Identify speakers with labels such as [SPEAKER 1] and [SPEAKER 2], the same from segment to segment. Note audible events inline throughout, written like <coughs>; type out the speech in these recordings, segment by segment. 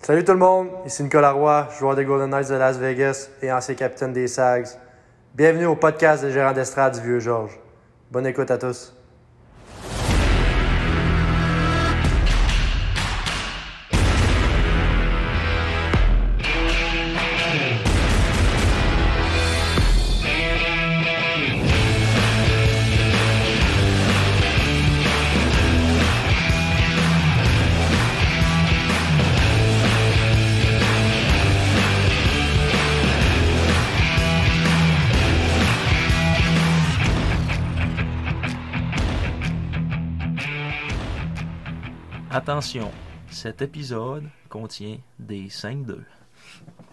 [SPEAKER 1] Salut tout le monde, ici Nicolas Roy, joueur des Golden Knights de Las Vegas et ancien capitaine des Sags. Bienvenue au podcast des gérants d'estrade du Vieux Georges. Bonne écoute à tous.
[SPEAKER 2] Attention, cet épisode contient des 5-2.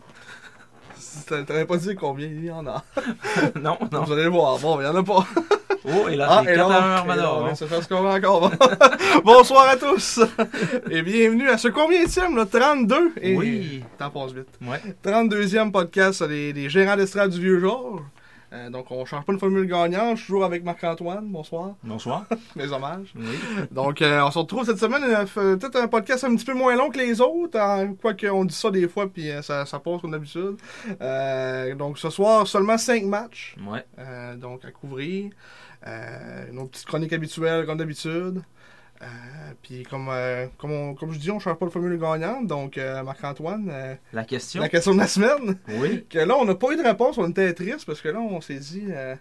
[SPEAKER 3] <laughs> T'a- T'aurais pas dit combien il y en a.
[SPEAKER 2] non, non.
[SPEAKER 3] Vous allez voir. Bon, il y en a pas.
[SPEAKER 2] Oh, et là, c'est
[SPEAKER 3] Ah,
[SPEAKER 2] 4 à 1
[SPEAKER 3] et là, et là, on
[SPEAKER 2] Armador.
[SPEAKER 3] vient de se faire scorer encore. <laughs> Bonsoir à tous. et bienvenue à ce combien le 32. Et
[SPEAKER 2] Oui.
[SPEAKER 3] T'en passes vite.
[SPEAKER 2] hein. Ouais.
[SPEAKER 3] 32e podcast sur les, les gérants d'estrade du vieux genre. Euh, donc, on change pas de formule gagnante. Je suis toujours avec Marc-Antoine. Bonsoir.
[SPEAKER 2] Bonsoir.
[SPEAKER 3] Mes hommages.
[SPEAKER 2] Oui.
[SPEAKER 3] Donc, euh, on se retrouve cette semaine. euh, f- Peut-être un podcast un petit peu moins long que les autres. en- Quoique, on dit ça des fois, puis euh, ça, ça passe comme d'habitude. Euh, donc, ce soir, seulement 5 matchs.
[SPEAKER 2] Ouais.
[SPEAKER 3] Euh, donc à couvrir. Euh, nos petites chroniques habituelles comme d'habitude. Euh, puis comme, euh, comme, on- comme je dis, on ne change pas de formule gagnante. Donc euh, Marc-Antoine, euh,
[SPEAKER 2] La question.
[SPEAKER 3] la question de la semaine.
[SPEAKER 2] Oui.
[SPEAKER 3] Que là, on n'a pas eu de réponse, on était triste parce que là, on s'est dit, euh,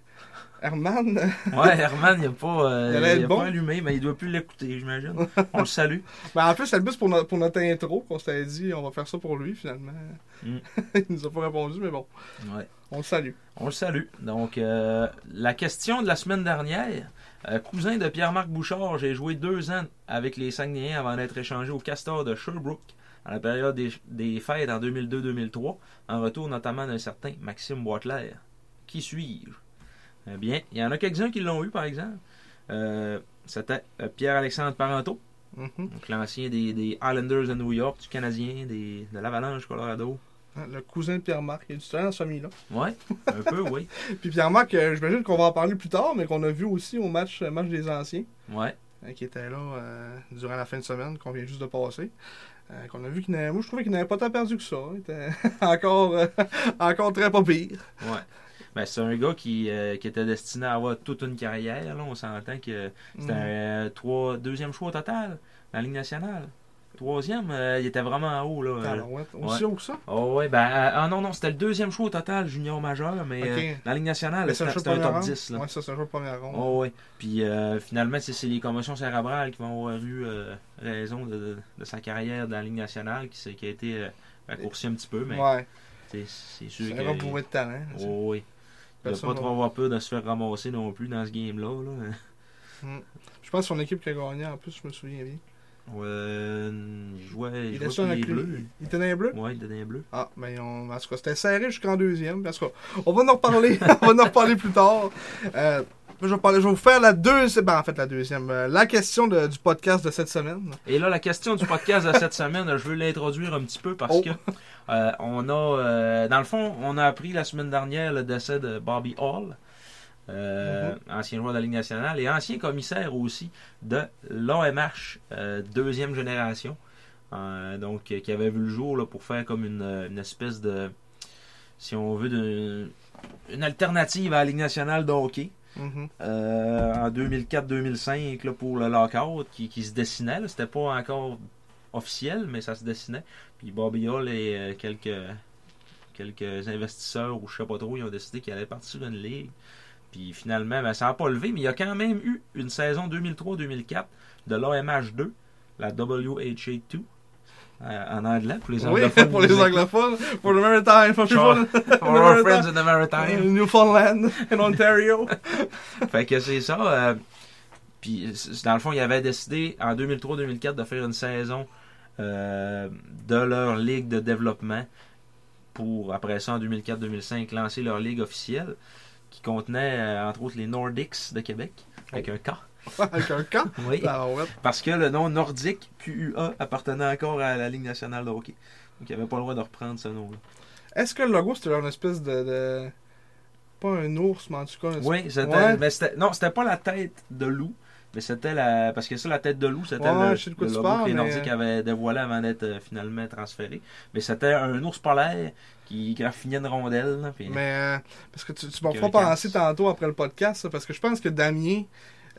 [SPEAKER 3] Herman, euh,
[SPEAKER 2] Ouais, Herman, il n'a pas, euh,
[SPEAKER 3] Il allait
[SPEAKER 2] il
[SPEAKER 3] être
[SPEAKER 2] a
[SPEAKER 3] bon.
[SPEAKER 2] pas allumé, mais il doit plus l'écouter, j'imagine. On le
[SPEAKER 3] <laughs>
[SPEAKER 2] salue.
[SPEAKER 3] ben, en plus, c'est le bus pour, no- pour notre intro qu'on s'était dit, on va faire ça pour lui finalement.
[SPEAKER 2] Mm.
[SPEAKER 3] <laughs> Il nous a pas répondu, mais bon,
[SPEAKER 2] Ouais.
[SPEAKER 3] on le salue.
[SPEAKER 2] On le salue. Donc, euh, la question de la semaine dernière. euh, cousin de Pierre-Marc Bouchard, j'ai joué deux ans avec les Saguenayens avant d'être échangé au Castor de Sherbrooke à la période des, des fêtes en 2002-2003, en retour notamment d'un certain Maxime Boitler. Qui suis-je Eh bien, il y en a quelques-uns qui l'ont eu, par exemple. Euh, C'était euh, Pierre-Alexandre Parenteau,
[SPEAKER 3] Mhm.
[SPEAKER 2] donc l'ancien des, des Islanders de New York, du Canadien, des, de l'Avalanche Colorado.
[SPEAKER 3] Le cousin de Pierre-Marc, il y a du talent dans ce famille-là.
[SPEAKER 2] Ouais, un peu, oui.
[SPEAKER 3] Puis Pierre-Marc, euh, j'imagine qu'on va en parler plus tard, mais qu'on a vu aussi au match, euh, match des anciens.
[SPEAKER 2] Ouais,
[SPEAKER 3] euh, qui était là euh, durant la fin de semaine qu'on vient juste de passer. Euh, qu'on a vu qu'il n'avait- moi je trouvais qu'il n'avait pas tant perdu que ça. Il était <laughs> encore, euh, encore très pas pire.
[SPEAKER 2] ouais. Ben, c'est un gars qui, euh, qui était destiné à avoir toute une carrière. Là. On s'entend que c'était un euh,
[SPEAKER 3] Mm.
[SPEAKER 2] trois- deuxième choix au total dans la Ligue nationale. Troisième, euh, il était vraiment haut. Là. Euh,
[SPEAKER 3] Tabarouette. Aussi haut que ça.
[SPEAKER 2] Oh, ouais, ben, euh, ah non, non, c'était le deuxième choix au total, junior majeur, mais
[SPEAKER 3] Ok.
[SPEAKER 2] euh, dans la Ligue nationale,
[SPEAKER 3] Mais c'est
[SPEAKER 2] c'était
[SPEAKER 3] un jeu de
[SPEAKER 2] c'était un
[SPEAKER 3] première
[SPEAKER 2] top
[SPEAKER 3] ronde.
[SPEAKER 2] 10. Là.
[SPEAKER 3] Ouais, ça, c'est un jeu de première ronde.
[SPEAKER 2] Oh, ouais. Puis euh, finalement, c'est c'est les commotions cérébrales qui vont avoir eu euh, raison de, de- de sa carrière dans la Ligue nationale qui, s'est- qui a été euh, raccourcie un petit peu, mais
[SPEAKER 3] ouais,
[SPEAKER 2] c'est c'est
[SPEAKER 3] c'est
[SPEAKER 2] sûr
[SPEAKER 3] un gars
[SPEAKER 2] que.
[SPEAKER 3] bourré de talent. tu sais.
[SPEAKER 2] Oh, oui. Il ne
[SPEAKER 3] Personne
[SPEAKER 2] pas trop
[SPEAKER 3] va-
[SPEAKER 2] avoir peur de se faire ramasser non plus dans ce game-là. Là.
[SPEAKER 3] Je pense que son équipe qui a gagné en plus, je me souviens bien.
[SPEAKER 2] Euh, il jouait, il
[SPEAKER 3] Il
[SPEAKER 2] jouait
[SPEAKER 3] était sur
[SPEAKER 2] pour
[SPEAKER 3] la
[SPEAKER 2] les
[SPEAKER 3] clé.
[SPEAKER 2] bleus.
[SPEAKER 3] Il était dans les bleus?
[SPEAKER 2] Ouais, il était dans les bleus.
[SPEAKER 3] Ah, mais on... en tout cas, c'était serré jusqu'en deuxième. Parce on va en reparler, <laughs> on va en reparler plus tard. Euh, je, vais parler- je vais vous faire la deuxième, ben, en fait la deuxième, euh, la question de- du podcast de cette semaine.
[SPEAKER 2] Et là, la question du podcast de cette semaine, je veux l'introduire un petit peu parce
[SPEAKER 3] Oh.
[SPEAKER 2] que euh, on a, euh, dans le fond, on a appris la semaine dernière le décès de Bobby Hall, euh, ancien joueur de la Ligue nationale et ancien commissaire aussi de l'OMH euh, deuxième génération, Euh, donc euh, qui avait vu le jour là, pour faire comme une, euh, une espèce de, si on veut, d'une- une alternative à la Ligue nationale de hockey.
[SPEAKER 3] Mhm.
[SPEAKER 2] Euh, en 2004-2005 là, pour le lockout qui, qui se dessinait. là. C'était pas encore officiel, mais ça se dessinait. Puis Bobby Hall et euh, quelques, quelques investisseurs ou je sais pas trop, ils ont décidé qu'ils allaient partir d'une ligue. Puis finalement, ben, ça n'a pas levé, mais il y a quand même eu une saison 2003-2004 de l'AMH2, la WHA2, euh, en anglais, pour les
[SPEAKER 3] Oui, <laughs>
[SPEAKER 2] anglophones.
[SPEAKER 3] pour les
[SPEAKER 2] <laughs>
[SPEAKER 3] anglophones, pour le Maritime, for
[SPEAKER 2] Sure.
[SPEAKER 3] people
[SPEAKER 2] For our friends
[SPEAKER 3] <laughs>
[SPEAKER 2] in the Maritimes.
[SPEAKER 3] in Newfoundland and Ontario.
[SPEAKER 2] Fait que c'est ça. euh, puis, c'est- dans le fond, ils avaient décidé en 2003-2004 de faire une saison euh, de leur ligue de développement pour, après ça, en 2004-2005, lancer leur ligue officielle qui contenait, euh, entre autres, les Nordics de Québec, avec un K.
[SPEAKER 3] <laughs> Avec un camp.
[SPEAKER 2] Oui. Parce que le nom nordique, QUA, appartenait encore à la Ligue nationale de hockey. Donc, ils n'avaient pas le droit de reprendre ce nom-là.
[SPEAKER 3] Est-ce que le logo, c'était genre une espèce de, de- Pas un ours, mais en tout cas... une espèce-
[SPEAKER 2] Oui, c'était.
[SPEAKER 3] Ouais.
[SPEAKER 2] Mais c'était- non, c'était pas la tête de loup. Mais c'était la. Parce que ça, la tête de loup, c'était
[SPEAKER 3] Ouais,
[SPEAKER 2] le,
[SPEAKER 3] je sais de quoi
[SPEAKER 2] le
[SPEAKER 3] tu
[SPEAKER 2] robot
[SPEAKER 3] parles,
[SPEAKER 2] que les
[SPEAKER 3] mais-
[SPEAKER 2] Nordiques avaient dévoilé avant d'être euh, finalement transféré. Mais c'était un ours polaire qui, qui raffinait une rondelle. là, puis-
[SPEAKER 3] Mais euh, parce que tu, tu m'en
[SPEAKER 2] Que
[SPEAKER 3] feras
[SPEAKER 2] le casse.
[SPEAKER 3] penser tantôt après le podcast, ça, parce que je pense que Damien,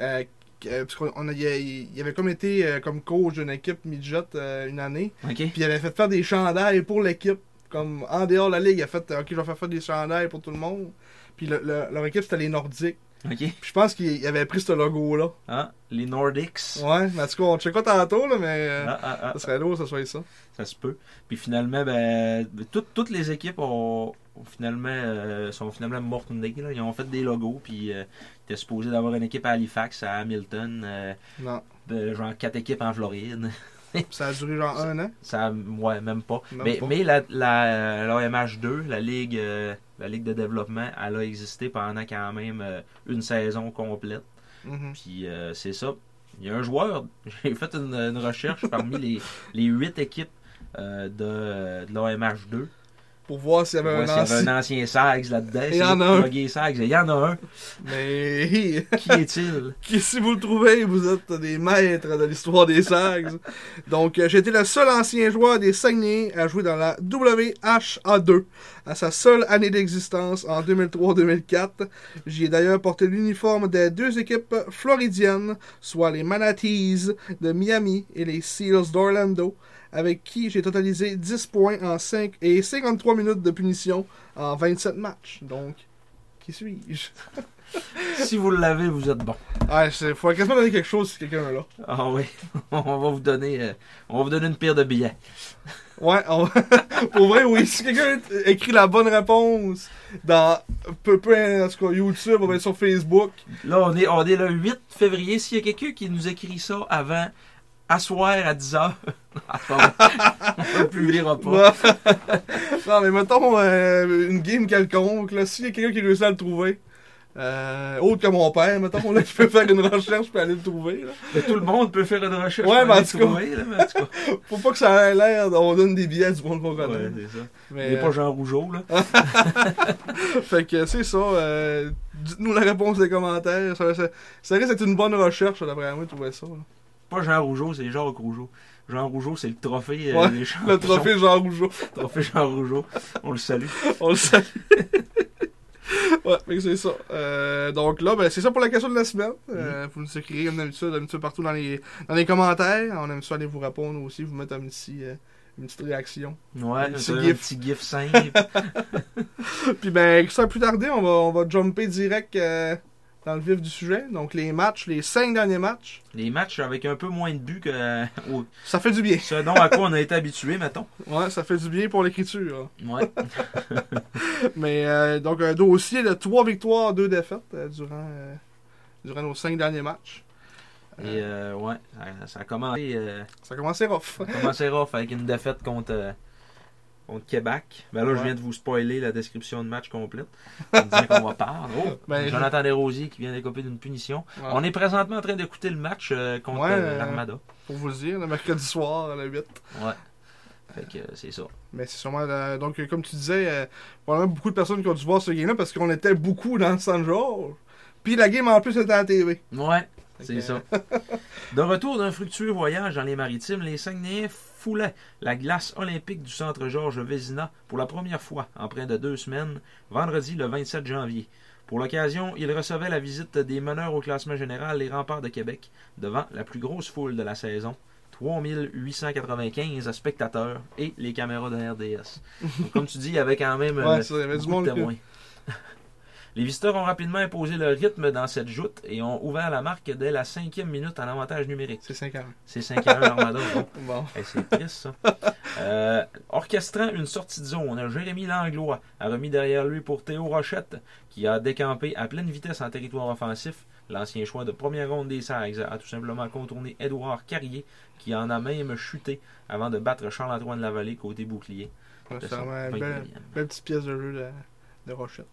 [SPEAKER 3] euh, euh, parce qu'on- on a- il, a- il avait comme été euh, comme coach d'une équipe midget euh, une année,
[SPEAKER 2] Ok.
[SPEAKER 3] puis il avait fait faire des chandails pour l'équipe, comme en dehors de la ligue, il a fait euh, Ok, je vais faire faire des chandails pour tout le monde. Puis le- le- leur équipe, c'était les Nordiques.
[SPEAKER 2] Ok.
[SPEAKER 3] Puis je pense qu'il il avait pris ce logo-là.
[SPEAKER 2] Ah, les Nordics.
[SPEAKER 3] Ouais, mais en tout cas, on checkera tantôt, là, mais euh,
[SPEAKER 2] Ah, ah, ah,
[SPEAKER 3] ça serait lourd que ça soit ça.
[SPEAKER 2] ça se peut. Puis finalement, ben, toutes- toutes les équipes ont, ont finalement, euh, sont finalement mortes une dégue, là. Ils ont fait des logos. Puis euh, t'es supposé d'avoir une équipe à Halifax, à Hamilton, euh, <laughs>
[SPEAKER 3] Non.
[SPEAKER 2] de- genre quatre équipes en Floride.
[SPEAKER 3] Ça a duré genre un an.
[SPEAKER 2] Ça, ouais, même pas.
[SPEAKER 3] Même
[SPEAKER 2] mais
[SPEAKER 3] pas.
[SPEAKER 2] mais la, la, euh, la MH2, la ligue, euh, la ligue de développement, elle a existé pendant quand même euh, une saison complète.
[SPEAKER 3] Mhm.
[SPEAKER 2] Puis euh, c'est ça. Il y a un joueur, <laughs> j'ai fait une, une recherche parmi
[SPEAKER 3] <laughs>
[SPEAKER 2] les, les huit équipes euh, de, de l'AMH2.
[SPEAKER 3] Pour voir s'il y avait
[SPEAKER 2] Ouais,
[SPEAKER 3] un an.
[SPEAKER 2] s'il y avait un ancien Sags là-dedans.
[SPEAKER 3] Il y
[SPEAKER 2] c'est
[SPEAKER 3] en a
[SPEAKER 2] lui qui
[SPEAKER 3] un.
[SPEAKER 2] pluguait Sags. Il y en a un.
[SPEAKER 3] Mais hi,
[SPEAKER 2] Qui
[SPEAKER 3] <laughs>
[SPEAKER 2] est-il?
[SPEAKER 3] qui- si vous le trouvez, vous êtes des maîtres de l'histoire des Sags. Donc, euh, j'ai été le seul ancien joueur des Saguenay à jouer dans la WHA2 à sa seule année d'existence en 2003-2004. J'y ai d'ailleurs porté l'uniforme des deux équipes floridiennes, soit les Manatees de Miami et les Seals d'Orlando, avec qui j'ai totalisé 10 points en 5 et 53 minutes de punition en 27 matchs. Donc, qui suis-je?
[SPEAKER 2] Si vous l'avez, vous êtes bon.
[SPEAKER 3] Ah, il faudrait quasiment donner quelque chose si quelqu'un est là.
[SPEAKER 2] Ah oui, <laughs> on va vous donner, euh, on va vous donner une paire de billets.
[SPEAKER 3] Ouais, on- <laughs> pour vrai, oui. Si quelqu'un é- écrit la bonne réponse dans peu, peu, en tout cas, YouTube, on va être sur Facebook.
[SPEAKER 2] Là, on est, on est le 8 février. S'il y a quelqu'un qui nous écrit ça avant, à soir à <laughs> 10h, on ne publiera pas.
[SPEAKER 3] <laughs> non, mais mettons euh, une game quelconque, là, s'il y a quelqu'un qui réussit à le trouver, euh, autre que mon père, mettons, là, qui peut faire une recherche puis aller le trouver, là.
[SPEAKER 2] Mais tout le monde peut faire une recherche.
[SPEAKER 3] Ouais,
[SPEAKER 2] pour
[SPEAKER 3] mais en
[SPEAKER 2] aller
[SPEAKER 3] tout cas-
[SPEAKER 2] trouver, là, mais en tout
[SPEAKER 3] <laughs>
[SPEAKER 2] cas.
[SPEAKER 3] Faut pas que ça ait l'air, on donne des billets à du monde qu'on connaît.
[SPEAKER 2] Ouais, c'est ça.
[SPEAKER 3] mais,
[SPEAKER 2] Mais pas Jean Rougeau, là.
[SPEAKER 3] Fait que c'est ça. euh, Dites-nous la réponse des commentaires. Ça, ça- ça risque d'être une bonne recherche, d'après moi, de trouver ça. là.
[SPEAKER 2] Pas Jean Rougeau, c'est Jacques Rougeau. Jean Rougeau, c'est le trophée euh,
[SPEAKER 3] Ouais,
[SPEAKER 2] des champions.
[SPEAKER 3] Le trophée Jean Rougeau.
[SPEAKER 2] Le trophée Jean Rougeau. On le salue.
[SPEAKER 3] On le sait. <laughs> ouais, fait que c'est ça. Euh, donc là, ben, c'est ça pour la question de la semaine. Euh, Vous nous écrirez comme d'habitude, d'habitude partout dans les, dans les commentaires. On aime ça aller vous répondre aussi, vous mettre un petit, euh, une petite réaction. <laughs>
[SPEAKER 2] Ouais,
[SPEAKER 3] Petit
[SPEAKER 2] c'est un
[SPEAKER 3] gif.
[SPEAKER 2] petit gif simple.
[SPEAKER 3] Puis ben, sans plus tarder, on va, on va jumper direct euh, dans le vif du sujet. Donc les matchs, les cinq derniers matchs,
[SPEAKER 2] Les matchs avec un peu moins de buts que euh, au-
[SPEAKER 3] ça fait du bien. <laughs>
[SPEAKER 2] ce dont à quoi on a été habitué, mettons.
[SPEAKER 3] Ouais, ça fait du bien pour l'écriture. hein.
[SPEAKER 2] Ouais.
[SPEAKER 3] Mais euh, donc un dossier de trois victoires, deux défaites euh, durant, euh, durant nos cinq derniers matchs.
[SPEAKER 2] Et euh, ouais, ça, ça a commencé. euh,
[SPEAKER 3] Ça a commencé rough.
[SPEAKER 2] On commençait rough avec une défaite contre, euh, contre Québec. Ben là, je
[SPEAKER 3] Ouais.
[SPEAKER 2] viens de vous spoiler la description de match
[SPEAKER 3] <laughs>
[SPEAKER 2] complète. En disant qu'on va perdre. Oh,
[SPEAKER 3] Ben,
[SPEAKER 2] Jonathan Desrosiers qui vient d'écoper d'une punition.
[SPEAKER 3] Ouais.
[SPEAKER 2] On est présentement en train d'écouter le match euh, contre
[SPEAKER 3] Ouais,
[SPEAKER 2] euh,
[SPEAKER 3] euh,
[SPEAKER 2] l'Armada.
[SPEAKER 3] pour vous le dire, le mercredi soir à la 8.
[SPEAKER 2] Ouais. Fait que euh, c'est ça.
[SPEAKER 3] Mais c'est sûrement. euh, donc, euh, comme tu disais, euh, probablement beaucoup de personnes qui ont dû voir ce game-là parce qu'on était beaucoup dans le San Georges. Puis la game en plus était à la TV.
[SPEAKER 2] Ouais,
[SPEAKER 3] Fait
[SPEAKER 2] c'est
[SPEAKER 3] que- <laughs>
[SPEAKER 2] ça. De retour d'un fructueux voyage dans les maritimes, les Saguenayens foulaient la glace olympique du centre Georges Vézina pour la première fois en près de deux semaines, vendredi le 27 janvier. Pour l'occasion, ils recevaient la visite des meneurs au classement général, les remparts de Québec, devant la plus grosse foule de la saison. 3895 spectateurs et les caméras de RDS. Donc, comme tu dis, il y avait quand même euh,
[SPEAKER 3] ouais, ça, il y avait du
[SPEAKER 2] Beaucoup
[SPEAKER 3] monde.
[SPEAKER 2] de
[SPEAKER 3] qui-
[SPEAKER 2] témoins. Les visiteurs ont rapidement imposé le rythme dans cette joute et ont ouvert la marque dès la cinquième minute en avantage numérique.
[SPEAKER 3] C'est 50.
[SPEAKER 2] C'est 5 à 1 l'Armada. Bon.
[SPEAKER 3] Bon.
[SPEAKER 2] Hey, c'est triste, ça. Euh, orchestrant une sortie de zone, Jérémy Langlois a remis derrière lui pour Théo Rochette, qui a décampé à pleine vitesse en territoire offensif. L'ancien choix de première ronde des Sags a tout simplement contourné Édouard Carrier, qui en a même chuté avant de battre Charles-Antoine Lavallée côté bouclier.
[SPEAKER 3] C'est
[SPEAKER 2] De
[SPEAKER 3] vraiment
[SPEAKER 2] son
[SPEAKER 3] une belle,
[SPEAKER 2] 21e.
[SPEAKER 3] belle petite pièce de jeu de, de Rochette.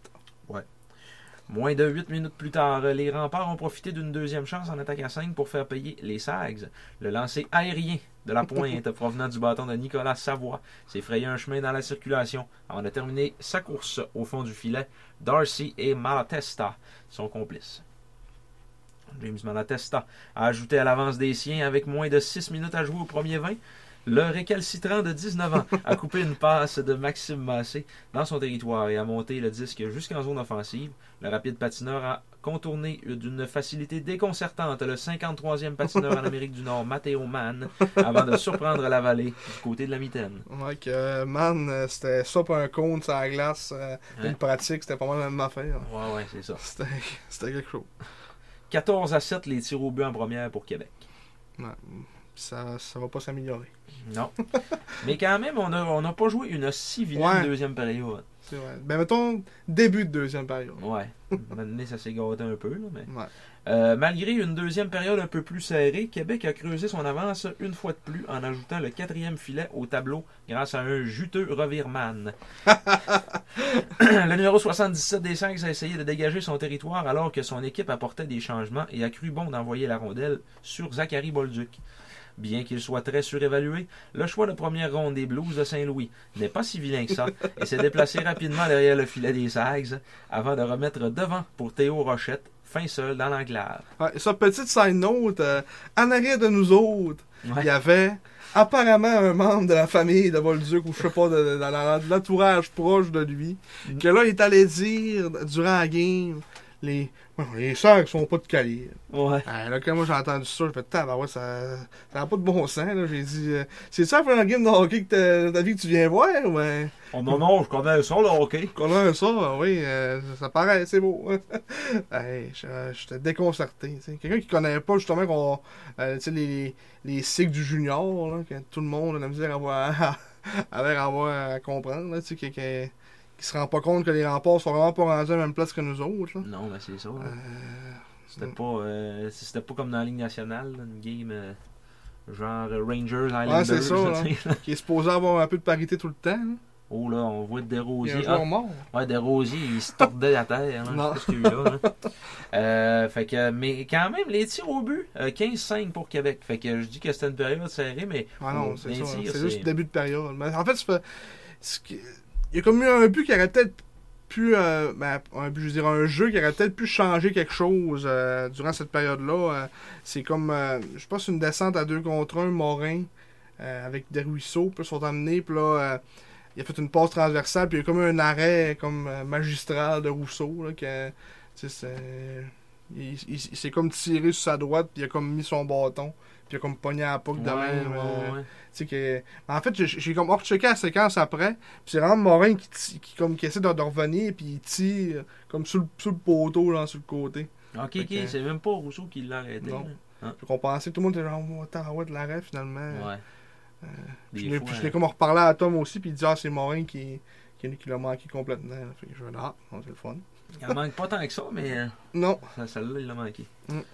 [SPEAKER 2] Moins de 8 minutes plus tard, les remparts ont profité d'une deuxième chance en attaque à 5 pour faire payer les Sags. Le lancer aérien de la pointe provenant du bâton de Nicolas Savoie s'est frayé un chemin dans la circulation avant de terminer sa course au fond du filet. Darcy et Malatesta sont complices. James Malatesta a ajouté à l'avance des siens avec moins de 6 minutes à jouer au premier 20. Le récalcitrant de 19 ans a coupé une passe de Maxime Massé dans son territoire et a monté le disque jusqu'en zone offensive. Le rapide patineur a contourné d'une facilité déconcertante le 53e patineur en Amérique du Nord, Matteo Mann, avant de surprendre la vallée du côté de la mitaine.
[SPEAKER 3] Ouais, que, man, euh, c'était ça pour un compte sur la glace, euh,
[SPEAKER 2] Ouais.
[SPEAKER 3] une pratique, c'était pas mal la même affaire.
[SPEAKER 2] Ouais, ouais, c'est ça.
[SPEAKER 3] C'était <laughs> c'était quelque chose.
[SPEAKER 2] 14 à 7 les tirs au but en première pour Québec.
[SPEAKER 3] Ouais. Puis Ça, ça va pas s'améliorer.
[SPEAKER 2] Non. Mais quand même, on n'a on a pas joué une si vilaine
[SPEAKER 3] Ouais.
[SPEAKER 2] deuxième période.
[SPEAKER 3] C'est vrai. Ben, mettons, début de deuxième période.
[SPEAKER 2] Ouais. Maintenant, ça s'est gâté un peu. là, mais...
[SPEAKER 3] Ouais.
[SPEAKER 2] Euh, malgré une deuxième période un peu plus serrée, Québec a creusé son avance une fois de plus en ajoutant le quatrième filet au tableau grâce à un juteux revirement. le numéro 77 des Saints a essayé de dégager son territoire alors que son équipe apportait des changements et a cru bon d'envoyer la rondelle sur Zachary Bolduc. Bien qu'il soit très surévalué, le choix de première ronde des Blues de Saint-Louis n'est pas si vilain que ça et s'est déplacé rapidement derrière le filet des Sags avant de remettre devant pour Théo Rochette, fin seul dans l'anglade.
[SPEAKER 3] Ouais, et ça, petite side note, euh, en arrière de nous autres,
[SPEAKER 2] Ouais.
[SPEAKER 3] il y avait apparemment un membre de la famille de Bolduc ou je sais pas, de, de- de- de l'entourage proche de lui, que là, il est allé dire durant la game, les, Ouais, les sœurs sont pas de calibre.
[SPEAKER 2] Ouais.
[SPEAKER 3] Ah, là, quand moi j'ai entendu ça, je me suis ouais, ça ça n'a pas de bon sens. là. J'ai dit, euh, c'est ça la un game de hockey que t'as- ta vie que tu viens voir? euh, Ouais.
[SPEAKER 2] Oh non, non, je connais ça, là, ok.
[SPEAKER 3] Qu'on a un ça, euh, oui, euh, ça paraît, c'est beau. <laughs> Hey, je- J'étais déconcerté. tu sais. Quelqu'un qui connaît pas justement qu'on, euh, tu sais, les, les cycles du junior, là, que tout le monde a de la misère à avoir <laughs> à, avoir- à avoir à comprendre, là, tu sais, qui, qui- qui se rend pas compte que les remports sont vraiment pas rendus à la même place que nous autres. là.
[SPEAKER 2] Non, mais c'est ça. là.
[SPEAKER 3] Euh,
[SPEAKER 2] C'était
[SPEAKER 3] mm.
[SPEAKER 2] pas, euh, c'était pas comme dans la Ligue nationale, là, une game euh, genre euh, Rangers, Islanders.
[SPEAKER 3] Ouais, c'est ça,
[SPEAKER 2] là,
[SPEAKER 3] là.
[SPEAKER 2] tu sais, là.
[SPEAKER 3] qui est supposé avoir un peu de parité tout le temps. là.
[SPEAKER 2] Oh là, on voit
[SPEAKER 3] Il y a
[SPEAKER 2] Desrosiers.
[SPEAKER 3] un
[SPEAKER 2] Ah,
[SPEAKER 3] joueur mort.
[SPEAKER 2] ouais, Desrosiers, il
[SPEAKER 3] <laughs>
[SPEAKER 2] se tordait la terre. Hein,
[SPEAKER 3] Non.
[SPEAKER 2] Je sais pas ce qu'il y a eu là. là. Euh, fait que, mais quand même, les tirs au but, euh, 15-5 pour Québec. Fait que je dis que c'était une période serrée, mais
[SPEAKER 3] Ah
[SPEAKER 2] Oh,
[SPEAKER 3] non, c'est
[SPEAKER 2] bien
[SPEAKER 3] ça.
[SPEAKER 2] sûr,
[SPEAKER 3] C'est
[SPEAKER 2] c'est-
[SPEAKER 3] juste le début de période. Mais en fait, c'est pas- ce qui- il y a comme eu un but qui aurait peut-être pu. euh, ben, un but, je dirais un jeu qui aurait peut-être pu changer quelque chose euh, durant cette période-là. Euh, c'est comme. euh, je pense une descente à deux contre un, Morin, euh, avec des ruisseaux, puis ils sont emmenés, puis là. euh, il a fait une passe transversale, puis il y a comme eu un arrêt comme euh, magistral de Rousseau. Là, que, tu sais, c'est- il, il- il s'est comme tiré sur sa droite, puis il a comme mis son bâton, puis il a comme pogné à la puck de
[SPEAKER 2] ouais,
[SPEAKER 3] même.
[SPEAKER 2] ouais,
[SPEAKER 3] euh,
[SPEAKER 2] ouais.
[SPEAKER 3] tu sais que en fait j'ai- j'ai comme hors checké la séquence après puis c'est vraiment Morin qui, ti- qui comme qui essaie de, de revenir puis il tire euh, comme sur le, sur le poteau genre sur le côté
[SPEAKER 2] Ok,
[SPEAKER 3] Fait
[SPEAKER 2] ok,
[SPEAKER 3] que-
[SPEAKER 2] c'est même pas Rousseau qui l'a arrêté.
[SPEAKER 3] Non.
[SPEAKER 2] là.
[SPEAKER 3] puis qu'on pensait tout le monde était genre oh, attends ouais de l'arrêt finalement
[SPEAKER 2] Ouais. Des
[SPEAKER 3] Puis Euh, je l'ai-
[SPEAKER 2] fois, euh, hein.
[SPEAKER 3] puis je l'ai comme reparlé à Tom aussi puis il dit ah c'est Morin qui qui, qui l'a manqué complètement fait que je vais ah bon, c'est le fun
[SPEAKER 2] Il en manque pas tant que ça, mais euh,
[SPEAKER 3] non
[SPEAKER 2] ça- celle-là, il l'a manqué.
[SPEAKER 3] Mm.
[SPEAKER 2] <clears throat>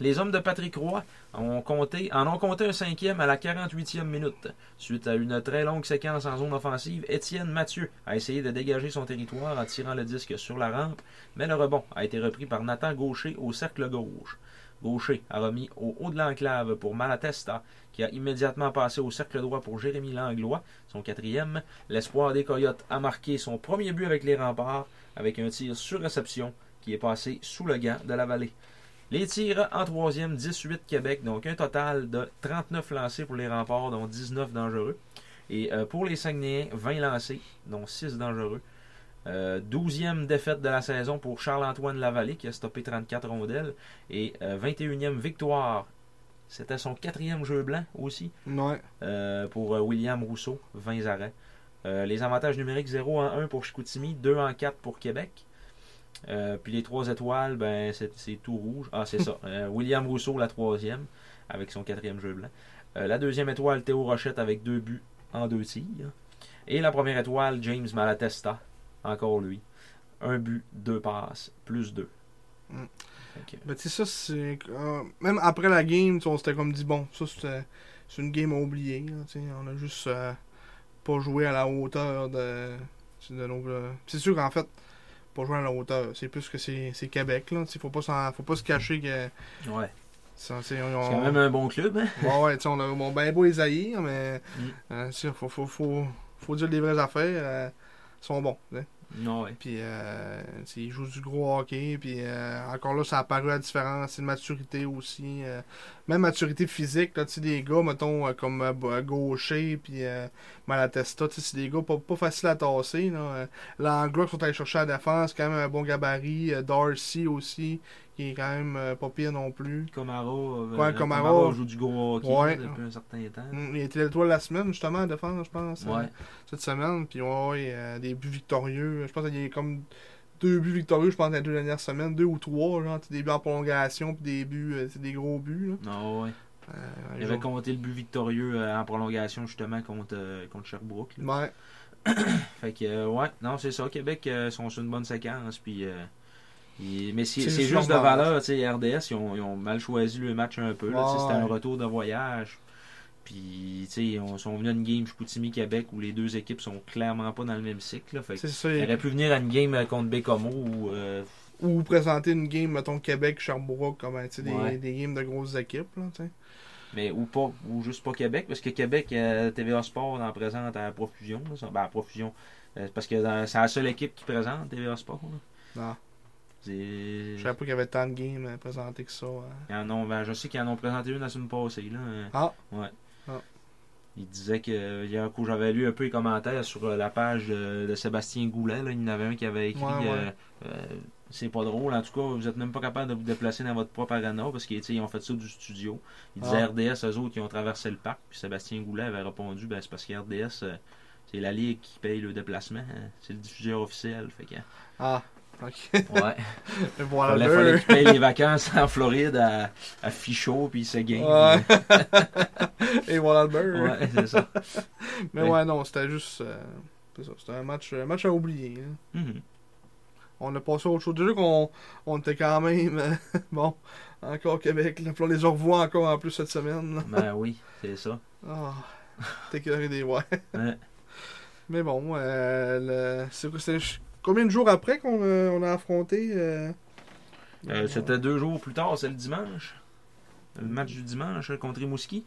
[SPEAKER 2] Les hommes de Patrick Roy ont compté, en ont compté un cinquième à la 48e minute. Suite à une très longue séquence en zone offensive, Étienne Mathieu a essayé de dégager son territoire en tirant le disque sur la rampe, mais le rebond a été repris par Nathan Gaucher au cercle gauche. Gaucher a remis au haut de l'enclave pour Malatesta, qui a immédiatement passé au cercle droit pour Jérémy Langlois, son quatrième. L'espoir des Coyotes a marqué son premier but avec les remparts, avec un tir sur réception qui est passé sous le gant de la vallée. Les tirs en troisième, 18 Québec, donc un total de 39 lancés pour les remparts, dont 19 dangereux. Et euh, pour les Saguenayens, 20 lancés, dont 6 dangereux. Euh, 12e défaite de la saison pour Charles-Antoine Lavallée, qui a stoppé 34 rondelles. Et euh, 21e victoire. C'était son quatrième jeu blanc aussi
[SPEAKER 3] ouais
[SPEAKER 2] euh, pour euh, William Rousseau, 20 arrêts. Euh, les avantages numériques 0 en 1 pour Chicoutimi, 2 en 4 pour Québec. Euh, puis les 3 étoiles, ben, c'est c'est tout rouge. Ah, <laughs> c'est ça. Euh, William Rousseau, la troisième, avec son quatrième jeu blanc. Euh, la deuxième étoile, Théo Rochette avec deux buts en deux tirs. Et la première étoile, James Malatesta, encore lui. Un but, deux passes, plus deux.
[SPEAKER 3] Mm.
[SPEAKER 2] Fait que-
[SPEAKER 3] ben tu sais ça c'est euh, même après la game tu sais, on s'était comme dit bon ça c'était c'est une game oubliée là, tu sais, on a juste euh, pas joué à la hauteur de, tu sais, de nos euh, c'est sûr qu'en fait pas jouer à la hauteur c'est plus que c'est c'est Québec là tu sais, faut pas s'en- faut pas se cacher que
[SPEAKER 2] ouais.
[SPEAKER 3] ça, tu sais,
[SPEAKER 2] C'est
[SPEAKER 3] on,
[SPEAKER 2] quand même un bon club, hein?
[SPEAKER 3] ouais, ouais, tu sais, on a bon, ben beau les haïr mais
[SPEAKER 2] Mm.
[SPEAKER 3] euh, tu sais, faut, faut, faut, faut dire les vraies affaires euh, sont bons tu sais.
[SPEAKER 2] Non, ouais.
[SPEAKER 3] Puis, euh, tu sais, il joue du gros hockey. Puis, euh, encore là, ça a apparu à différents. C'est de maturité aussi. euh, même maturité physique. Là, tu sais, des gars, mettons, euh, comme euh, Bo- Gaucher, puis euh, Malatesta, tu sais, c'est des gars pas, pas faciles à tasser. Là, Euh, Langlois, qui sont allés chercher à la défense, quand même un bon gabarit. Euh, Darcy aussi, qui est quand même euh, pas pire non plus.
[SPEAKER 2] Comaro, euh,
[SPEAKER 3] Ouais, Comaro.
[SPEAKER 2] Comaro joue du gros hockey
[SPEAKER 3] Ouais.
[SPEAKER 2] depuis un certain temps.
[SPEAKER 3] Mm, Il était l'étoile la semaine, justement, à défense, je pense. hein.
[SPEAKER 2] Ouais.
[SPEAKER 3] cette semaine. Puis ouais, ouais, euh, des buts victorieux. Je pense qu'il y a comme deux buts victorieux, je pense, dans les deux dernières semaines. Deux ou trois, genre, tu sais, des buts en prolongation, puis des buts, euh, c'est des gros buts. Là.
[SPEAKER 2] Non, Ah, ouais.
[SPEAKER 3] Euh,
[SPEAKER 2] Il avait compté le but victorieux euh, en prolongation justement contre, euh, contre Sherbrooke. là.
[SPEAKER 3] Ouais.
[SPEAKER 2] Fait que, euh, ouais, non, c'est ça. Québec euh, sont sur une bonne séquence. Puis, euh, ils- Mais c'est
[SPEAKER 3] C'est
[SPEAKER 2] c'est
[SPEAKER 3] juste
[SPEAKER 2] juste de
[SPEAKER 3] normal.
[SPEAKER 2] valeur. tu sais, RDS, ils ont, ils ont mal choisi le match un peu. là, tu sais, C'était un
[SPEAKER 3] Ouais.
[SPEAKER 2] retour de voyage. Puis, tu sais, on sont venus à une game Chicoutimi-Québec où les deux équipes sont clairement pas dans le même cycle. là. Fait que,
[SPEAKER 3] C'est ça.
[SPEAKER 2] ils auraient pu venir à une game euh, contre Bécomo ou euh,
[SPEAKER 3] Ou présenter une game, mettons, Québec-Sherbrooke, comme hein, tu sais, des,
[SPEAKER 2] Ouais.
[SPEAKER 3] des games de grosses équipes. Là, tu sais.
[SPEAKER 2] Mais ou pas, ou juste pas Québec, parce que Québec, euh, TVA Sport en présente à profusion. là, ça. ben, à profusion. Euh, parce que dans- c'est la seule équipe qui présente TVA Sport. là.
[SPEAKER 3] Non,
[SPEAKER 2] C'est-
[SPEAKER 3] je savais pas qu'il y avait tant de games à présenter que ça. hein.
[SPEAKER 2] Ils en ont- ben, je sais qu'ils en ont présenté une la semaine passée. Là. Euh,
[SPEAKER 3] Ah.
[SPEAKER 2] Ouais.
[SPEAKER 3] Ah.
[SPEAKER 2] Il disait que hier coup j'avais lu un peu les commentaires sur euh, la page euh, de Sébastien Goulet, là, il y en avait un qui avait écrit
[SPEAKER 3] Ouais, ouais.
[SPEAKER 2] euh, euh, c'est pas drôle, en tout cas vous êtes même pas capable de vous déplacer dans votre propre arena parce qu'ils tu sais, ils ont fait ça du studio. Il disait
[SPEAKER 3] Ah.
[SPEAKER 2] RDS, eux autres qui ont traversé le parc, puis Sébastien Goulet avait répondu ben c'est parce que RDS euh, c'est la ligue qui paye le déplacement, hein. c'est le diffuseur officiel, fait
[SPEAKER 3] <laughs>
[SPEAKER 2] que
[SPEAKER 3] Ah,
[SPEAKER 2] <laughs>
[SPEAKER 3] ok.
[SPEAKER 2] ouais.
[SPEAKER 3] voilà.
[SPEAKER 2] fallait,
[SPEAKER 3] deux.
[SPEAKER 2] fallait qu'il paye les vacances en Floride à, à Fichot puis Seguin.
[SPEAKER 3] Ouais. <laughs> Et voilà le beurre.
[SPEAKER 2] ouais, c'est ça.
[SPEAKER 3] Mais
[SPEAKER 2] Ouais.
[SPEAKER 3] ouais, non, c'était juste. euh, c'est ça, c'était un match, un match à oublier. hein.
[SPEAKER 2] Mhm.
[SPEAKER 3] On a passé à autre chose. Déjà qu'on on était quand même. euh, <laughs> bon, encore au Québec. Là, Puis on les revoit encore en plus cette semaine. là.
[SPEAKER 2] Ben oui, c'est ça. <laughs> Hein.
[SPEAKER 3] Ah, t'es curé des ouais.
[SPEAKER 2] Ouais.
[SPEAKER 3] Mais bon, euh, le- c'est quoi, c'est combien de jours après qu'on a, on a affronté euh,
[SPEAKER 2] Euh, C'était deux jours plus tard, c'est le dimanche. Le match du dimanche euh, contre Rimouski.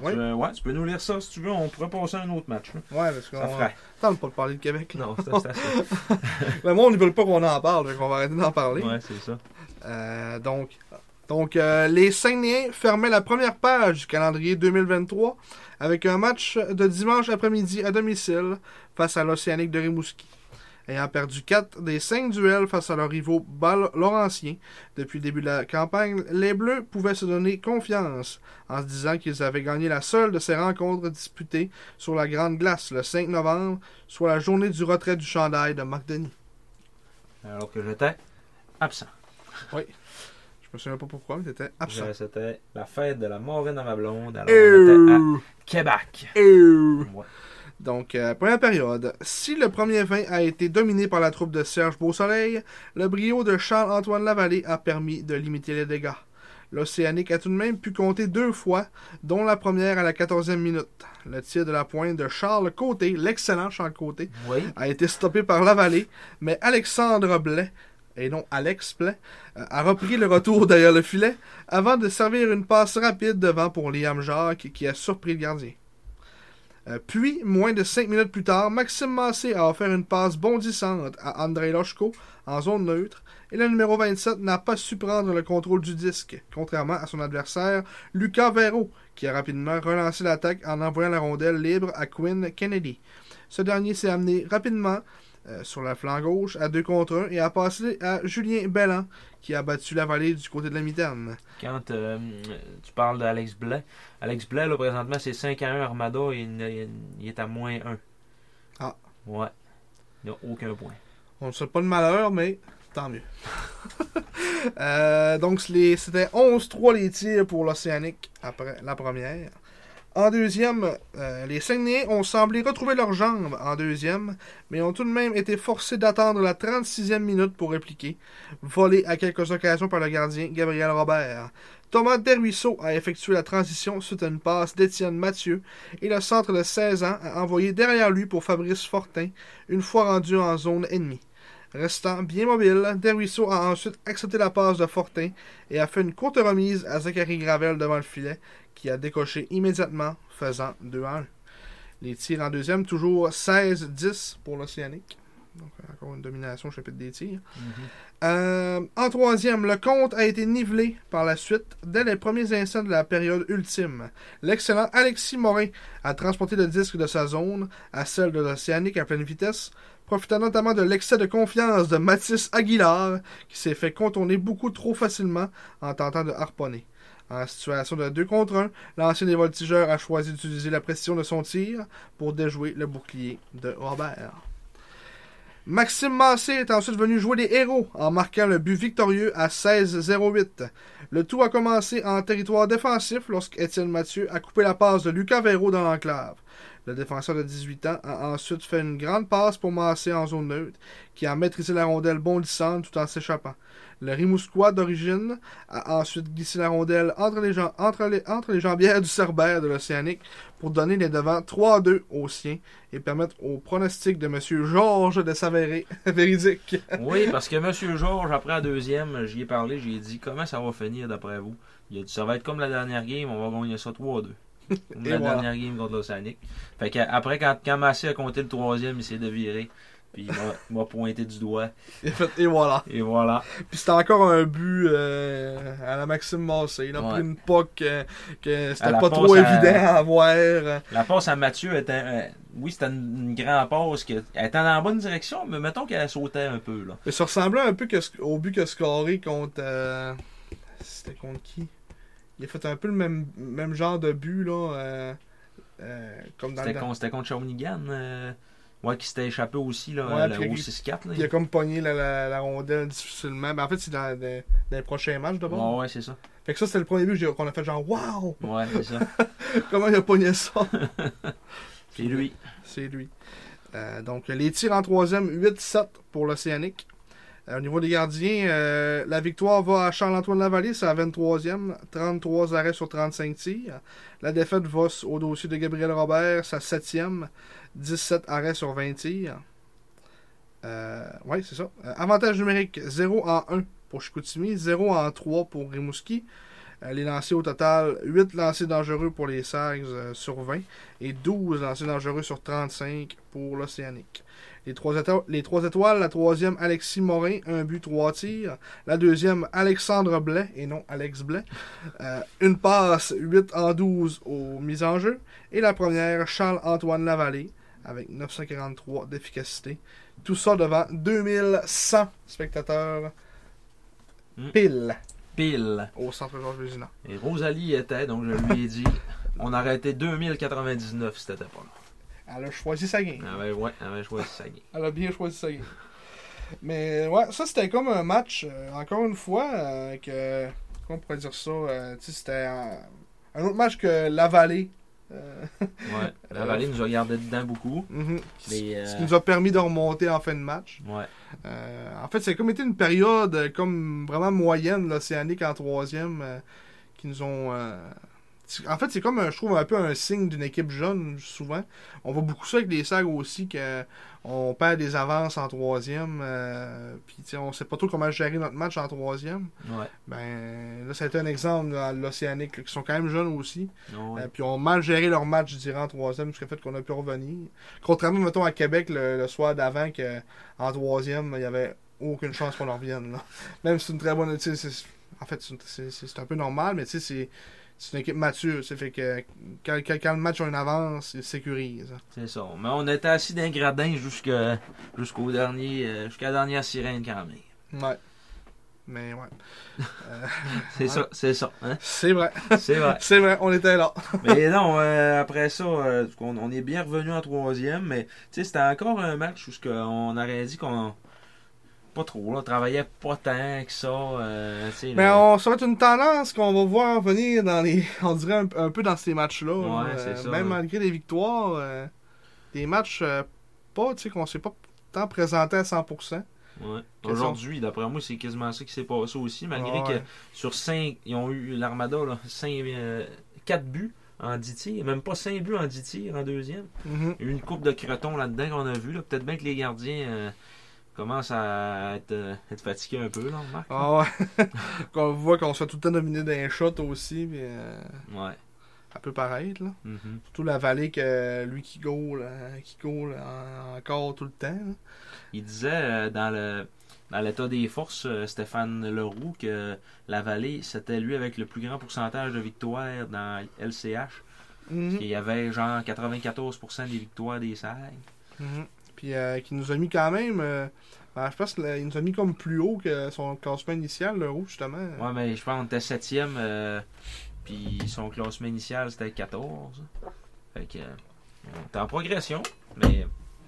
[SPEAKER 3] Ouais.
[SPEAKER 2] Tu, veux- ouais, tu peux nous lire ça si tu veux, on pourrait passer à un autre match. là.
[SPEAKER 3] Ouais, parce qu'on.
[SPEAKER 2] Ça
[SPEAKER 3] <laughs>
[SPEAKER 2] ferait.
[SPEAKER 3] Tente pas de parler de Québec. Là.
[SPEAKER 2] Non, c'est c'est assez.
[SPEAKER 3] Mais moi, on ne veut pas qu'on en parle, donc on va arrêter d'en parler.
[SPEAKER 2] Ouais, c'est ça.
[SPEAKER 3] Euh, donc, donc euh, les Saguenayens fermaient la première page du calendrier 2023 avec un match de dimanche après-midi à domicile face à l'Océanique de Rimouski. Ayant perdu 4 des 5 duels face à leurs rivaux Bal- Laurentiens depuis le début de la campagne, les Bleus pouvaient se donner confiance en se disant qu'ils avaient gagné la seule de ces rencontres disputées sur la Grande Glace le 5 novembre, soit la journée du retrait du chandail de Marc Denis.
[SPEAKER 2] Alors que j'étais absent.
[SPEAKER 3] Je me souviens pas pourquoi, mais c'était absent.
[SPEAKER 2] Je- Euh, C'était la fête de la Maureen à ma blonde. Alors on était
[SPEAKER 3] Euh,
[SPEAKER 2] à Québec.
[SPEAKER 3] euh.
[SPEAKER 2] Ouais.
[SPEAKER 3] Donc, euh, première période. Si le premier 20 a été dominé par la troupe de Serge Beausoleil, le brio de Charles-Antoine Lavallée a permis de limiter les dégâts. L'Océanique a tout de même pu compter deux fois, dont la première à la 14e minute. Le tir de la pointe de Charles Côté, l'excellent Charles Côté,
[SPEAKER 2] Oui.
[SPEAKER 3] a été stoppé par Lavallée, mais Alexandre Blais, et non Alex Blais, euh, a repris le retour <laughs> derrière le filet avant de servir une passe rapide devant pour Liam Jacques qui a surpris le gardien. Euh, Puis, moins de 5 minutes plus tard, Maxime Massé a offert une passe bondissante à Andrei Loshko en zone neutre et le numéro 27 n'a pas su prendre le contrôle du disque, contrairement à son adversaire Lucas Vero, qui a rapidement relancé l'attaque en envoyant la rondelle libre à Quinn Kennedy. Ce dernier s'est amené rapidement euh, sur la flanc gauche à 2 contre 1 et a passé à Julien Bellan qui a battu la vallée du côté de la mitaine.
[SPEAKER 2] Quand euh, tu parles d'Alex Blais, Alex Blais, là, présentement, c'est 5 à 1 Armada et il, il est à moins 1.
[SPEAKER 3] Ah.
[SPEAKER 2] Ouais. Il n'a aucun point.
[SPEAKER 3] On ne souhaite pas de malheur, mais tant mieux. <laughs> Euh, donc les- c'était 11-3 les tirs pour l'Océanique après la première. En deuxième, euh, les Saguenayens ont semblé retrouver leurs jambes en deuxième, mais ont tout de même été forcés d'attendre la 36e minute pour répliquer, volé à quelques occasions par le gardien Gabriel Robert. Thomas Derruisseau a effectué la transition suite à une passe d'Étienne Mathieu et le centre de 16 ans a envoyé derrière lui pour Fabrice Fortin, une fois rendu en zone ennemie. Restant bien mobile, Derruisseau a ensuite accepté la passe de Fortin et a fait une courte remise à Zachary Gravel devant le filet, qui a décoché immédiatement, faisant 2 1. Les tirs en deuxième, toujours 16-10 pour l'Océanique. Donc, encore une domination au chapitre des tirs. Euh, en troisième, le compte a été nivelé par la suite dès les premiers instants de la période ultime. L'excellent Alexis Morin a transporté le disque de sa zone à celle de l'Océanique à pleine vitesse, profitant notamment de l'excès de confiance de Mathis Aguilar, qui s'est fait contourner beaucoup trop facilement en tentant de harponner. En situation de 2 contre 1, l'ancien des voltigeurs a choisi d'utiliser la précision de son tir pour déjouer le bouclier de Robert. Maxime Massé est ensuite venu jouer les héros en marquant le but victorieux à 16-08. Le tout a commencé en territoire défensif lorsqu'Étienne Mathieu a coupé la passe de Lucas Véro dans l'enclave. Le défenseur de 18 ans a ensuite fait une grande passe pour Massé en zone neutre, qui a maîtrisé la rondelle bondissante tout en s'échappant. Le Rimousquois d'origine a ensuite glissé la rondelle entre les, jam- entre les- entre les jambières du Cerbère de l'Océanique pour donner les devants 3-2 aux siens et permettre au pronostic de M. Georges de s'avérer <laughs> véridique.
[SPEAKER 2] Oui, parce que Monsieur Georges, après la deuxième, j'y ai parlé, j'ai dit comment ça va finir d'après vous. Il a dit ça va être comme la dernière game, on va gagner ça 3-2.
[SPEAKER 3] <laughs>
[SPEAKER 2] Comme
[SPEAKER 3] Et
[SPEAKER 2] la
[SPEAKER 3] voilà.
[SPEAKER 2] dernière game contre l'Océanique. Fait que après, quand, quand Massé a compté le troisième, il s'est déviré. Puis il m'a- m'a pointé du doigt.
[SPEAKER 3] Il a fait- Et voilà.
[SPEAKER 2] Et voilà.
[SPEAKER 3] Puis c'était encore un but euh, à la Maxime Massé. Il a
[SPEAKER 2] Ouais.
[SPEAKER 3] pris une poque euh, que
[SPEAKER 2] À
[SPEAKER 3] c'était
[SPEAKER 2] la
[SPEAKER 3] pas
[SPEAKER 2] passe
[SPEAKER 3] trop
[SPEAKER 2] à-
[SPEAKER 3] évident à avoir.
[SPEAKER 2] La passe à Mathieu était. euh, oui, c'était une, une grande passe. Qui, elle était dans la bonne direction, mais mettons qu'elle sautait un peu. là.
[SPEAKER 3] Mais ça ressemblait un peu que ce- au but que scoré contre. euh, C'était contre qui Il a fait un peu le même, même genre de but, là. euh, euh, comme dans le.
[SPEAKER 2] C'était contre, c'était contre Shawinigan. euh, ouais, qui s'était échappé aussi, là,
[SPEAKER 3] Ouais,
[SPEAKER 2] le
[SPEAKER 3] puis-
[SPEAKER 2] O6-4. là.
[SPEAKER 3] Il a comme pogné la, la- la rondelle difficilement. Mais en fait, c'est dans, dans- dans les prochains matchs d'abord.
[SPEAKER 2] Ouais, ouais, c'est ça.
[SPEAKER 3] Fait que ça, c'était le premier but j'ai- qu'on a fait genre, waouh
[SPEAKER 2] Ouais, c'est
[SPEAKER 3] <laughs>
[SPEAKER 2] ça.
[SPEAKER 3] Comment il a pogné ça <laughs>
[SPEAKER 2] C'est lui.
[SPEAKER 3] C'est lui. Euh, donc, les tirs en troisième, 8-7 pour l'Océanique. Euh, au niveau des gardiens, euh, la victoire va à Charles-Antoine Lavallée, c'est la 23e, 33 arrêts sur 35 tirs. La défaite va s- au dossier de Gabriel Robert, sa 7e, 17 arrêts sur 20 tirs. Euh, oui, c'est ça. Euh, avantage numérique, 0 en 1 pour Chicoutimi, 0 en 3 pour Rimouski. Euh, les lancers au total, 8 lancers dangereux pour les Sags euh, sur 20 et 12 lancers dangereux sur 35 pour l'Océanique. Les trois, éto- les trois étoiles, la troisième Alexis Morin, un but, trois tirs. La deuxième Alexandre Blais, et non Alex Blais, euh, une passe, 8 en 12 aux mises en jeu. Et la première Charles-Antoine Lavallée, avec 943 d'efficacité. Tout ça devant 2100 spectateurs
[SPEAKER 2] Mm.
[SPEAKER 3] pile
[SPEAKER 2] Pile.
[SPEAKER 3] au centre Georges Vézina.
[SPEAKER 2] Et Rosalie était, donc je lui ai dit, <laughs> on aurait été 2099 si t'étais pas là.
[SPEAKER 3] Elle a choisi sa game.
[SPEAKER 2] Elle avait, ouais, elle avait choisi sa game.
[SPEAKER 3] Elle a bien choisi sa game. Mais ouais, ça c'était comme un match, euh, encore une fois, euh, que. Comment on pourrait dire ça euh, tu sais, C'était euh, un autre match que la vallée. euh,
[SPEAKER 2] Ouais. La vallée nous a gardé dedans beaucoup.
[SPEAKER 3] mhm,
[SPEAKER 2] Mais,
[SPEAKER 3] qui-
[SPEAKER 2] euh,
[SPEAKER 3] Ce qui nous a permis de remonter en fin de match.
[SPEAKER 2] Ouais.
[SPEAKER 3] Euh, en fait, c'est comme été une période euh, comme vraiment moyenne, l'Océanique en troisième, euh, qui nous ont. euh, c'est- En fait, c'est comme, un- je trouve, un peu un signe d'une équipe jeune, souvent. On voit beaucoup ça avec les sags aussi, que on perd des avances en troisième, euh, puis tu sais, on sait pas trop comment gérer notre match en troisième.
[SPEAKER 2] Ouais.
[SPEAKER 3] Ben, là, ça a été un exemple dans l'Océanique, là, qui sont quand même jeunes aussi.
[SPEAKER 2] Non,
[SPEAKER 3] Euh,
[SPEAKER 2] ouais.
[SPEAKER 3] puis ont mal géré leur match, je dirais, en troisième, jusqu'à fait qu'on a pu revenir. Contrairement, mettons, à Québec, le, le soir d'avant, que en troisième, il n'y avait aucune chance qu'on en revienne. là. Même si c'est une très bonne... tu sais, c'est- En fait, c'est une- c'est c'est- c'est un peu normal, mais tu sais, c'est... C'est une équipe mature, ça fait que quand, quand- quand le match a une avance, il sécurise.
[SPEAKER 2] C'est ça. Mais on était assis d'un gradin jusqu'à jusqu'au dernier euh, jusqu'à la dernière sirène quand même.
[SPEAKER 3] Ouais. Mais ouais. Euh,
[SPEAKER 2] C'est ça, c'est ça. Hein?
[SPEAKER 3] c'est vrai.
[SPEAKER 2] C'est vrai.
[SPEAKER 3] <laughs> C'est vrai, on était là.
[SPEAKER 2] Mais non, euh, après ça, euh, on, on est bien revenu en troisième, mais tu sais, c'était encore un match où ce que on aurait dit qu'on pas trop, là, on travaillait pas tant que ça. euh, tu sais,
[SPEAKER 3] Mais
[SPEAKER 2] là.
[SPEAKER 3] on, ça va être une tendance qu'on va voir venir dans les. <laughs> On dirait un, un peu dans ces matchs-là.
[SPEAKER 2] Ouais,
[SPEAKER 3] là.
[SPEAKER 2] c'est
[SPEAKER 3] Euh,
[SPEAKER 2] ça,
[SPEAKER 3] Même
[SPEAKER 2] ouais.
[SPEAKER 3] malgré les victoires, euh, des matchs euh, pas, tu sais, qu'on s'est pas tant présenté à 100%.
[SPEAKER 2] Ouais.
[SPEAKER 3] Quels
[SPEAKER 2] Aujourd'hui, d'après moi, c'est quasiment ça qui s'est passé aussi, malgré
[SPEAKER 3] Ah Ouais.
[SPEAKER 2] que sur 5, ils ont eu l'Armada, là, 4 buts en 10 tirs, même pas 5 buts en 10 tirs en deuxième.
[SPEAKER 3] Mhm.
[SPEAKER 2] Il y a eu une coupe de crotons là-dedans qu'on a vu. là. Peut-être bien que les gardiens euh, commencent à être, euh, être fatigués un peu, là, on remarque.
[SPEAKER 3] <laughs> Ah ouais. qu'on voit qu'on se fait tout le temps dominer d'un shot aussi. puis, euh,
[SPEAKER 2] Ouais.
[SPEAKER 3] Elle peut paraître, là.
[SPEAKER 2] Mhm.
[SPEAKER 3] Surtout la vallée que lui qui gaule, hein, qui gaule en- encore tout le temps. là.
[SPEAKER 2] Il disait euh, dans le dans l'état des forces, euh, Stéphane Leroux, que la vallée, c'était lui avec le plus grand pourcentage de victoires dans LCH.
[SPEAKER 3] Mhm.
[SPEAKER 2] Il y avait genre 94% des victoires des SAG.
[SPEAKER 3] Mhm. Puis euh, qui nous a mis quand même. euh, ben, je pense qu'il nous a mis comme plus haut que son classement initial, le rouge, justement.
[SPEAKER 2] Ouais, mais je pense qu'on était 7 e puis son classement initial c'était 14. Fait que. euh, On était en progression, mais.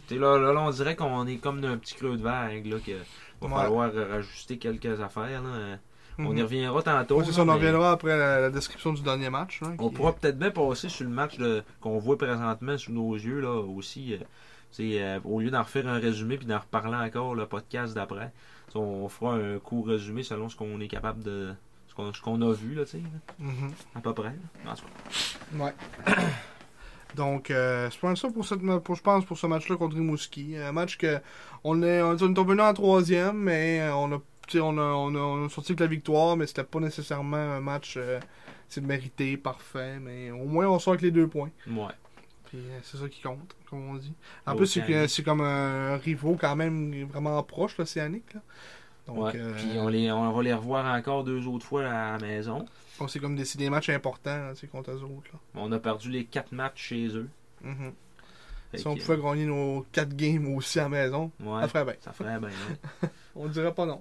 [SPEAKER 2] tu sais, Là, là, là, on dirait qu'on est comme dans un petit creux de vague, là, que va
[SPEAKER 3] Ouais.
[SPEAKER 2] falloir rajuster quelques affaires. là. On y
[SPEAKER 3] Mhm.
[SPEAKER 2] reviendra tantôt.
[SPEAKER 3] Ouais, c'est ça, on
[SPEAKER 2] là,
[SPEAKER 3] en
[SPEAKER 2] mais
[SPEAKER 3] reviendra après la, la description du dernier match. là,
[SPEAKER 2] on
[SPEAKER 3] qui-
[SPEAKER 2] pourra peut-être bien passer sur le match de- qu'on voit présentement sous nos yeux là aussi. euh, tu sais, euh, au lieu d'en refaire un résumé puis d'en reparler encore le podcast d'après, tu sais, on fera un court résumé selon ce qu'on est capable de. ce qu'on ce qu'on a vu là, tu sais. là.
[SPEAKER 3] Mhm.
[SPEAKER 2] À peu près. là. En tout cas,
[SPEAKER 3] Ouais. <coughs> Donc, euh, c'est pas mal ça pour, cette, ma- pour, je pense, pour ce match-là contre Rimouski. Un match que on est, on est intervenu en troisième, mais euh, on a, tu sais, on a, on a, on a sorti avec la victoire, mais c'était pas nécessairement un match euh, c'est mérité, parfait, mais au moins on sort avec les deux points.
[SPEAKER 2] ouais.
[SPEAKER 3] Puis euh, c'est ça qui compte, comme on dit. En
[SPEAKER 2] L'Océanique.
[SPEAKER 3] plus, c'est que- c'est comme un rivaux quand même vraiment proche, l'Océanique. là. Donc,
[SPEAKER 2] Ouais.
[SPEAKER 3] euh,
[SPEAKER 2] Puis on, les, on va les revoir encore deux autres fois à la maison.
[SPEAKER 3] on s'est comme décidé des matchs importants là, tu sais, contre eux autres. là.
[SPEAKER 2] On a perdu les quatre matchs chez eux.
[SPEAKER 3] Mhm.
[SPEAKER 2] Fait
[SPEAKER 3] Si on
[SPEAKER 2] que, euh,
[SPEAKER 3] pouvait gagner nos 4 games aussi à la maison,
[SPEAKER 2] ouais,
[SPEAKER 3] ça ferait bien.
[SPEAKER 2] ça ferait bien. hein.
[SPEAKER 3] On
[SPEAKER 2] <laughs>
[SPEAKER 3] dirait pas non.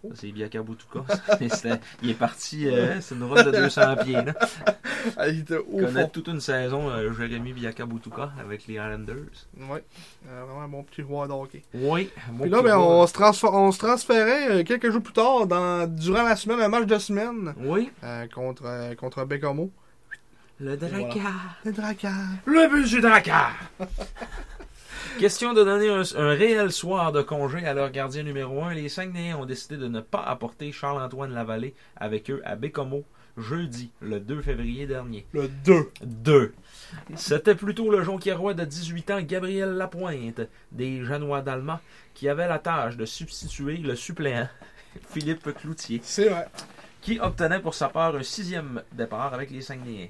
[SPEAKER 2] Ça, C'est <laughs> Biakabutuka. il est parti, euh, c'est une route de 200 pieds. Là.
[SPEAKER 3] Ah, Il était au
[SPEAKER 2] Il connaît
[SPEAKER 3] fond.
[SPEAKER 2] toute une saison, euh, Jérémy Biakabutuka avec les Islanders.
[SPEAKER 3] Ouais. Euh, vraiment un bon petit joueur de hockey.
[SPEAKER 2] Oui,
[SPEAKER 3] Puis là, ben, on, se transfo- on se transférait euh, quelques jours plus tard, dans, durant la semaine, un match de semaine
[SPEAKER 2] Oui,
[SPEAKER 3] euh, contre, euh, contre Bécamo.
[SPEAKER 2] le Drakkar.
[SPEAKER 3] Le Drakkar.
[SPEAKER 2] Le but du Drakkar. <laughs> Question de donner un, un réel soir de congé à leur gardien numéro 1. Les Saguenayens ont décidé de ne pas apporter Charles-Antoine Lavallée avec eux à Bécomo jeudi, le 2 février dernier.
[SPEAKER 3] Le 2.
[SPEAKER 2] 2. C'était plutôt le jonquiérois de 18 ans, Gabriel Lapointe, des Janois d'Alma, qui avait la tâche de substituer le suppléant, <laughs> Philippe Cloutier
[SPEAKER 3] C'est vrai.
[SPEAKER 2] qui obtenait pour sa part un sixième départ avec les Saguenayens.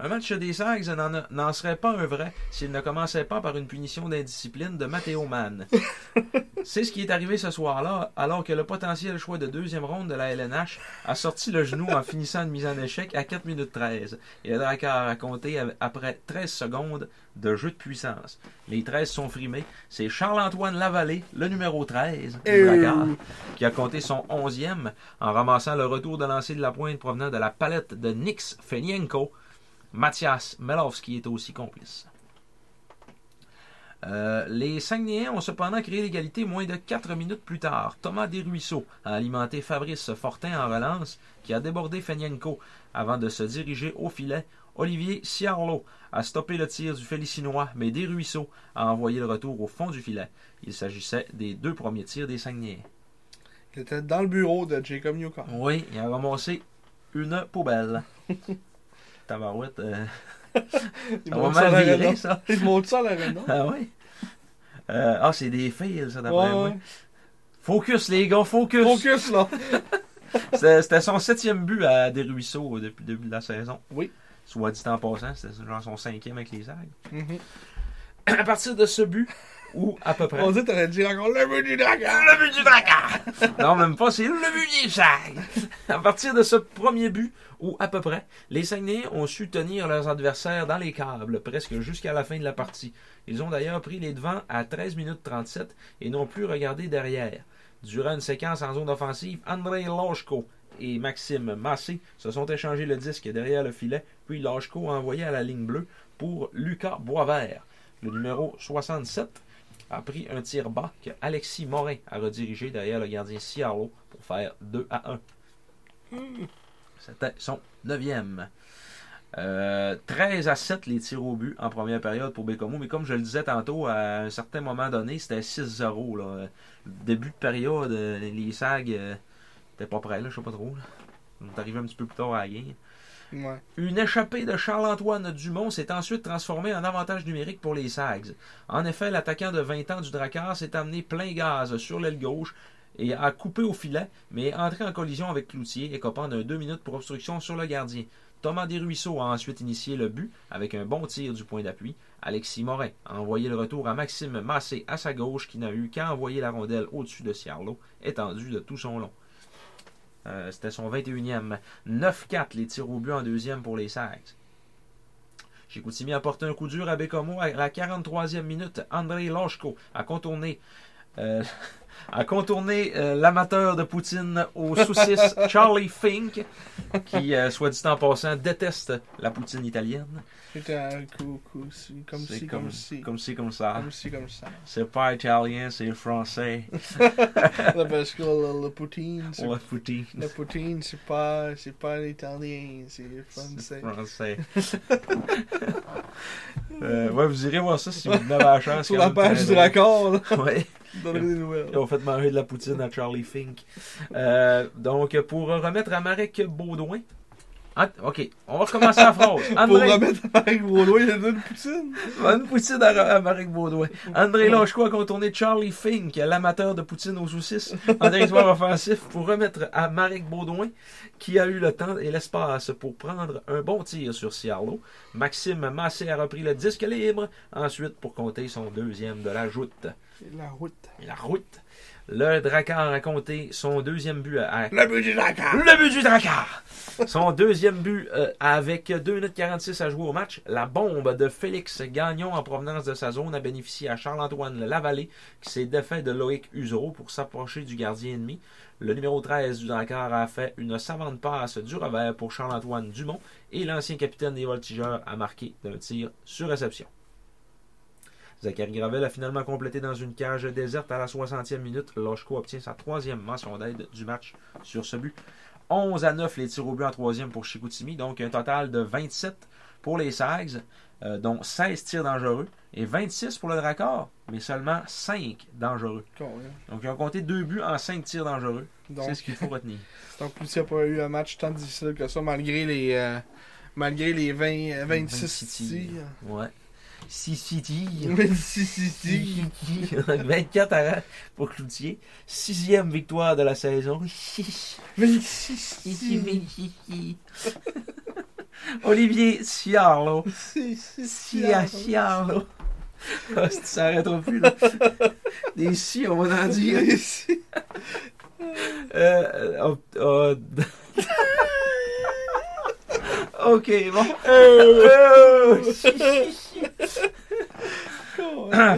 [SPEAKER 2] Un match des Sags n'en- n'en serait pas un vrai s'il ne commençait pas par une punition d'indiscipline de Matteo Mann. C'est ce qui est arrivé ce soir-là, alors que le potentiel choix de deuxième ronde de la LNH a sorti le genou en finissant une mise en échec à 4 minutes 13. Et le Drakkar a compté av- après 13 secondes de jeu de puissance. Les 13 sont frimés. C'est Charles-Antoine Lavallée, le numéro 13 du
[SPEAKER 3] Eh
[SPEAKER 2] Drakkar, qui a compté son 11e en ramassant le retour de lancer de la pointe provenant de la palette de Nix Fenienko. Mathias Melowski est aussi complice. Euh, les Saguenayens ont cependant créé l'égalité moins de 4 minutes plus tard. Thomas Desruisseaux a alimenté Fabrice Fortin en relance, qui a débordé Fenienko avant de se diriger au filet. Olivier Ciarlo a stoppé le tir du Félicinois, mais Desruisseaux a envoyé le retour au fond du filet. Il s'agissait des deux premiers tirs des Saguenayens.
[SPEAKER 3] Il était dans le bureau de Jacob Newcomb.
[SPEAKER 2] Oui, il a ramassé une
[SPEAKER 3] <laughs>
[SPEAKER 2] poubelle. Tabarouette, euh,
[SPEAKER 3] Il
[SPEAKER 2] ça va
[SPEAKER 3] monte ça à
[SPEAKER 2] mal
[SPEAKER 3] l'arena.
[SPEAKER 2] virer, ça.
[SPEAKER 3] Il monte ça à l'arena.
[SPEAKER 2] Ah oui? Euh, ah, c'est des fils, ça, <laughs>
[SPEAKER 3] Ouais,
[SPEAKER 2] d'après moi.
[SPEAKER 3] ouais.
[SPEAKER 2] Focus, les gars, focus!
[SPEAKER 3] Focus là.
[SPEAKER 2] C'était c'était son septième but à Des Ruisseaux depuis le début de la saison.
[SPEAKER 3] Oui.
[SPEAKER 2] Soit dit en passant, c'était genre son cinquième avec les ailes.
[SPEAKER 3] Mhm.
[SPEAKER 2] À partir de ce but, ou à peu près...
[SPEAKER 3] On dit, t'aurais dit encore le but du Drakkar.
[SPEAKER 2] Le but du Drakkar! non, même pas, c'est le but des Sagues! À partir de ce premier but, ou à peu près, les Saguenayens ont su tenir leurs adversaires dans les câbles presque jusqu'à la fin de la partie. Ils ont d'ailleurs pris les devants à 13 minutes 37 et n'ont plus regardé derrière. Durant une séquence en zone offensive, Andrei Lojko et Maxime Massé se sont échangés le disque derrière le filet, puis Lojko a envoyé à la ligne bleue pour Lucas Boisvert. Le numéro 67 a pris un tir bas que Alexis Morin a redirigé derrière le gardien Ciarlo pour faire 2 à 1. C'était son neuvième. Euh, 13 à 7 les tirs au but en première période pour Bécomo, mais comme je le disais tantôt, à un certain moment donné, c'était 6-0. là. Euh, Début de période, euh, les SAG euh, étaient pas prêts, là, je sais pas trop. là. On est arrivé un petit peu plus tard à la game.
[SPEAKER 3] Ouais.
[SPEAKER 2] Une échappée de Charles-Antoine Dumont s'est ensuite transformée en avantage numérique pour les Sags. En effet, l'attaquant de 20 ans du Drakkar s'est amené plein gaz sur l'aile gauche et a coupé au filet, mais est entré en collision avec Cloutier, écopant d'un 2 minutes pour obstruction sur le gardien. Thomas Desruisseaux a ensuite initié le but avec un bon tir du point d'appui. Alexis Morin a envoyé le retour à Maxime Massé à sa gauche qui n'a eu qu'à envoyer la rondelle au-dessus de Ciarlo, étendue de tout son long. Euh, C'était son 21e. 9-4 les tirs au but en deuxième pour les Sags. Chicoutimi a porté un coup dur à Bécomo à la 43e minute. André Loshko a contourné euh, <laughs> a contourné euh, l'amateur de Poutine aux
[SPEAKER 3] <laughs>
[SPEAKER 2] saucisses Charlie Fink, qui, euh, soit dit en passant, déteste la Poutine italienne.
[SPEAKER 3] C'est un coup, coup, si, comme
[SPEAKER 2] C'est
[SPEAKER 3] si,
[SPEAKER 2] comme,
[SPEAKER 3] comme si.
[SPEAKER 2] comme ci, comme ça.
[SPEAKER 3] Comme si, comme ça.
[SPEAKER 2] C'est pas italien, c'est français.
[SPEAKER 3] Là, parce que le, le poutine, <laughs> c'est...
[SPEAKER 2] Ou la Poutine.
[SPEAKER 3] La poutine, c'est pas, c'est pas l'italien, c'est
[SPEAKER 2] C'est
[SPEAKER 3] français. <laughs>
[SPEAKER 2] Français. Euh, ouais, vous irez voir ça si vous n'avez la chance.
[SPEAKER 3] Sur
[SPEAKER 2] quand
[SPEAKER 3] la
[SPEAKER 2] même,
[SPEAKER 3] page
[SPEAKER 2] très
[SPEAKER 3] du
[SPEAKER 2] drôle.
[SPEAKER 3] raccord, là.
[SPEAKER 2] Ouais.
[SPEAKER 3] Donnerait des nouvelles.
[SPEAKER 2] Ils ont fait manger de la poutine à Charlie Fink. Euh, donc, pour remettre à Marek Baudouin. Ah, ok, on va recommencer la phrase.
[SPEAKER 3] <laughs> Pour
[SPEAKER 2] André,
[SPEAKER 3] remettre avec Gros il y a une poutine.
[SPEAKER 2] Bonne poutine à, à Marek Baudouin. André Lochko a contourné Charlie Fink, l'amateur de poutine aux saucisses, en territoire offensif pour remettre à Marek Baudouin, qui a eu le temps et l'espace pour prendre un bon tir sur Ciarlo. Maxime Massé a repris le disque libre, ensuite pour compter son deuxième de la joute.
[SPEAKER 3] La route.
[SPEAKER 2] La route. Le Drakkar a compté son deuxième but à... à-
[SPEAKER 3] Le but du raccord.
[SPEAKER 2] Le but du Drakkar! Son deuxième but euh, avec 2 minutes 46 à jouer au match. La bombe de Félix Gagnon en provenance de sa zone a bénéficié à Charles-Antoine Lavallée qui s'est défait de Loïc Usereau pour s'approcher du gardien ennemi. Le numéro 13 du Drakkar a fait une savante passe du revers pour Charles-Antoine Dumont et l'ancien capitaine des Voltigeurs a marqué d'un tir sur réception. Zachary Gravel a finalement complété dans une cage déserte à la 60e minute. Lochko obtient sa troisième mention d'aide du match sur ce but. 11 à 9 les tirs au but en troisième pour Chicoutimi, donc un total de 27 pour les Sags, euh, dont 16 tirs dangereux et 26 pour le Dracor, mais seulement 5 dangereux. Donc ils ont compté deux buts en 5 tirs dangereux. C'est
[SPEAKER 3] Donc,
[SPEAKER 2] ce qu'il faut retenir.
[SPEAKER 3] donc Poutier n'a pas eu un match tant difficile que ça, malgré les, euh, malgré les 20, euh, 26
[SPEAKER 2] 26
[SPEAKER 3] tirs.
[SPEAKER 2] Ouais. 6
[SPEAKER 3] <laughs>
[SPEAKER 2] tirs.
[SPEAKER 3] 26 tirs.
[SPEAKER 2] <laughs> 24 arrêts pour Cloutier. Sixième victoire de la saison. <laughs>
[SPEAKER 3] 26 tirs.
[SPEAKER 2] <laughs> Olivier Ciarlo.
[SPEAKER 3] 26
[SPEAKER 2] Cia, <laughs> Ciarlo. Ah, c'est- ça arrêtera plus, là. Des si, on va en dire. <laughs>
[SPEAKER 3] <laughs>
[SPEAKER 2] Euh, euh, euh, <laughs> ok, bon. Euh, si, si, si.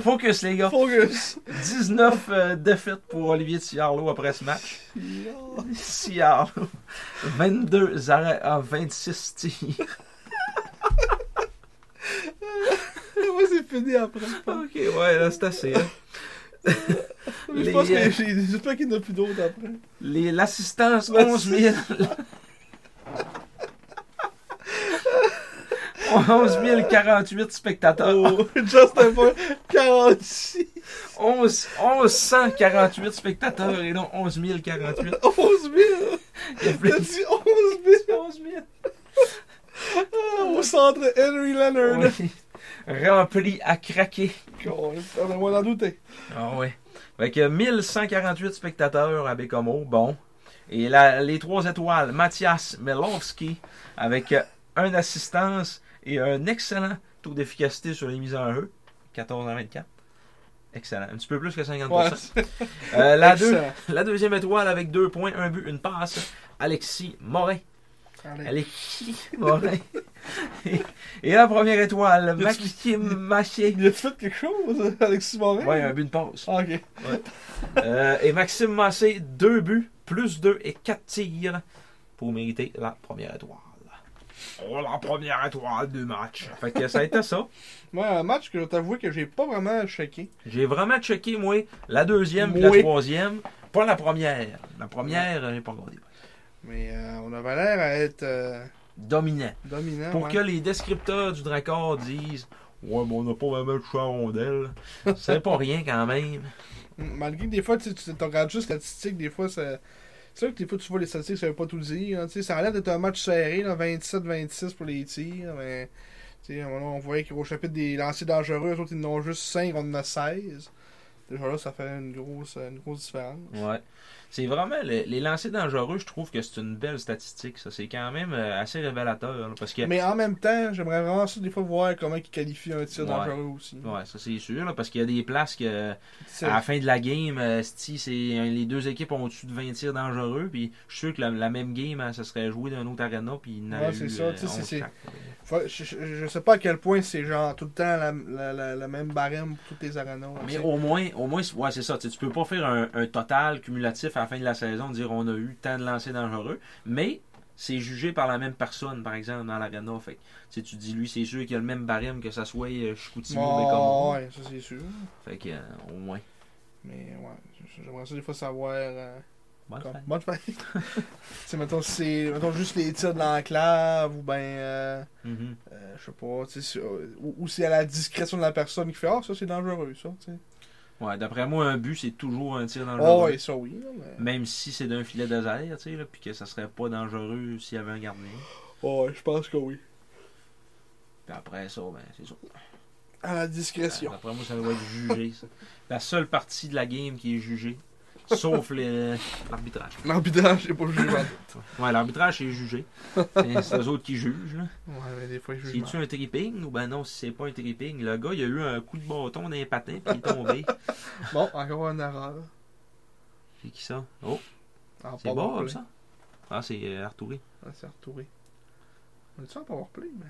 [SPEAKER 2] Focus, les gars.
[SPEAKER 3] Focus.
[SPEAKER 2] 19 euh, défaites pour Olivier Ciarlo après ce match. Siard. <laughs> 22 arrêts en 26 tirs.
[SPEAKER 3] Moi, c'est fini après. je pense.
[SPEAKER 2] Ok, ouais, là, c'est assez. hein.
[SPEAKER 3] Je
[SPEAKER 2] Les,
[SPEAKER 3] pense que
[SPEAKER 2] euh,
[SPEAKER 3] j'ai- j'espère qu'il n'y en a plus d'autres après.
[SPEAKER 2] les- L'assistance, 11 000. 11 048 spectateurs.
[SPEAKER 3] Oh, Justin Boy, 46.
[SPEAKER 2] 11, 1148 spectateurs et non 11 048.
[SPEAKER 3] 11 000.
[SPEAKER 2] Il y a plus
[SPEAKER 3] T'as
[SPEAKER 2] de
[SPEAKER 3] dit 11 000
[SPEAKER 2] 11 000.
[SPEAKER 3] Ah, au centre Henry Leonard.
[SPEAKER 2] Oui. Rempli à craquer.
[SPEAKER 3] On est moins d'en douter.
[SPEAKER 2] Ah ouais. Fait que 1148 spectateurs à Bécomo, bon. Et la- les trois étoiles, Mathias Melowski, avec euh, une assistance et un excellent taux d'efficacité sur les mises en jeu, 14 à 24. Excellent. Un petit peu plus que 50%.
[SPEAKER 3] Ouais.
[SPEAKER 2] Euh, la, deux-
[SPEAKER 3] Excellent.
[SPEAKER 2] la deuxième étoile avec deux points, un but, une passe, Alexis Morin.
[SPEAKER 3] <laughs> Allez.
[SPEAKER 2] Alexis Morin. <laughs> et, et la première étoile,
[SPEAKER 3] Y'a-tu-
[SPEAKER 2] Maxime Maché.
[SPEAKER 3] Il a fait quelque chose, Alexis Morin?
[SPEAKER 2] Ouais, euh, un but, une passe.
[SPEAKER 3] Ah, ok.
[SPEAKER 2] Euh, et Maxime Massé, 2 buts, plus 2 et 4 tirs pour mériter la première étoile. Oh, la première étoile du match. Fait que ça a été ça.
[SPEAKER 3] Moi, un match que je t'avoue que j'ai pas vraiment checké.
[SPEAKER 2] J'ai vraiment checké, moi, la deuxième puis la
[SPEAKER 3] Oui.
[SPEAKER 2] troisième. Pas la première. La première, euh, j'ai pas regardé.
[SPEAKER 3] Mais euh, on avait l'air à être euh,
[SPEAKER 2] Dominant.
[SPEAKER 3] dominant.
[SPEAKER 2] Pour
[SPEAKER 3] ouais.
[SPEAKER 2] que les descripteurs du Dracor disent Ouais, mais on n'a pas vraiment de <laughs> charondelle. C'est pas rien quand même.
[SPEAKER 3] Mm, Malgré que des fois, tu sais, tu tu regardes juste les statistiques, des fois, ça. C'est vrai que des fois, tu vois les statistiques, ça veut pas tout dire. hein, tu sais, ça a l'air d'être un match serré, là, 27-26 pour les tirs. Mais, tu sais, on, on voyait qu'au chapitre des lancers dangereux, eux autres, ils en ont juste 5, on en a 16. Déjà là, ça fait une grosse, une grosse différence.
[SPEAKER 2] Ouais. C'est vraiment le- les lancers dangereux, je trouve que c'est une belle statistique. Ça, c'est quand même euh, assez révélateur là, parce que
[SPEAKER 3] Mais en même temps, j'aimerais vraiment ça des fois voir comment ils qualifient un tir
[SPEAKER 2] Ouais.
[SPEAKER 3] dangereux aussi.
[SPEAKER 2] ouais, Ah. ça c'est sûr là, parce qu'il y a des places que
[SPEAKER 3] C'est-
[SPEAKER 2] à la fin de la game, euh, si c'est euh, les deux équipes ont au-dessus de 20 tirs dangereux, puis je suis sûr que la, la même game, hein, ça serait joué d'un autre arena, puis il y en avait
[SPEAKER 3] Ouais, c'est
[SPEAKER 2] eu,
[SPEAKER 3] ça,
[SPEAKER 2] euh,
[SPEAKER 3] tu sais, c'est-
[SPEAKER 2] 11
[SPEAKER 3] c'est-
[SPEAKER 2] chaque.
[SPEAKER 3] Faut- je, je- je sais pas à quel point c'est genre tout le temps la, la- la- la même barème pour toutes les arenas. là,
[SPEAKER 2] Mais
[SPEAKER 3] tu sais.
[SPEAKER 2] au moins, au moins, ouais, c'est ça. Tu sais, tu peux pas faire un, un total cumulatif à la fin de la saison, dire on a eu tant de lancers dangereux, mais c'est jugé par la même personne, par exemple, dans l'arena. Fait que, tu sais, tu dis, lui, c'est sûr qu'il a le même barème que ça soit euh, Chicoutimi ou
[SPEAKER 3] Ah,
[SPEAKER 2] Bécamo.
[SPEAKER 3] ouais, ça c'est sûr.
[SPEAKER 2] Fait que, euh, au moins.
[SPEAKER 3] Mais ouais, j- j'aimerais ça des fois savoir. euh,
[SPEAKER 2] Bonne
[SPEAKER 3] comme-
[SPEAKER 2] fête.
[SPEAKER 3] Bonne fête. <laughs> tu sais, mettons, si c'est mettons juste les tirs de l'enclave ou ben. euh,
[SPEAKER 2] Mhm.
[SPEAKER 3] euh, je sais pas, tu sais, si- euh, ou, ou c'est à la discrétion de la personne qui fait Ah, ça c'est dangereux, ça. tu sais.
[SPEAKER 2] Ouais, d'après moi, un but, c'est toujours un tir dangereux.
[SPEAKER 3] Oh, ouais, ça oui. là, mais-
[SPEAKER 2] Même si c'est d'un filet désert, tu sais, là, puis que ça serait pas dangereux s'il y avait un gardien.
[SPEAKER 3] Ouais, je pense que oui.
[SPEAKER 2] Puis après ça, ben, c'est ça.
[SPEAKER 3] À la discrétion.
[SPEAKER 2] Après moi, ça doit être jugé. ça. La seule partie de la game qui est jugée, sauf les- l'arbitrage.
[SPEAKER 3] L'arbitrage, j'ai pas jugé par
[SPEAKER 2] Ouais, l'arbitrage, c'est jugé. C'est c'est eux autres qui jugent. Là.
[SPEAKER 3] <laughs> Ouais, mais des fois, je juge.
[SPEAKER 2] C'est-tu un tripping ou ben non, si c'est pas un tripping? Le gars, il a eu un coup de bâton d'un patin, puis il est tombé.
[SPEAKER 3] Bon, encore une erreur.
[SPEAKER 2] C'est qui ça? Oh,
[SPEAKER 3] En
[SPEAKER 2] c'est bon,
[SPEAKER 3] powerplay.
[SPEAKER 2] ça? Ah, c'est euh, Arturi.
[SPEAKER 3] Ah, c'est retouré. On est-tu en powerplay, mais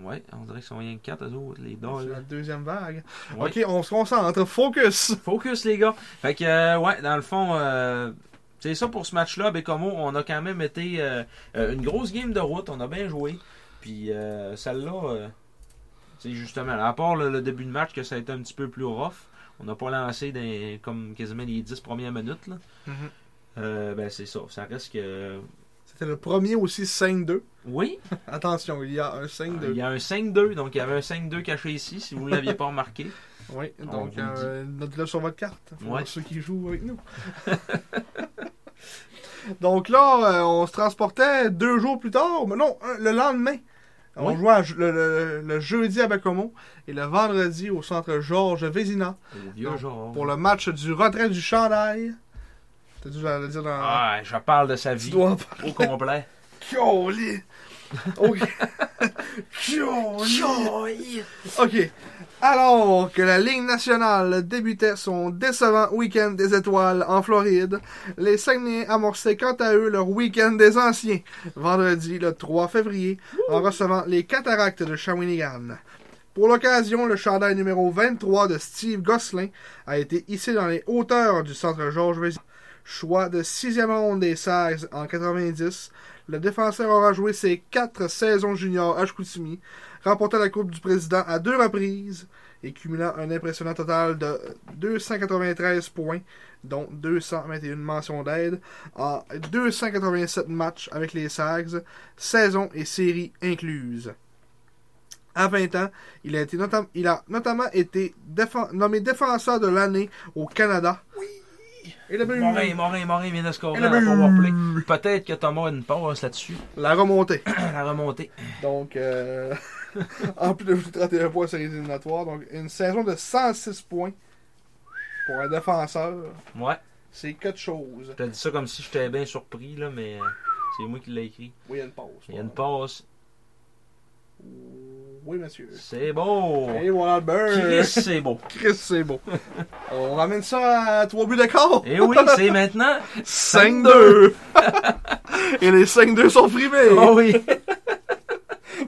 [SPEAKER 2] Hum, Ouais, on dirait qu'ils sont rien que quatre, eux autres, les
[SPEAKER 3] c'est
[SPEAKER 2] dolls.
[SPEAKER 3] la deuxième vague.
[SPEAKER 2] Ouais.
[SPEAKER 3] Ok, on se concentre. Focus!
[SPEAKER 2] Focus, les gars. Fait que, euh, ouais, dans le fond, euh, c'est ça pour ce match-là. Bécamo, on a quand même été euh, euh, une grosse game de route. On a bien joué. Puis, euh, celle-là, euh, c'est justement, à part le, le début de match, que ça a été un petit peu plus rough. On n'a pas lancé des, comme quasiment les 10 premières minutes. Là. Euh, ben, c'est ça. Ça reste que.
[SPEAKER 3] C'était le premier aussi 5-2.
[SPEAKER 2] Oui,
[SPEAKER 3] Attention, il y a un
[SPEAKER 2] il
[SPEAKER 3] 5-2.
[SPEAKER 2] y a un 5-2. Donc, il y avait un 5-2 caché ici, si vous ne l'aviez pas remarqué.
[SPEAKER 3] oui,
[SPEAKER 2] On
[SPEAKER 3] donc
[SPEAKER 2] vous le dit.
[SPEAKER 3] euh, notez-le sur votre carte. Pour
[SPEAKER 2] Ouais.
[SPEAKER 3] ceux qui jouent avec nous. <laughs> donc là, euh, on se transportait deux jours plus tard. Mais non, un- le lendemain. On
[SPEAKER 2] Oui.
[SPEAKER 3] jouait à- le, le- le jeudi à Bacomo et le vendredi au centre Georges Vézina
[SPEAKER 2] Au vieux
[SPEAKER 3] Non,
[SPEAKER 2] genre.
[SPEAKER 3] pour le match du retrait du chandail. T'as dû le dire dans.
[SPEAKER 2] Ah, je parle de sa
[SPEAKER 3] Tu
[SPEAKER 2] vie
[SPEAKER 3] dois
[SPEAKER 2] au
[SPEAKER 3] <laughs>
[SPEAKER 2] complet. <laughs>
[SPEAKER 3] Colin! Ok. <laughs> Colin! Ok. Alors que la Ligue nationale débutait son décevant week-end des étoiles en Floride, les Saguenayens amorçaient quant à eux leur week-end des anciens, vendredi le 3 février, en recevant les cataractes de Shawinigan. Pour l'occasion, le chandail numéro 23 de Steve Gosselin a été hissé dans les hauteurs du centre Georges Vézina. Choix de sixième ronde des Sags en 90, le défenseur aura joué ses quatre saisons juniors à Chicoutimi, remportant la Coupe du Président à deux reprises et cumulant un impressionnant total de 293 points, dont 221 mentions d'aide, en 287 matchs avec les Sags, saison et séries incluses. À 20 ans, il a, été notam- il a notamment été défen- nommé défenseur de l'année au Canada. Et le but.
[SPEAKER 2] Morin, Morin, Morin vient de scorer
[SPEAKER 3] Et le
[SPEAKER 2] à la
[SPEAKER 3] but.
[SPEAKER 2] powerplay. Peut-être que Thomas a une passe là-dessus. <clears throat>
[SPEAKER 3] La remontée.
[SPEAKER 2] la remontée.
[SPEAKER 3] Donc, euh, <laughs> en plus de jouer 31 points en séries éliminatoires, donc une saison de 106 points pour un défenseur,
[SPEAKER 2] Ouais.
[SPEAKER 3] c'est quelque chose.
[SPEAKER 2] Je te dis ça comme si j'étais bien surpris, là, mais euh, c'est moi qui l'ai écrit.
[SPEAKER 3] Oui, il y a une pause.
[SPEAKER 2] Il y a une passe.
[SPEAKER 3] Oui, monsieur.
[SPEAKER 2] C'est beau!
[SPEAKER 3] Et voilà le
[SPEAKER 2] Chris,
[SPEAKER 3] beurre.
[SPEAKER 2] c'est beau!
[SPEAKER 3] Chris, c'est beau. On ramène ça à 3 buts d'accord.
[SPEAKER 2] Et Eh oui, c'est
[SPEAKER 3] <laughs>
[SPEAKER 2] maintenant!
[SPEAKER 3] 5-2. <laughs> Et les 5-2 sont primés.
[SPEAKER 2] Oh oui!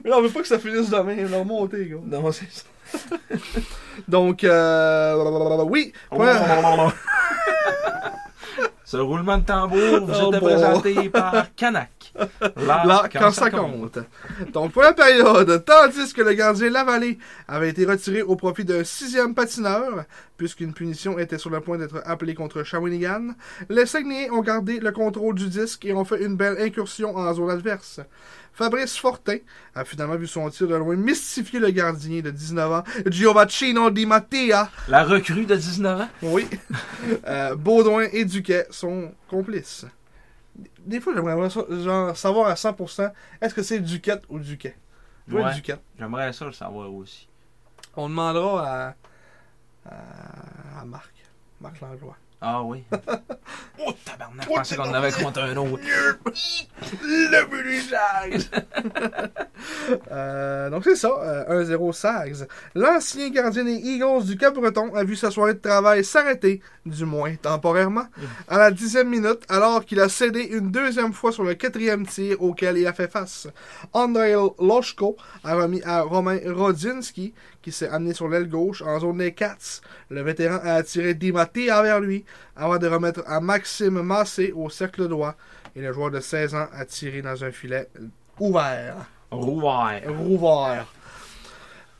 [SPEAKER 3] Mais là, on veut pas que ça finisse demain. Ils l'ont monté, gars.
[SPEAKER 2] Non, c'est ça.
[SPEAKER 3] <laughs> Donc, euh, oui. première-
[SPEAKER 2] Oh. <laughs> Ce roulement de tambour vous
[SPEAKER 3] Oh,
[SPEAKER 2] était
[SPEAKER 3] bon.
[SPEAKER 2] présenté par Kanak. Là,
[SPEAKER 3] Là, quand, ça compte. Donc, pour la période, tandis que le gardien Lavallée avait été retiré au profit d'un sixième patineur, puisqu'une punition était sur le point d'être appelée contre Shawinigan, les Saguenayens ont gardé le contrôle du disque et ont fait une belle incursion en zone adverse. Fabrice Fortin a finalement vu son tir de loin mystifier le gardien de 19 ans, Giovacchino Di Mattia.
[SPEAKER 2] La recrue de 19 ans.
[SPEAKER 3] Oui. Euh, Baudouin et Duquet sont complices. Des fois, j'aimerais avoir ça- genre, savoir à 100% est-ce que c'est Duquette ou Duquet. Jouer
[SPEAKER 2] Ouais.
[SPEAKER 3] Duquette.
[SPEAKER 2] J'aimerais ça le savoir aussi.
[SPEAKER 3] On demandera à, à, à Marc. Marc Langlois.
[SPEAKER 2] Ah
[SPEAKER 3] <laughs>
[SPEAKER 2] oui. oh, tabarnak, je
[SPEAKER 3] Oh,
[SPEAKER 2] pensais qu'on en avait contre un autre.
[SPEAKER 3] Le Bully Sags! <laughs> Euh, donc c'est ça, euh, 1-0 Sags. L'ancien gardien des Eagles du Cap-Breton a vu sa soirée de travail s'arrêter, du moins temporairement, à la dixième minute, alors qu'il a cédé une deuxième fois sur le quatrième tir auquel il a fait face. Andrei Loshko a remis à Romain Rodzinski, qui s'est amené sur l'aile gauche en zone des Cats. Le vétéran a attiré Dimaté envers lui, avant de remettre à Maxime Massé au cercle droit et le joueur de 16 ans a tiré dans un filet ouvert.
[SPEAKER 2] Rouvert.
[SPEAKER 3] Rouvert.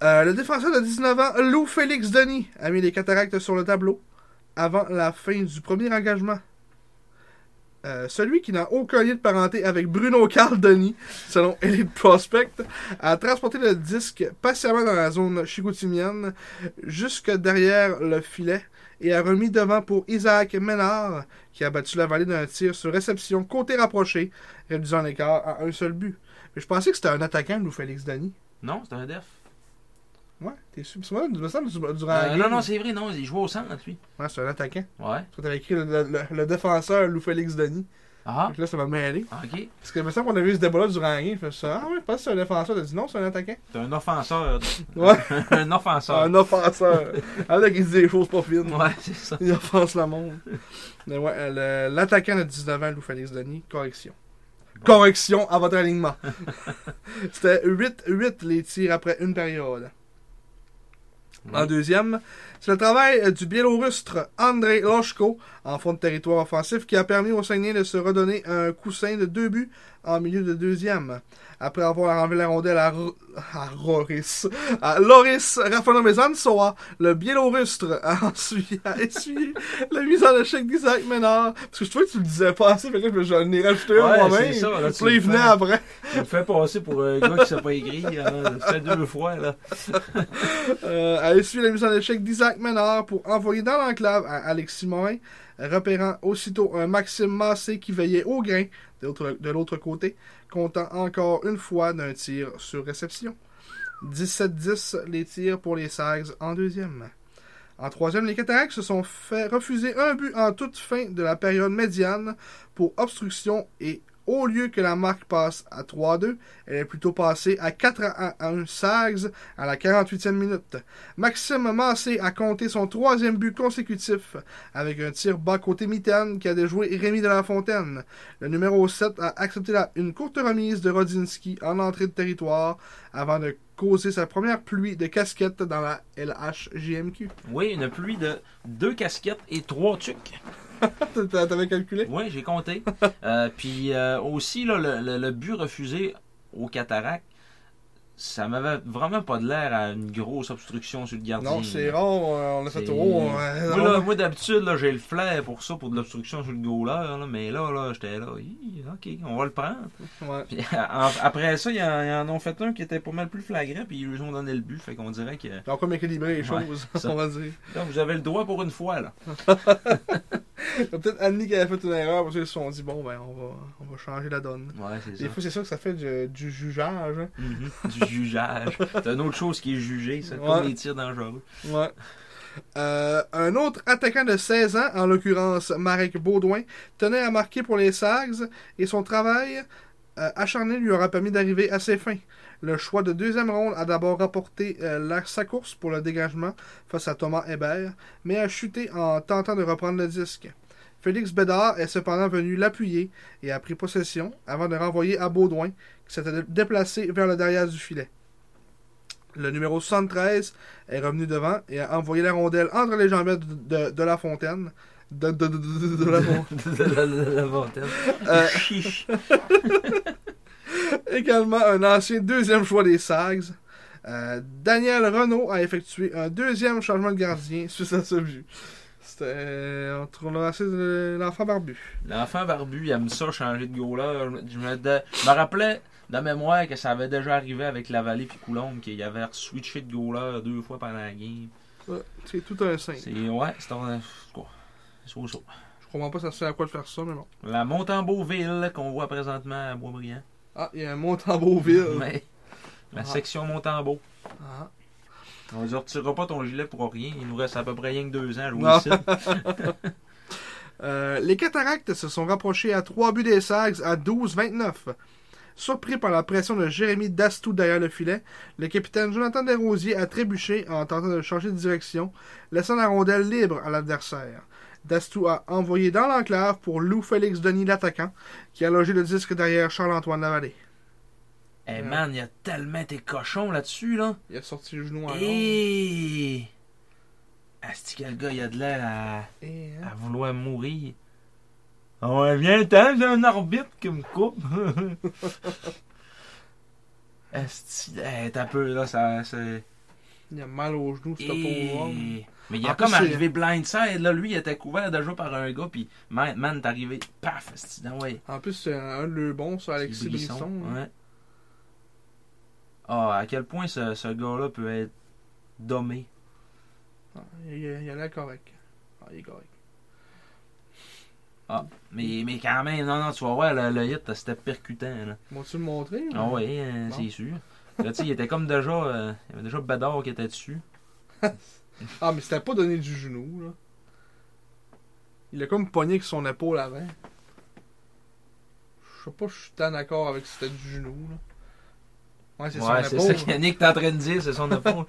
[SPEAKER 3] Euh, le défenseur de 19 ans, Lou Félix Denis, a mis les cataractes sur le tableau avant la fin du premier engagement. Euh, celui qui n'a aucun lien de parenté avec Bruno <laughs> Carl Denis, selon Elite Prospect, a transporté le disque patiemment dans la zone chicoutimienne jusque derrière le filet et a remis devant pour Isaac Ménard, qui a battu la vallée d'un tir sur réception côté rapproché, réduisant l'écart à un seul but. Mais je pensais que c'était un attaquant, nous, Félix Denis.
[SPEAKER 2] Non, c'est un def.
[SPEAKER 3] Ouais, t'es sûr. Parce que moi, il me semble, du- durant la
[SPEAKER 2] Euh, non,
[SPEAKER 3] game-
[SPEAKER 2] non, c'est vrai, non, il joue au centre, lui.
[SPEAKER 3] Ouais, c'est un attaquant.
[SPEAKER 2] Ouais.
[SPEAKER 3] Parce que t'avais écrit le, le- le- le défenseur Lou Félix Denis.
[SPEAKER 2] Ah,
[SPEAKER 3] Donc là, ça m'a mêlé.
[SPEAKER 2] ok.
[SPEAKER 3] Parce que il me semble qu'on avait eu ce débat-là durant la game. Je me suis dit, ah ouais, je pense que c'est un défenseur. T'as dit non, c'est un attaquant.
[SPEAKER 2] C'est un offenseur.
[SPEAKER 3] Ouais,
[SPEAKER 2] <laughs> un offenseur.
[SPEAKER 3] un offenseur. <laughs> Avec il dit des choses pas fines.
[SPEAKER 2] <laughs> Ouais, c'est ça.
[SPEAKER 3] Il offense le monde. Mais ouais, euh, le- l'attaquant de 19 ans, Lou Félix Denis, correction. Correction à votre alignement. C'était 8-8 les tirs après une période. En
[SPEAKER 2] Ouais.
[SPEAKER 3] deuxième, c'est le travail euh, du Biélorusse Andrei Loshko en fond de territoire offensif qui a permis au Saguenay de se redonner un coussin de deux buts en milieu de deuxième. Après avoir enlevé la rondelle à, R- à Roris, à Loris Rafanomezansoa, le Biélorusse a <laughs> ensuite a essuyé la mise en échec d'Isaac Ménard. Parce que je trouvais que tu le disais pas assez, fait que là, j'en ai rajouté un
[SPEAKER 2] Ouais,
[SPEAKER 3] moi-même.
[SPEAKER 2] c'est ça, là, tu
[SPEAKER 3] Puis là, il
[SPEAKER 2] le fais.
[SPEAKER 3] venait après.
[SPEAKER 2] Tu me fais passer pour un gars qui s'est pas écrit. Hein. Ça fait deux fois, là.
[SPEAKER 3] Euh, a essuyé la mise en échec d'Isaac Ménard pour envoyer dans l'enclave à Alexis Morin, repérant aussitôt un Maxime Massé qui veillait au grain de l'autre- de l'autre côté, comptant encore une fois d'un tir sur réception. 17-10 les tirs pour les Sags en deuxième. En troisième, les Cataractes se sont fait refuser un but en toute fin de la période médiane pour obstruction et au lieu que la marque passe à 3-2, elle est plutôt passée à 4 à 1 Sags à la 48e minute. Maxime Massé a compté son troisième but consécutif avec un tir bas côté mitaine qui a déjoué Rémi de la Fontaine. Le numéro 7 a accepté la- une courte remise de Rodzinski en entrée de territoire avant de causer sa première pluie de casquettes dans la <laughs> LHJMQ.
[SPEAKER 2] Oui, une pluie de deux casquettes et trois tucs.
[SPEAKER 3] T'as- T'avais calculé?
[SPEAKER 2] Oui, j'ai
[SPEAKER 3] <laughs>
[SPEAKER 2] compté. Euh, puis euh, aussi, là, le, le- le but refusé au cataract, ça m'avait vraiment pas de l'air à une grosse obstruction sur le gardien.
[SPEAKER 3] Non, c'est rare, on on a fait
[SPEAKER 2] C'est-
[SPEAKER 3] trop. euh,
[SPEAKER 2] Moi,
[SPEAKER 3] on-
[SPEAKER 2] là, moi, d'habitude, là, j'ai le flair pour ça, pour de l'obstruction sur le goaler, là, mais là, là j'étais là, Hi, ok, on va le prendre.
[SPEAKER 3] ouais.
[SPEAKER 2] Puis, en- après ça, ils en, ils en ont fait un qui était pas mal plus flagrant, puis ils lui ont donné le but, fait qu'on dirait que
[SPEAKER 3] J'ai encore équilibré les
[SPEAKER 2] Ouais,
[SPEAKER 3] choses, <laughs>
[SPEAKER 2] ça.
[SPEAKER 3] on va dire.
[SPEAKER 2] là, vous avez le droit pour une fois. Là.
[SPEAKER 3] Il y a Peut-être Annie qui avait fait une erreur parce qu'ils se sont dit, bon, ben, on va, on va changer la donne.
[SPEAKER 2] Ouais, c'est ça.
[SPEAKER 3] Des fois, c'est sûr que ça fait du, du jugeage. hein.
[SPEAKER 2] Mhm. Du jugeage. C'est une autre chose qui est jugée, c'est
[SPEAKER 3] Ouais.
[SPEAKER 2] comme les tirs dangereux.
[SPEAKER 3] Ouais. Euh, un autre attaquant de 16 ans, en l'occurrence Marek Baudouin, tenait à marquer pour les Sags et son travail euh, acharné lui aura permis d'arriver à ses fins. Le choix de deuxième ronde a d'abord rapporté euh, la- sa course pour le dégagement face à Thomas Hébert, mais a chuté en tentant de reprendre le disque. Félix Bédard est cependant venu l'appuyer et a pris possession avant de renvoyer à Baudouin, qui s'était dé- déplacé vers le derrière du filet. Le numéro 73 est revenu devant et a envoyé la rondelle entre les jambes de, de, de la fontaine. De, de, de, de- de- de la Fontaine.
[SPEAKER 2] De la- de la vingtaine.
[SPEAKER 3] Euh.
[SPEAKER 2] Chiche.
[SPEAKER 3] Également un ancien deuxième choix des Sags. Euh, Daniel Renault a effectué un deuxième changement de gardien <laughs> suite à ce but. C'était euh, entre l'enfant barbu.
[SPEAKER 2] L'enfant barbu, il aime ça, changer de goaler. Je me- Je me, de- je me rappelais de mémoire que ça avait déjà arrivé avec Lavallée puis Coulombe, qu'il avait switché de goaler deux fois pendant la game.
[SPEAKER 3] C'est tout un saint.
[SPEAKER 2] C'est, ouais, c'est un- quoi. So, so.
[SPEAKER 3] Je comprends pas ça sert à quoi de faire ça, mais bon.
[SPEAKER 2] La Montembeauville qu'on voit présentement à Boisbriand.
[SPEAKER 3] Ah, il y a un mont en Beauville.
[SPEAKER 2] Mais, la
[SPEAKER 3] Ah.
[SPEAKER 2] section Montembeau.
[SPEAKER 3] Ah.
[SPEAKER 2] On ne retirera pas ton gilet pour rien. Il nous reste à peu près rien que deux ans à jouer
[SPEAKER 3] Non.
[SPEAKER 2] ici.
[SPEAKER 3] Euh, les Cataractes se sont rapprochés à 3 buts des Sags à 12-29. Surpris par la pression de Jérémy Dastou derrière le filet, le capitaine Jonathan Desrosiers a trébuché en tentant de changer de direction, laissant la rondelle libre à l'adversaire. Dastou a envoyé dans l'enclave pour Lou Félix Denis l'attaquant, qui a logé le disque derrière Charles-Antoine Lavallée.
[SPEAKER 2] Eh man, il y a tellement tes cochons là-dessus, là.
[SPEAKER 3] Il a sorti le genou
[SPEAKER 2] Et... Asti, quel gars, il a de l'air à...
[SPEAKER 3] Eh, hein?
[SPEAKER 2] à vouloir mourir. On Ah ouais, viens temps, j'ai un arbitre qui me coupe. <laughs> Asti, eh, t'as peu, là, ça... c'est-
[SPEAKER 3] Il a mal au genou,
[SPEAKER 2] Eh. Mais il
[SPEAKER 3] En
[SPEAKER 2] a
[SPEAKER 3] plus,
[SPEAKER 2] comme
[SPEAKER 3] c'est-
[SPEAKER 2] arrivé blindside, là. Lui, il était couvert déjà par un gars, puis man, man, t'es arrivé, paf, asti, non, ouais.
[SPEAKER 3] En plus, c'est un de leurs bons sur
[SPEAKER 2] C'est Brisson,
[SPEAKER 3] hein.
[SPEAKER 2] ouais. Ah, à quel point ce, ce gars-là peut être dommé.
[SPEAKER 3] Ah, Il, a l'air correct. Ah, il est correct.
[SPEAKER 2] Mais, mais quand même, non, non, tu vas voir, le, le hit, c'était percutant. Là.
[SPEAKER 3] M'ont-tu le montré?
[SPEAKER 2] Ah oui, euh,
[SPEAKER 3] Bon.
[SPEAKER 2] c'est sûr. Là, tu sais, il était comme déjà. euh, il y avait déjà Bédard qui était dessus.
[SPEAKER 3] Ah, mais c'était pas donné du genou, là. Il a comme pogné avec son épaule avant. Je sais pas, je suis tant d'accord avec si c'était du genou, là. Ouais, c'est
[SPEAKER 2] Ouais,
[SPEAKER 3] son
[SPEAKER 2] c'est ça
[SPEAKER 3] épaule.
[SPEAKER 2] qu'Yannick est en train de dire, c'est son
[SPEAKER 3] <laughs>
[SPEAKER 2] épaule.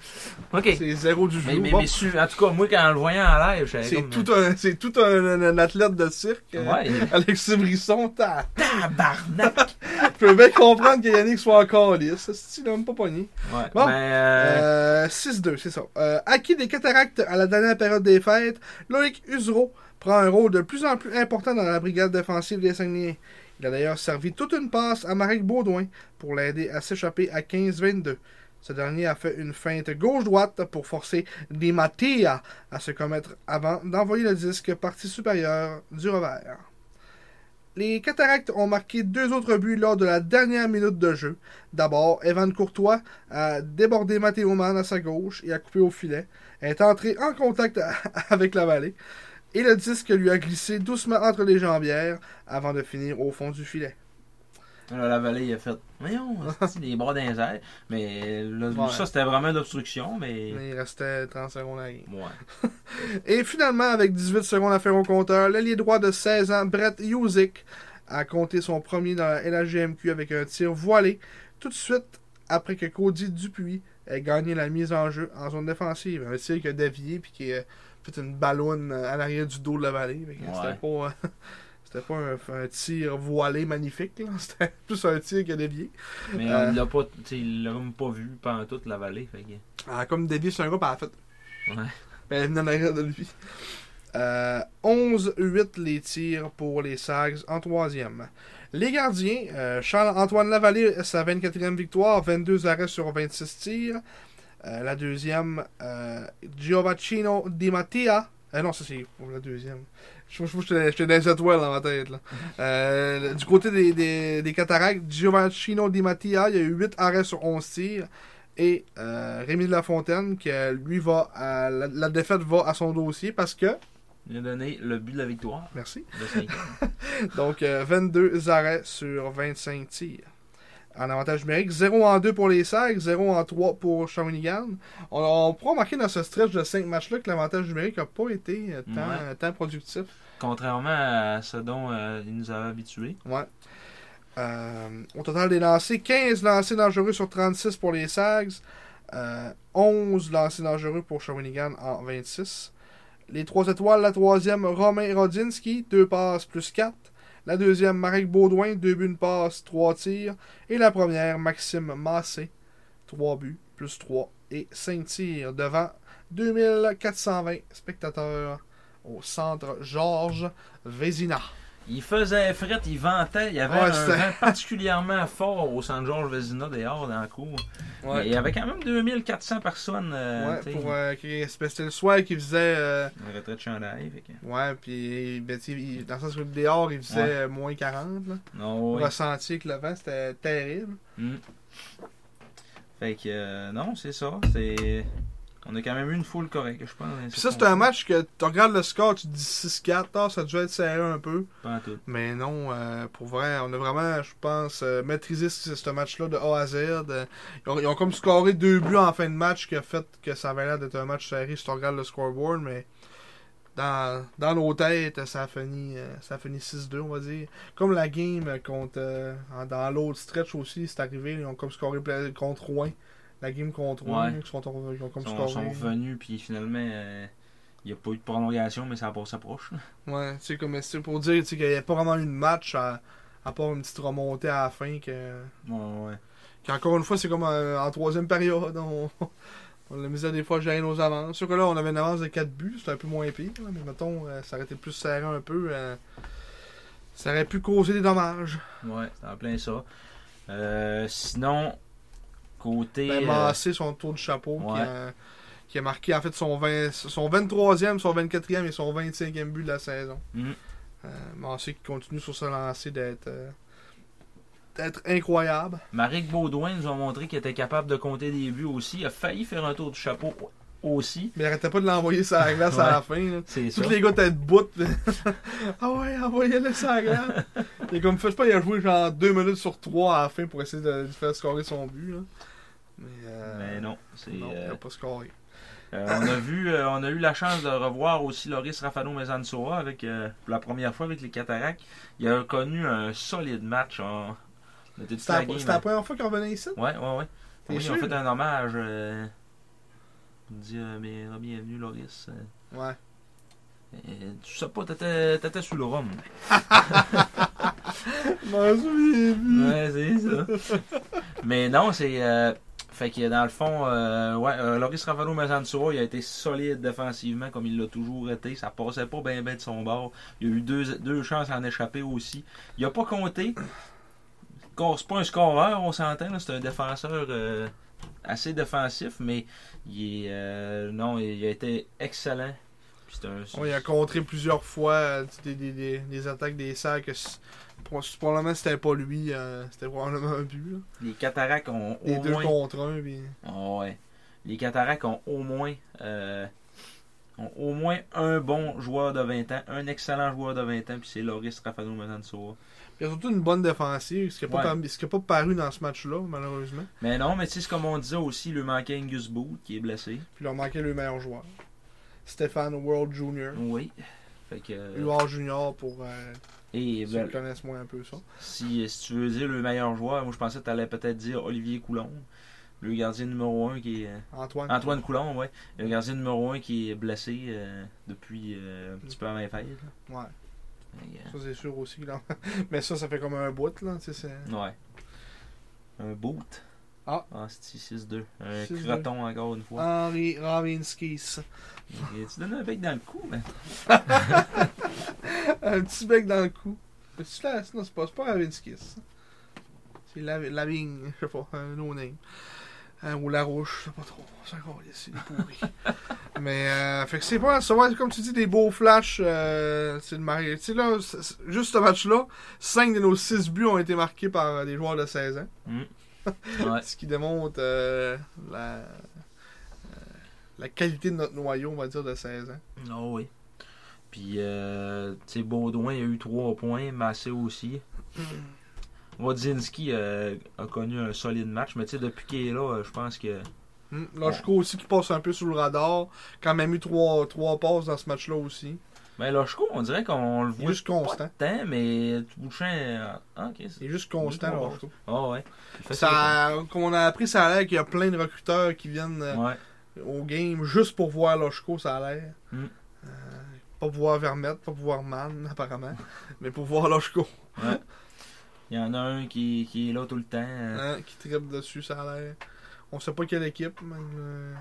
[SPEAKER 2] OK.
[SPEAKER 3] C'est zéro du
[SPEAKER 2] Mais,
[SPEAKER 3] genou.
[SPEAKER 2] mais,
[SPEAKER 3] Bon,
[SPEAKER 2] mais su- en tout cas, moi, quand je le voyais en live, j'avais
[SPEAKER 3] c'est
[SPEAKER 2] comme... euh,
[SPEAKER 3] tout, un, c'est tout un, un- un athlète de cirque. euh,
[SPEAKER 2] Ouais,
[SPEAKER 3] <laughs> Alexis Brisson, t'as-
[SPEAKER 2] tabarnak!
[SPEAKER 3] je peux bien comprendre que Yannick soit encore lisse. Si il a même pas pogné.
[SPEAKER 2] Ouais,
[SPEAKER 3] Bon.
[SPEAKER 2] mais... euh,
[SPEAKER 3] Euh, 6-2, c'est ça. Euh, acquis des cataractes à la dernière période des fêtes, Loïc Usereau prend un rôle de plus en plus important dans la brigade défensive des Saguenayens. Il a d'ailleurs servi toute une passe à Marek Baudouin pour l'aider à s'échapper à 15-22. Ce dernier a fait une feinte gauche-droite pour forcer Di Mattia à se commettre avant d'envoyer le disque partie supérieure du revers. Les Cataractes ont marqué deux autres buts lors de la dernière minute de jeu. D'abord, Evan Courtois a débordé Matteo Mann à sa gauche et a coupé au filet, est entré en contact <laughs> a- avec la vallée, et le disque lui a glissé doucement entre les jambières avant de finir au fond du filet. Euh.
[SPEAKER 2] Là, la vallée, il a fait...
[SPEAKER 3] <laughs>
[SPEAKER 2] Voyons, c'est des bras d'un Mais là,
[SPEAKER 3] Ouais.
[SPEAKER 2] ça, c'était vraiment une obstruction, mais...
[SPEAKER 3] Mais il restait 30 secondes à rien.
[SPEAKER 2] Ouais.
[SPEAKER 3] Et finalement, avec 18 secondes à faire au compteur, l'ailier droit de 16 ans, Brett Yuzik, a compté son premier dans la LHGMQ avec un tir voilé, tout de suite après que Cody Dupuis ait gagné la mise en jeu en zone défensive. Un tir qui a dévié puis qui a fait une ballonne à l'arrière du dos de la vallée. Fait que
[SPEAKER 2] Ouais.
[SPEAKER 3] C'était pas, euh, <laughs> c'était pas un, un tir voilé magnifique. là. <laughs> C'était plus un tir qui a dévié.
[SPEAKER 2] Mais
[SPEAKER 3] Euh.
[SPEAKER 2] on l'a pas... tu sais, il l'a même pas vu pendant toute la vallée, fait que...
[SPEAKER 3] Elle a comme dévié sur un gars, puis elle a fait.
[SPEAKER 2] Ouais.
[SPEAKER 3] Ben, elle venait en arrière de lui. Euh, 11-8 les tirs pour les Sags en troisième. Les gardiens, euh, Charles-Antoine Lavallée, sa 24e victoire, 22 arrêts sur 26 tirs. Euh, la deuxième, euh, Giovacchino Di Mattia. Euh, non, ça c'est pour la deuxième. Je je- je- j'étais j'étais dans les étoiles dans ma tête. Là. Euh, du côté des, des, des cataractes, Giovacchino Di Mattia, il y a eu 8 arrêts sur 11 tirs. Et euh, Rémi de la Fontaine, que lui va à- la, la défaite va à son dossier parce que.
[SPEAKER 2] Il a donné le but de la victoire.
[SPEAKER 3] Merci.
[SPEAKER 2] De
[SPEAKER 3] <laughs>
[SPEAKER 2] cinq.
[SPEAKER 3] Donc euh, 22 arrêts sur 25 tirs. En avantage numérique, 0 en 2 pour les Sags, 0 en 3 pour Shawinigan. On, on peut remarquer dans ce stretch de 5 matchs-là que l'avantage numérique n'a pas été euh, tant,
[SPEAKER 2] Ouais.
[SPEAKER 3] tant productif.
[SPEAKER 2] Contrairement à ce dont euh, il nous avait habitués.
[SPEAKER 3] Ouais. Euh, au total des lancers, 15 lancers dangereux sur 36 pour les Sags, euh, 11 lancers dangereux pour Shawinigan en 26. Les 3 étoiles, la troisième, Romain Rodzinski, 2 passes plus 4. La deuxième, Marek Baudouin, 2 buts, 1 passe, 3 tirs. Et la première, Maxime Massé, 3 buts plus 3 et 5 tirs devant 2420 spectateurs au centre Georges Vézina.
[SPEAKER 2] Il faisait fret, il ventait, il y avait
[SPEAKER 3] Ouais,
[SPEAKER 2] un
[SPEAKER 3] c'était-
[SPEAKER 2] vent particulièrement fort au San George Vezina dehors dans la cour. Mais il y avait quand même 2400 personnes euh,
[SPEAKER 3] Ouais,
[SPEAKER 2] tu sais,
[SPEAKER 3] pour euh, que- c'est parce que c'était le soir qu'il faisait. euh,
[SPEAKER 2] une retraite de chandail. fait que-
[SPEAKER 3] ouais, puis ben, tu sais, il- dans le sens que dehors, il faisait
[SPEAKER 2] Ouais.
[SPEAKER 3] euh, moins 40. Là.
[SPEAKER 2] Non, oui.
[SPEAKER 3] Ressenti que le vent, c'était terrible.
[SPEAKER 2] Fait que euh, non, c'est ça. C'est On a quand même eu une foule correcte, je pense.
[SPEAKER 3] Puis ça, c'est un match que tu regardes le score, tu te dis 6-4, ah, ça devait être serré un peu.
[SPEAKER 2] Pas en tout.
[SPEAKER 3] Mais non, euh, pour vrai, on a vraiment, je pense, euh, maîtrisé ce, ce match-là de A à Z. Euh, ils, ont, ils ont comme scoré deux buts en fin de match qui a fait que ça avait l'air d'être un match serré si tu regardes le scoreboard, mais dans, dans nos têtes, ça a fini, euh, ça a fini 6-2, on va dire. Comme la game contre euh, en- dans l'autre stretch aussi, c'est arrivé, ils ont comme scoré plein- contre Rouen. La game contre Rouen,
[SPEAKER 2] Ouais.
[SPEAKER 3] ils, sont, ils ont
[SPEAKER 2] Ils
[SPEAKER 3] comme
[SPEAKER 2] sont,
[SPEAKER 3] scoré.
[SPEAKER 2] sont revenus, puis finalement, euh, il n'y a pas eu de prolongation, mais ça a passé proche. là.
[SPEAKER 3] Ouais, tu sais, comme c'est pour dire tu sais, qu'il n'y a pas vraiment eu de match à, à part une petite remontée à la fin que.
[SPEAKER 2] <laughs> Ouais, ouais.
[SPEAKER 3] Encore une fois, c'est comme euh, en troisième période. On, <laughs> on a mis à des fois gérer nos avances. Sûr que là, on avait une avance de 4 buts, c'était un peu moins pire. là, mais mettons, euh, ça aurait été plus serré un peu. euh, ça aurait pu causer des dommages.
[SPEAKER 2] Ouais, c'est en plein ça. Euh, sinon, côté.
[SPEAKER 3] Ben,
[SPEAKER 2] euh,
[SPEAKER 3] Massé, son tour du chapeau, qui,
[SPEAKER 2] ouais.
[SPEAKER 3] a, qui a marqué en fait son, 20 son 23e, son 24e et son 25e but de la saison.
[SPEAKER 2] Mhm.
[SPEAKER 3] Euh, Massé qui continue sur ce lancer d'être euh, d'être incroyable.
[SPEAKER 2] Maric Baudouin nous a montré qu'il était capable de compter des buts aussi. Il a failli faire un tour du chapeau aussi.
[SPEAKER 3] Mais il arrêtait pas de l'envoyer sur
[SPEAKER 2] <laughs>
[SPEAKER 3] la glace à la fin. là.
[SPEAKER 2] C'est ça.
[SPEAKER 3] Tous les gars tête bout. <laughs> ah ouais, envoyez-le ça à grave. Et comme fait, je sais pas, il a joué genre 2 minutes sur 3 à la fin pour essayer de lui faire scorer son but. Là. Mais, euh,
[SPEAKER 2] Mais Ben non, c'est.
[SPEAKER 3] non, il
[SPEAKER 2] euh,
[SPEAKER 3] a pas scoré.
[SPEAKER 2] euh, on a vu, euh, on a eu la chance de revoir aussi Loris Rafano Mezansoa avec euh, pour la première fois avec les Cataractes. Il a connu un solide match. On, on était toute
[SPEAKER 3] C'était
[SPEAKER 2] la
[SPEAKER 3] la,
[SPEAKER 2] game,
[SPEAKER 3] c'était la première fois qu'il revenait ici.
[SPEAKER 2] Ouais, ouais, ouais.
[SPEAKER 3] T'es
[SPEAKER 2] Oui, ils ont
[SPEAKER 3] sûr?
[SPEAKER 2] fait un hommage. Euh, on dit euh, mais euh, bienvenue Loris. Euh,
[SPEAKER 3] Ouais.
[SPEAKER 2] euh, tu sais pas, t'étais, t'étais sous le rhum.
[SPEAKER 3] Mon Dieu, il est vu.
[SPEAKER 2] Ouais, c'est ça. mais non, c'est. euh, fait que dans le fond, euh, ouais, euh, Loris Ravano Mazansoa, il a été solide défensivement comme il l'a toujours été. Ça passait pas bien ben de son bord. Il a eu deux, deux chances à en échapper aussi. Il a pas compté. Cor- C'est pas un scoreur, on s'entend. là. C'est un défenseur euh, assez défensif, mais il est. euh, non, il a été excellent. Puis c'est un-
[SPEAKER 3] On il a contré plusieurs fois euh, des, des, des, des attaques des sacs. que si- pour- si Probablement c'était pas lui, euh, c'était probablement un but. Là.
[SPEAKER 2] les cataractes ont
[SPEAKER 3] Les
[SPEAKER 2] au
[SPEAKER 3] deux
[SPEAKER 2] moins
[SPEAKER 3] contre un. Puis...
[SPEAKER 2] Ah ouais. Les Cataractes ont au moins euh, ont au moins un bon joueur de 20 ans, un excellent joueur de 20 ans, puis c'est Loris Rafano Mazansoa.
[SPEAKER 3] Il y a surtout une bonne défensive, ce qui n'a
[SPEAKER 2] Ouais.
[SPEAKER 3] pas, ce qui a pas paru dans ce match-là, malheureusement.
[SPEAKER 2] Mais non, mais tu sais, c'est comme on disait aussi, il lui manquait Angus Booth qui est blessé.
[SPEAKER 3] Puis leur manquait le meilleur joueur. Stéphane World Jr.
[SPEAKER 2] Oui. Fait que. euh,
[SPEAKER 3] UR Junior pour euh,
[SPEAKER 2] et
[SPEAKER 3] ceux
[SPEAKER 2] ben,
[SPEAKER 3] qui connaissent moins un peu ça.
[SPEAKER 2] si, si tu veux dire le meilleur joueur, moi je pensais que tu allais peut-être dire Olivier Coulon. Le gardien numéro 1 qui est. euh,
[SPEAKER 3] Antoine.
[SPEAKER 2] Antoine Coulon, ouais. Le gardien numéro 1 qui est blessé euh, depuis euh, un petit peu avant les fêtes. là.
[SPEAKER 3] Ouais,
[SPEAKER 2] Fait que, euh,
[SPEAKER 3] ça c'est sûr aussi. là. <laughs> Mais ça, ça fait comme un bout là. tu sais, c'est-
[SPEAKER 2] Ouais. Un boot.
[SPEAKER 3] Ah.
[SPEAKER 2] Ah, c'est 6-2. Un
[SPEAKER 3] 6-2.
[SPEAKER 2] croton encore une fois.
[SPEAKER 3] Henri Ravinskis.
[SPEAKER 2] Et tu donnes un bec dans le cou, mais.
[SPEAKER 3] <laughs> un petit bec dans le cou. C'est là, non, c'est pas, c'est pas Ravinskis. ça. C'est la, la vigne, je sais pas, un no name. Euh, ou la rouge, je sais pas trop. C'est encore c'est des pourris. Mais, euh, fait que c'est pas, ça va être, comme tu dis, des beaux flashs. euh, c'est le mari. Tu sais, là, c'est- c'est- juste ce match-là, 5 de nos 6 buts ont été marqués par euh, des joueurs de 16 ans.
[SPEAKER 2] Ouais.
[SPEAKER 3] Ce qui démontre euh, la, euh, la qualité de notre noyau, on va dire, de 16 ans.
[SPEAKER 2] <laughs> Ah oui. Puis, euh, tu sais, Baudouin, il a eu 3 points. Massé aussi. Rodzinski euh, a connu un solide match, mais tu sais, depuis qu'il est là, euh, je pense que.
[SPEAKER 3] Hmm. Lochko aussi qui passe un peu sous le radar. Quand même eu trois, trois passes dans ce match-là aussi.
[SPEAKER 2] Ben, Lochko, on dirait qu'on le
[SPEAKER 3] Il est
[SPEAKER 2] voit.
[SPEAKER 3] juste constant.
[SPEAKER 2] pas tant, mais Bouchin. euh, Ah, ok.
[SPEAKER 3] Il est juste constant,
[SPEAKER 2] Deux, trois
[SPEAKER 3] Lochko.
[SPEAKER 2] Ah, ouais. Il fait
[SPEAKER 3] Ça, comme on a appris, ça a l'air qu'il y a plein de recruteurs qui viennent
[SPEAKER 2] ça.
[SPEAKER 3] euh,
[SPEAKER 2] Ouais.
[SPEAKER 3] au game juste pour voir Lochko, ça a l'air.
[SPEAKER 2] Hmm.
[SPEAKER 3] Euh, pas pour voir Vermette, pas pour voir Mann, <laughs> apparemment. mais pour voir Lochko,
[SPEAKER 2] Il y en a un qui, qui est là tout le temps. euh,
[SPEAKER 3] hein, qui tripe dessus, ça a l'air. On sait pas quelle équipe. mais, euh,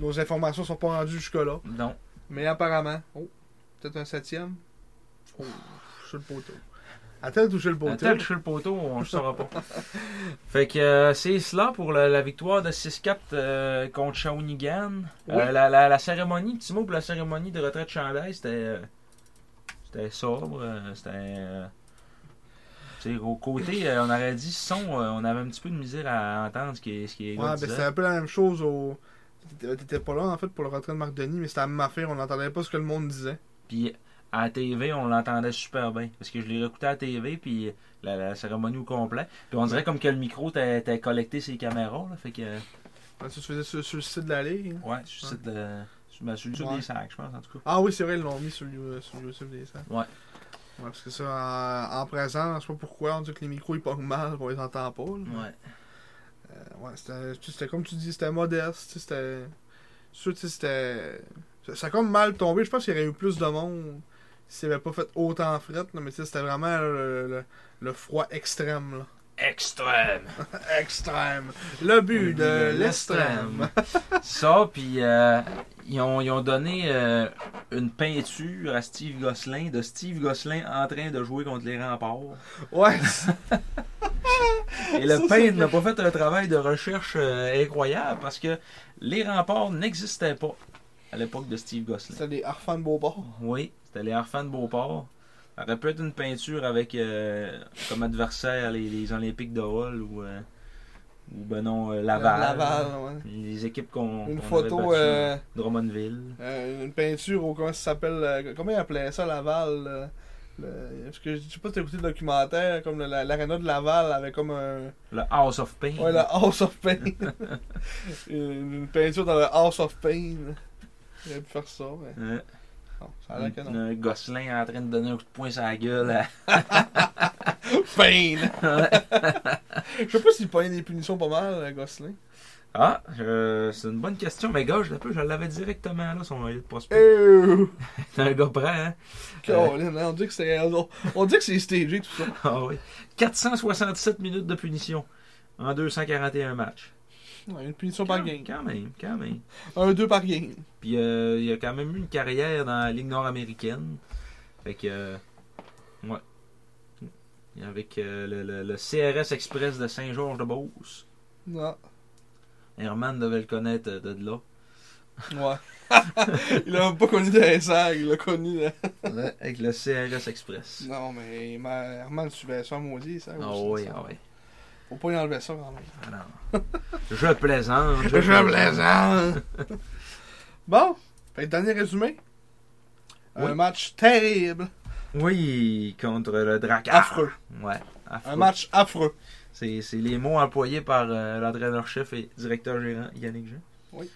[SPEAKER 3] nos informations sont pas rendues jusque-là.
[SPEAKER 2] Non.
[SPEAKER 3] Mais apparemment, oh, peut-être un septième. Oh, sur le poteau. Attends de toucher le poteau.
[SPEAKER 2] Attends, toucher le poteau, on ne saura pas. <laughs> fait que euh, c'est cela pour la, la victoire de 6-4 euh, contre Shawinigan.
[SPEAKER 3] Oui.
[SPEAKER 2] Euh, la, la, la cérémonie, petit mot pour la cérémonie de retraite chandail, c'était euh, c'était sobre, euh, c'était euh, tu sais, au côté, euh, on aurait dit son, euh, on avait un petit peu de misère à entendre ce qui est, ce qui est
[SPEAKER 3] Ouais, ben, c'est un peu la même chose au, T'étais t'étais pas là, en fait, pour le retrait de Marc Denis, mais c'était à Mafé, on n'entendait pas ce que le monde disait.
[SPEAKER 2] Puis à la TV, on l'entendait super bien. Parce que je l'ai réécouté à la TV, puis la, la cérémonie au complet. Puis on dirait comme que le micro t'a t'a collecté ses caméras. Là, fait que.
[SPEAKER 3] Hein, Ça se faisait sur, sur le site de la Ligue. hein.
[SPEAKER 2] Ouais, sur le site de- sur- ben, sur le site
[SPEAKER 3] Ouais.
[SPEAKER 2] des sacs, je pense, en tout cas.
[SPEAKER 3] Ah oui, c'est vrai, ils l'ont mis sur, You- sur YouTube des salles.
[SPEAKER 2] Ouais.
[SPEAKER 3] hein. Ouais, parce que ça, en, en présent, je sais pas pourquoi, on dit que les micros ils pognent mal, on les entend pas. là.
[SPEAKER 2] Ouais.
[SPEAKER 3] Euh, ouais, c'était- tu- c'était comme tu dis, c'était modeste, tu sais, c'était. sûr, tu sais, c'était. Ça, ça a comme mal tombé. Je pense qu'il y aurait eu plus de monde s'il avait pas fait autant fret, là, mais tu sais, c'était vraiment le, le- le froid extrême. Là.
[SPEAKER 2] Extrême!
[SPEAKER 3] <laughs> Extrême. Le but de l'extrême.
[SPEAKER 2] <laughs> Ça, puis euh, ils, ont, ils ont donné euh, une peinture à Steve Gosselin de Steve Gosselin en train de jouer contre les remparts.
[SPEAKER 3] Ouais. <laughs>
[SPEAKER 2] Et le
[SPEAKER 3] Ça, c'est
[SPEAKER 2] peintre
[SPEAKER 3] vrai.
[SPEAKER 2] n'a pas fait un travail de recherche euh, incroyable parce que les remparts n'existaient pas à l'époque de Steve Gosselin.
[SPEAKER 3] c'était des harfans de Beauport.
[SPEAKER 2] Oui, c'était les Harfans de Beauport. Ça aurait pu être une peinture avec euh, comme adversaire les, les Olympiques de Hall ou, euh, ou ben non, euh, Laval.
[SPEAKER 3] Laval, ouais.
[SPEAKER 2] Les équipes qu'on.
[SPEAKER 3] Une
[SPEAKER 2] qu'on avait
[SPEAKER 3] photo,
[SPEAKER 2] battues.
[SPEAKER 3] euh,
[SPEAKER 2] Drummondville.
[SPEAKER 3] euh, une peinture au comment ça s'appelle euh, comment ils appelaient ça Laval euh, le- parce que je sais pas si t'as écouté le documentaire comme le- la- l'aréna de Laval avait comme un
[SPEAKER 2] Le House of Pain.
[SPEAKER 3] ouais le House of Pain <laughs> une, une peinture dans le House of Pain il aurait pu faire ça mais
[SPEAKER 2] Euh,
[SPEAKER 3] non ça a l'air que
[SPEAKER 2] un-
[SPEAKER 3] Ah, non
[SPEAKER 2] un Gosselin en train de donner un coup de poing sur la gueule. à-
[SPEAKER 3] Pain
[SPEAKER 2] <laughs>
[SPEAKER 3] je sais pas s'il pognait des punitions pas mal euh, Gosselin
[SPEAKER 2] Ah, euh, c'est une bonne question, mais gars, je l'ai- je l'avais directement là, son œil de prospect.
[SPEAKER 3] Euh,
[SPEAKER 2] C'est un gars prêt, hein?
[SPEAKER 3] Colin, hein, on dit que c'est on, on dit que c'est stagé tout ça
[SPEAKER 2] Ah oui. 467 minutes de punition en 241 matchs.
[SPEAKER 3] Ouais, une punition par game
[SPEAKER 2] Quand même, quand même.
[SPEAKER 3] un deux par game
[SPEAKER 2] Puis euh, il a quand même eu une carrière dans la Ligue nord-américaine. Fait que. euh, ouais. Et Avec euh, le, le- le CRS Express de Saint-Georges-de-Beauce.
[SPEAKER 3] non
[SPEAKER 2] Herman devait le connaître euh, de, de là.
[SPEAKER 3] Ouais. <laughs> il a pas connu de SR, il l'a connu euh. de...
[SPEAKER 2] Avec le CRS Express.
[SPEAKER 3] Non, mais ma... Herman suivait ça maudit, ça.
[SPEAKER 2] Ah
[SPEAKER 3] aussi,
[SPEAKER 2] oui,
[SPEAKER 3] ça.
[SPEAKER 2] ah oui.
[SPEAKER 3] Faut pas y enlever ça quand même.
[SPEAKER 2] Ah non. je plaisante.
[SPEAKER 3] <laughs> Je plaisante! bon, fait que dernier résumé. Un
[SPEAKER 2] Oui.
[SPEAKER 3] match terrible.
[SPEAKER 2] Oui, contre le Drakkar.
[SPEAKER 3] Affreux.
[SPEAKER 2] Ouais, affreux.
[SPEAKER 3] Un match affreux.
[SPEAKER 2] C'est c'est les mots employés par euh, l'entraîneur-chef et directeur-gérant Yannick Jean.
[SPEAKER 3] Oui.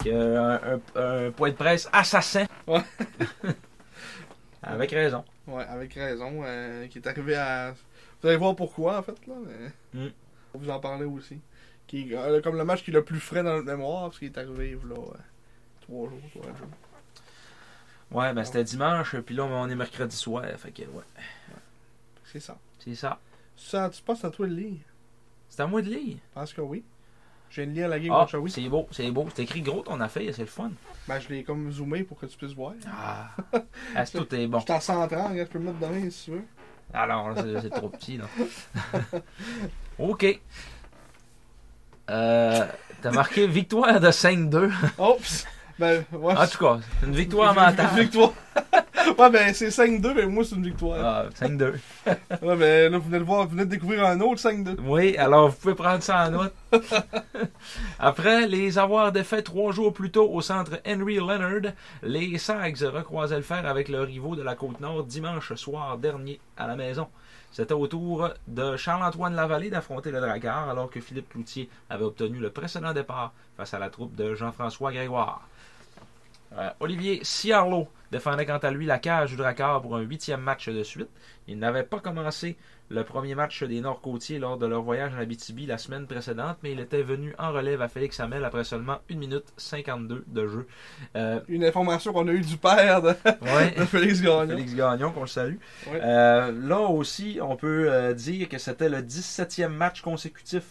[SPEAKER 2] Que, euh, un, un point de presse assassin.
[SPEAKER 3] Ouais.
[SPEAKER 2] <laughs> Avec raison.
[SPEAKER 3] Ouais, avec raison, euh, qui est arrivé à... Vous allez voir pourquoi, en fait, là. Mais...
[SPEAKER 2] Mm.
[SPEAKER 3] On vous en parlait aussi. Qui... euh, Comme le match qui est le plus frais dans notre mémoire, parce qu'il est arrivé, là, euh, trois jours, trois jours.
[SPEAKER 2] Ouais, ben c'était dimanche, puis là on est mercredi soir. Fait que ouais,
[SPEAKER 3] C'est ça.
[SPEAKER 2] c'est ça.
[SPEAKER 3] Ça, tu passes à toi le lire.
[SPEAKER 2] C'est à moi de lire.
[SPEAKER 3] Je pense que oui. Je viens de lire la game
[SPEAKER 2] Ah,
[SPEAKER 3] contre Shawi.
[SPEAKER 2] c'est beau, c'est beau. C'est écrit gros ton affaire, c'est le fun.
[SPEAKER 3] Ben, je l'ai comme zoomé pour que tu puisses voir.
[SPEAKER 2] Ah, Ah, <laughs> c'est- tout est bon.
[SPEAKER 3] Je suis à 130, regarde, je peux me mettre demain
[SPEAKER 2] <laughs>
[SPEAKER 3] si tu veux.
[SPEAKER 2] Alors, c'est c'est trop petit,
[SPEAKER 3] <laughs>
[SPEAKER 2] là. <laughs> OK. Euh, T'as marqué victoire de 5-2.
[SPEAKER 3] Oh, pis- ben, ouais.
[SPEAKER 2] En tout cas, une victoire
[SPEAKER 3] Une
[SPEAKER 2] mentale.
[SPEAKER 3] <laughs> victoire. ouais, ben, c'est 5-2, mais moi, c'est une victoire.
[SPEAKER 2] Ah, 5-2.
[SPEAKER 3] Ouais, ben, là, vous venez de voir, vous venez de découvrir un autre 5-2.
[SPEAKER 2] Oui, alors vous pouvez prendre ça en note. <laughs> Après les avoir défaits trois jours plus tôt au centre Henry Leonard, les Sags recroisaient le fer avec leurs rivaux de la Côte-Nord dimanche soir dernier à la maison. C'était au tour de Charles-Antoine Lavallée d'affronter le Dragard alors que Philippe Cloutier avait obtenu le précédent départ face à la troupe de Jean-François Grégoire. Euh, Olivier Ciarlo défendait quant à lui la cage du Dracard pour un huitième match de suite. Il n'avait pas commencé le premier match des Nord-Côtiers lors de leur voyage en Abitibi la semaine précédente, mais il était venu en relève à Félix Hamel après seulement 1 minute 52 de jeu. Euh,
[SPEAKER 3] Une information qu'on a eue du père de,
[SPEAKER 2] <laughs> ouais.
[SPEAKER 3] de Félix Gagnon.
[SPEAKER 2] Félix Gagnon, qu'on le salue.
[SPEAKER 3] Ouais.
[SPEAKER 2] Euh, là aussi, on peut euh, dire que c'était le 17e match consécutif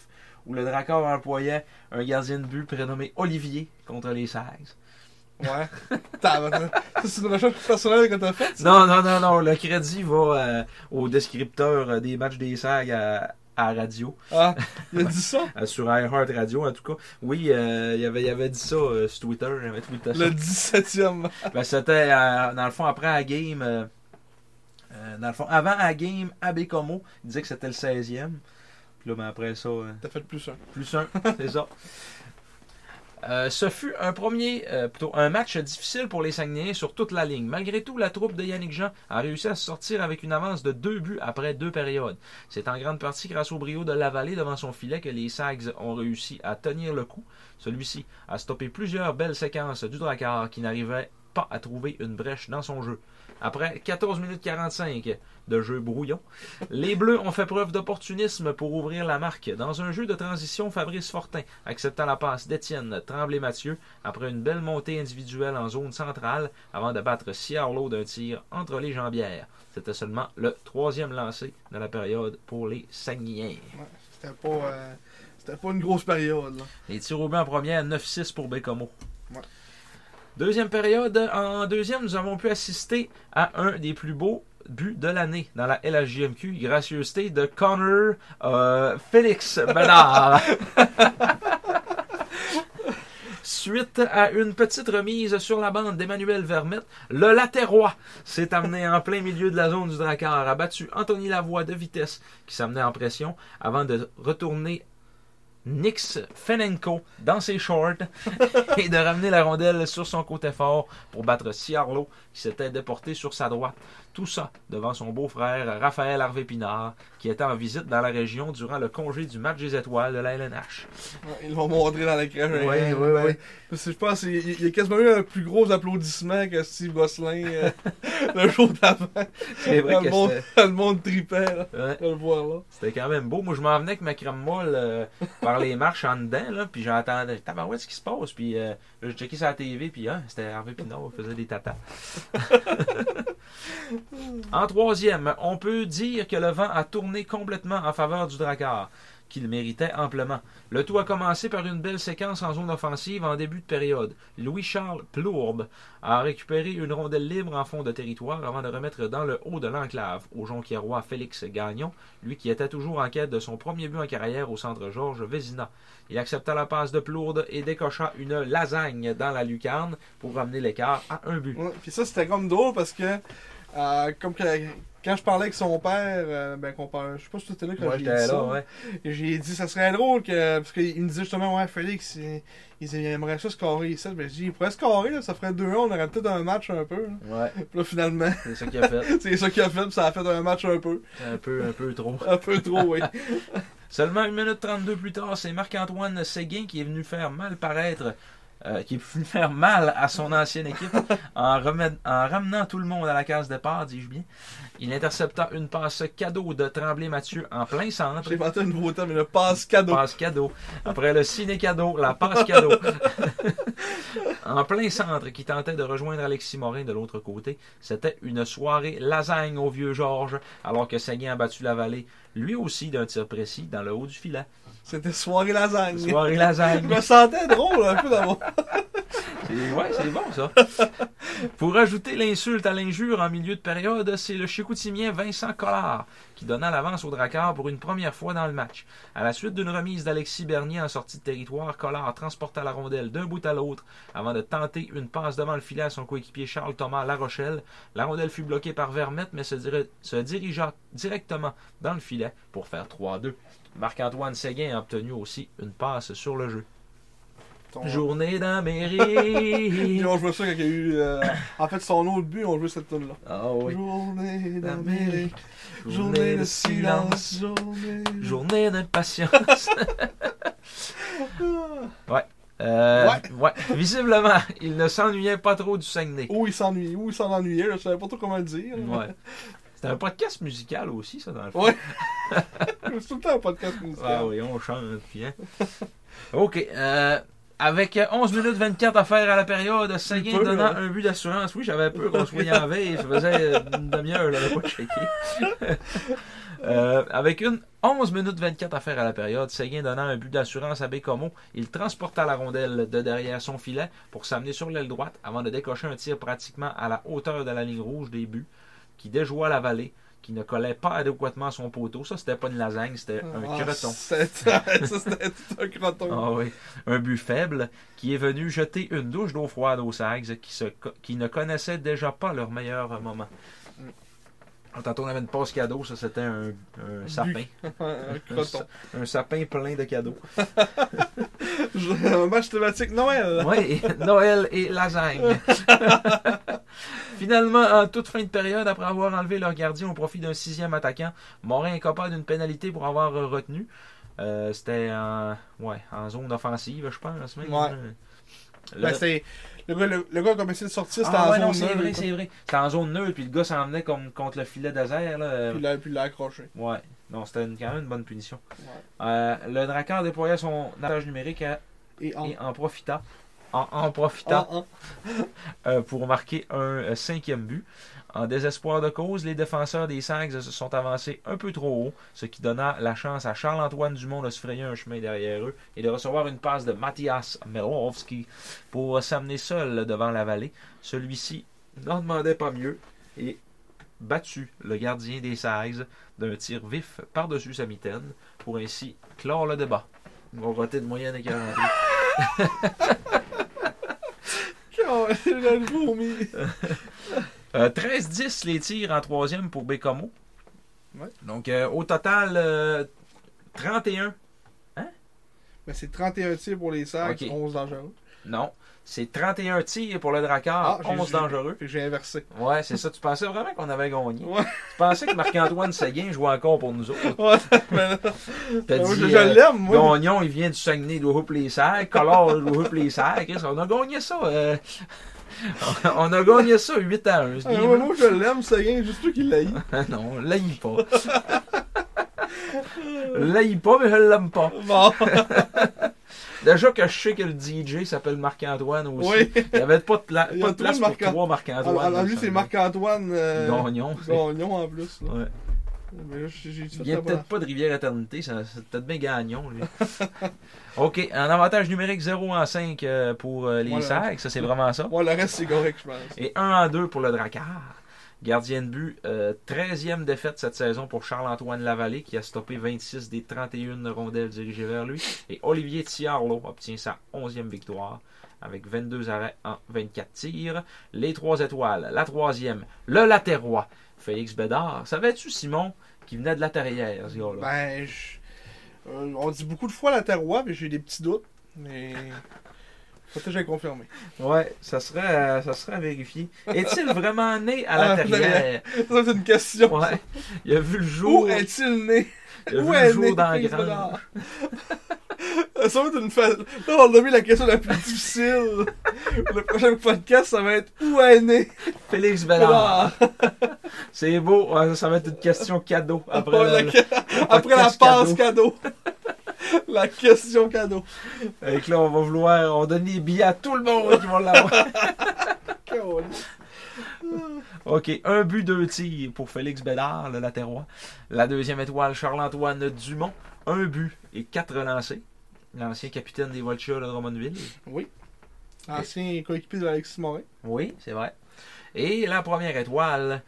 [SPEAKER 2] où le Dracard employait un gardien de but prénommé Olivier contre les Sags.
[SPEAKER 3] Ouais. T'as- Ça, c'est une recherche personnelle que t'as faite.
[SPEAKER 2] Non, non, non, non, le crédit va euh, au descripteur euh, des matchs des Sags à, à radio,
[SPEAKER 3] Ah, il a
[SPEAKER 2] <laughs>
[SPEAKER 3] dit ça.
[SPEAKER 2] à- Euh, sur iHeart Radio en tout cas. Oui, euh, il, avait, il avait dit ça euh, sur Twitter, il avait tweeté ça.
[SPEAKER 3] Le 17ème.
[SPEAKER 2] Ben, c'était, euh, dans le fond, après la game. euh, euh, dans le fond, avant la game, Abbé Como, il disait que c'était le 16e. Puis là, ben, après ça, euh, <laughs>
[SPEAKER 3] T'as fait plus un.
[SPEAKER 2] plus un, c'est ça. Euh, ce fut un premier, euh, plutôt un match difficile pour les Saguenayens sur toute la ligne. Malgré tout, la troupe de Yannick Jean a réussi à se sortir avec une avance de deux buts après deux périodes. C'est en grande partie grâce au brio de Lavallée devant son filet que les Sags ont réussi à tenir le coup. Celui-ci a stoppé plusieurs belles séquences du Drakkar qui n'arrivait pas à trouver une brèche dans son jeu. Après 14 minutes 45 de jeu brouillon, les Bleus ont fait preuve d'opportunisme pour ouvrir la marque. Dans un jeu de transition, Fabrice Fortin acceptant la passe d'Étienne Tremblay-Mathieu après une belle montée individuelle en zone centrale avant de battre Ciarlo d'un tir entre les jambières. C'était seulement le troisième lancé de la période pour les Saguenayens.
[SPEAKER 3] C'était pas, euh, c'était pas une grosse période. là.
[SPEAKER 2] Les tirs au but en première, 9-6 pour Bécomo.
[SPEAKER 3] Ouais.
[SPEAKER 2] Deuxième période, en deuxième, nous avons pu assister à un des plus beaux buts de l'année dans la LHJMQ, gracieuseté de Connor euh, Félix Benard. Suite à une petite remise sur la bande d'Emmanuel Vermette, le Latérois s'est amené en plein milieu de la zone du Drakkar, a battu Anthony Lavoie de vitesse qui s'amenait en pression avant de retourner Nix Fenenko dans ses shorts <laughs> et de ramener la rondelle sur son côté fort pour battre Ciarlo qui s'était déporté sur sa droite. Tout ça devant son beau-frère Raphaël Harvey Pinard qui était en visite dans la région durant le congé du match des étoiles de la LNH.
[SPEAKER 3] Ouais, Ils l'ont montré dans l'écran.
[SPEAKER 1] Ouais,
[SPEAKER 3] hein,
[SPEAKER 1] ouais, ouais.
[SPEAKER 3] Parce que je pense qu'il il y a quasiment eu un plus gros applaudissement que Steve Gosselin euh, <laughs> le jour d'avant.
[SPEAKER 2] C'est vrai que
[SPEAKER 3] le, monde,
[SPEAKER 2] c'était-
[SPEAKER 3] le monde tripait là,
[SPEAKER 2] Ouais,
[SPEAKER 3] <laughs> de le voir là.
[SPEAKER 2] c'était quand même beau. Moi, je m'en venais avec ma crème molle euh, par les marches en dedans, là, puis j'entendais « Tabarouette, ce qui se passe? » Puis euh, là, j'ai checké sur la TV, puis hein, c'était Harvey Pinard, il faisait des tatas. en troisième, on peut dire que le vent a tourné complètement en faveur du Drakkar, qu'il méritait amplement. Le tout a commencé par une belle séquence en zone offensive en début de période. Louis-Charles Plourbe a récupéré une rondelle libre en fond de territoire avant de remettre dans le haut de l'enclave au jonquiérois Félix Gagnon, lui qui était toujours en quête de son premier but en carrière au centre Georges Vézina. Il accepta la passe de Plourde et décocha une lasagne dans la lucarne pour ramener l'écart à un but.
[SPEAKER 3] Ouais, Puis ça, c'était comme drôle parce que, euh, comme que- quand je parlais avec son père, euh, ben, qu'on parlait, je sais pas si tu étais là quand
[SPEAKER 2] Moi,
[SPEAKER 3] j'ai dit
[SPEAKER 2] j'étais
[SPEAKER 3] ça.
[SPEAKER 2] là, ouais.
[SPEAKER 3] Et J'ai dit, ça serait drôle que. Parce qu'il me disait justement, ouais, Félix, il- ils aimeraient ça scorer ici. Ben, je dis, il pourrait scorer, là, ça ferait 2-1, on aurait peut-être un match un peu. <laughs> Là,
[SPEAKER 2] Ouais,
[SPEAKER 3] Puis là, finalement, <laughs>
[SPEAKER 2] c'est ça qu'il a fait.
[SPEAKER 3] c'est ça qu'il a fait, puis ça a fait un match un peu.
[SPEAKER 2] Un peu, un peu trop.
[SPEAKER 3] Un peu trop,
[SPEAKER 2] <laughs>
[SPEAKER 3] oui.
[SPEAKER 2] Seulement 1 minute 32 plus tard, c'est Marc-Antoine Séguin qui est venu faire mal paraître, euh, qui est venu <laughs> faire mal à son ancienne équipe en, remet- en ramenant tout le monde à la case départ, dis-je bien. Il intercepta une passe cadeau de Tremblay-Mathieu en plein centre.
[SPEAKER 3] J'ai inventé un nouveau terme, mais le passe cadeau.
[SPEAKER 2] Passe cadeau. Après le ciné cadeau, la passe cadeau. en plein centre, qui tentait de rejoindre Alexis Morin de l'autre côté, c'était une soirée lasagne au vieux Georges, alors que Séguin a battu la vallée, lui aussi d'un tir précis, dans le haut du filet.
[SPEAKER 3] C'était soirée lasagne.
[SPEAKER 2] Soirée
[SPEAKER 3] <laughs> Je
[SPEAKER 2] lasagne.
[SPEAKER 3] me sentais drôle un peu d'avoir.
[SPEAKER 2] C'est- Ouais, c'est bon ça. Pour ajouter l'insulte à l'injure en milieu de période, c'est le Chicoutimier Vincent Collard qui donna l'avance au Drakkar pour une première fois dans le match. À la suite d'une remise d'Alexis Bernier en sortie de territoire, Collard transporta la rondelle d'un bout à l'autre avant de tenter une passe devant le filet à son coéquipier Charles Thomas La Rochelle. La rondelle fut bloquée par Vermette mais se, diri- se dirigea directement dans le filet pour faire 3-2. Marc-Antoine Séguin a obtenu aussi une passe sur le jeu. Journée dans mes
[SPEAKER 3] Puis
[SPEAKER 2] rires.
[SPEAKER 3] on jouait ça quand il y a eu. euh, En fait, son autre but, on jouait cette tune là
[SPEAKER 2] Ah oui.
[SPEAKER 3] Journée d'Amérique,
[SPEAKER 2] D'Amérique,
[SPEAKER 3] journée de silence, journée.
[SPEAKER 2] Journée
[SPEAKER 3] <laughs>
[SPEAKER 2] d'impatience.
[SPEAKER 3] Ah!
[SPEAKER 2] Euh,
[SPEAKER 3] Ouais.
[SPEAKER 2] ouais. Visiblement, il ne s'ennuyait pas trop du Saguenay.
[SPEAKER 3] Où il s'ennuyait, où il s'en ennuyait, je savais pas trop comment le dire.
[SPEAKER 2] Ouais. C'était un podcast musical aussi, ça, dans le fond.
[SPEAKER 3] Ouais. <laughs> C'est tout le temps un podcast musical.
[SPEAKER 2] Ah oui, on chante, puis hein. <laughs> OK. euh, avec 11 minutes 24 à faire à la période, Seguin
[SPEAKER 3] peu,
[SPEAKER 2] donnant
[SPEAKER 3] hein.
[SPEAKER 2] un but d'assurance. Oui, j'avais peur qu'on se voyait en veille. Ça faisait euh, une demi-heure, je l'avais pas checké. <laughs> Euh, avec une 11 minutes 24 à faire à la période, Seguin donnant un but d'assurance à Bécomo, il transporta la rondelle de derrière son filet pour s'amener sur l'aile droite avant de décocher un tir pratiquement à la hauteur de la ligne rouge des buts qui déjoua la vallée, qui ne collait pas adéquatement à son poteau. Ça, c'était pas une lasagne, c'était un
[SPEAKER 3] Ah,
[SPEAKER 2] creton.
[SPEAKER 3] c'est- Ça, <laughs> c'était tout un croton.
[SPEAKER 2] Ah oui, un but faible qui est venu jeter une douche d'eau froide aux Sags qui, se, co- qui ne connaissaient déjà pas leur meilleur moment. Tantôt, on avait une passe cadeau, ça c'était un, un sapin.
[SPEAKER 3] un
[SPEAKER 2] Un,
[SPEAKER 3] croton.
[SPEAKER 2] sa- un sapin plein de cadeaux.
[SPEAKER 3] un match thématique euh, Noël.
[SPEAKER 2] Oui, Noël et <laughs> lasagne.
[SPEAKER 3] <laughs>
[SPEAKER 2] Finalement, en toute fin de période, après avoir enlevé leur gardien au profit d'un sixième attaquant, Morin est capable d'une pénalité pour avoir euh, retenu. Euh, C'était en, ouais, en zone offensive, je pense. Même. Euh,
[SPEAKER 3] Ouais.
[SPEAKER 2] Le-
[SPEAKER 3] Ben, c'est- le, gars, le, le gars qui a essayé de sortir, c'était
[SPEAKER 2] Ah
[SPEAKER 3] en
[SPEAKER 2] ouais, non,
[SPEAKER 3] zone
[SPEAKER 2] c'est
[SPEAKER 3] neutre,
[SPEAKER 2] vrai,
[SPEAKER 3] quoi.
[SPEAKER 2] c'est vrai. C'était en zone neutre, puis le gars s'en venait comme contre le filet désert. Là. Euh,
[SPEAKER 3] Puis il l'a- Puis il l'a accroché.
[SPEAKER 2] Ouais, non, c'était une- quand même une bonne punition.
[SPEAKER 3] Ouais.
[SPEAKER 2] Euh, le Drakkar déploya son avantage numérique à-
[SPEAKER 3] Et en.
[SPEAKER 2] et en profita. En, en profita.
[SPEAKER 3] en- <laughs> en-
[SPEAKER 2] euh, pour marquer un euh, cinquième but. En désespoir de cause, les défenseurs des Sags se sont avancés un peu trop haut, ce qui donna la chance à Charles-Antoine Dumont de se frayer un chemin derrière eux et de recevoir une passe de Matthias Melowski pour s'amener seul devant la vallée. Celui-ci n'en demandait pas mieux et battu le gardien des Sags d'un tir vif par-dessus sa mitaine pour ainsi clore le débat. Mon voté de moyenne et 40.
[SPEAKER 3] Ah J'ai
[SPEAKER 2] <laughs>
[SPEAKER 3] le vomi.
[SPEAKER 2] Euh, 13-10 les tirs en troisième pour Bécamo.
[SPEAKER 3] Ouais.
[SPEAKER 2] Donc euh, au total, euh, 31.
[SPEAKER 3] Mais Ben, c'est 31 tirs pour les sacs,
[SPEAKER 2] Ok.
[SPEAKER 3] 11 dangereux.
[SPEAKER 2] Non, c'est 31 tirs pour le Drakkar,
[SPEAKER 3] Ah, j'ai-
[SPEAKER 2] 11
[SPEAKER 3] j'ai-
[SPEAKER 2] dangereux.
[SPEAKER 3] Fait que J'ai inversé. <laughs>
[SPEAKER 2] Ouais, c'est ça. Tu pensais vraiment qu'on avait gagné.
[SPEAKER 3] Ouais.
[SPEAKER 2] Tu pensais que Marc-Antoine Seguin jouait encore pour nous autres. <laughs>
[SPEAKER 3] Ouais, mais là,
[SPEAKER 2] T'as
[SPEAKER 3] moi,
[SPEAKER 2] dit,
[SPEAKER 3] je je
[SPEAKER 2] euh,
[SPEAKER 3] l'aime, moi.
[SPEAKER 2] Gagnon, il vient du Saguenay, il doit les sacs. Collard, il doit les sacs. Chris, On a gagné ça. euh, on a gagné ça 8 à 1. ce
[SPEAKER 3] Ah,
[SPEAKER 2] game-là.
[SPEAKER 3] ouais, moi, je l'aime, ce gars, juste toi qui l'as
[SPEAKER 2] <laughs> non, on l'aime pas. L'aime pas, mais je l'aime pas.
[SPEAKER 3] <laughs> Bon,
[SPEAKER 2] Déjà que je sais que le DJ s'appelle Marc-Antoine aussi.
[SPEAKER 3] oui.
[SPEAKER 2] Il n'y avait pas de, pla-
[SPEAKER 3] Il y
[SPEAKER 2] pas
[SPEAKER 3] a
[SPEAKER 2] de place
[SPEAKER 3] trois
[SPEAKER 2] pour
[SPEAKER 3] Marc-
[SPEAKER 2] trois
[SPEAKER 3] Alors,
[SPEAKER 2] Marc-Antoine.
[SPEAKER 3] alors,
[SPEAKER 2] là,
[SPEAKER 3] Ah, lui,
[SPEAKER 2] ça
[SPEAKER 3] c'est
[SPEAKER 2] me-
[SPEAKER 3] Marc-Antoine euh,
[SPEAKER 2] Gagnon. c'est-
[SPEAKER 3] Gagnon en plus. là.
[SPEAKER 2] Ouais.
[SPEAKER 3] Mais là, j'ai j'ai
[SPEAKER 2] Il
[SPEAKER 3] fait
[SPEAKER 2] n'y a
[SPEAKER 3] la
[SPEAKER 2] peut-être
[SPEAKER 3] première.
[SPEAKER 2] pas de Rivière-Éternité, ça- c'est peut-être bien Gagnon,
[SPEAKER 3] <laughs>
[SPEAKER 2] lui. OK, un avantage numérique 0 en 5 euh, pour euh, les
[SPEAKER 3] Voilà.
[SPEAKER 2] sacs, ça c'est vraiment ça.
[SPEAKER 3] Ouais, le reste, c'est correct, je pense.
[SPEAKER 2] Et 1 en 2 pour le Drakkar. Gardien de but, euh, 13e défaite cette saison pour Charles-Antoine Lavallée qui a stoppé 26 des 31 rondelles dirigées vers lui. Et Olivier Thiarlo obtient sa 11e victoire avec 22 arrêts en 24 tirs. Les trois étoiles, la troisième, le latérois, Félix Bédard. Savais-tu, Simon, qui venait de la terrière, ce gars-là?
[SPEAKER 3] Ben, je- euh, on dit beaucoup de fois la Terroir, mais j'ai des petits doutes. Mais. Peut-être que j'ai confirmé.
[SPEAKER 2] Ben, Ouais, ça serait, euh, ça serait à vérifier. <laughs> Est-il vraiment né à la
[SPEAKER 3] Ah,
[SPEAKER 2] terrière?
[SPEAKER 3] <laughs> Ça, c'est une
[SPEAKER 2] <laughs>
[SPEAKER 3] question.
[SPEAKER 2] Ouais. Il a vu le jour,
[SPEAKER 3] Où est-il né?
[SPEAKER 2] il a vu
[SPEAKER 3] Où
[SPEAKER 2] le
[SPEAKER 3] est né
[SPEAKER 2] jour dans la
[SPEAKER 3] Félix
[SPEAKER 2] grange.
[SPEAKER 3] Bédard? <laughs> Ça va être une fa- Là, on a mis la question la plus difficile. Le prochain podcast, ça va être Où est né?
[SPEAKER 2] Félix Bellard.
[SPEAKER 3] Bédard?
[SPEAKER 2] C'est beau, Ouais, ça va être une question cadeau après,
[SPEAKER 3] Ouais, la-
[SPEAKER 2] le- <laughs>
[SPEAKER 3] Après la
[SPEAKER 2] podcast
[SPEAKER 3] passe cadeau. <laughs> la question cadeau.
[SPEAKER 2] Avec là, on va vouloir, on donne les billets à tout le monde qui vont l'avoir. <laughs> ok, un but, deux tirs pour Félix Bédard, le latérois. La deuxième étoile, Charles-Antoine Dumont. Un but et quatre lancés. L'ancien capitaine des Volchers de Drummondville.
[SPEAKER 3] Ancien coéquipier de Alexis Morin.
[SPEAKER 2] Oui, c'est vrai. Et la première étoile,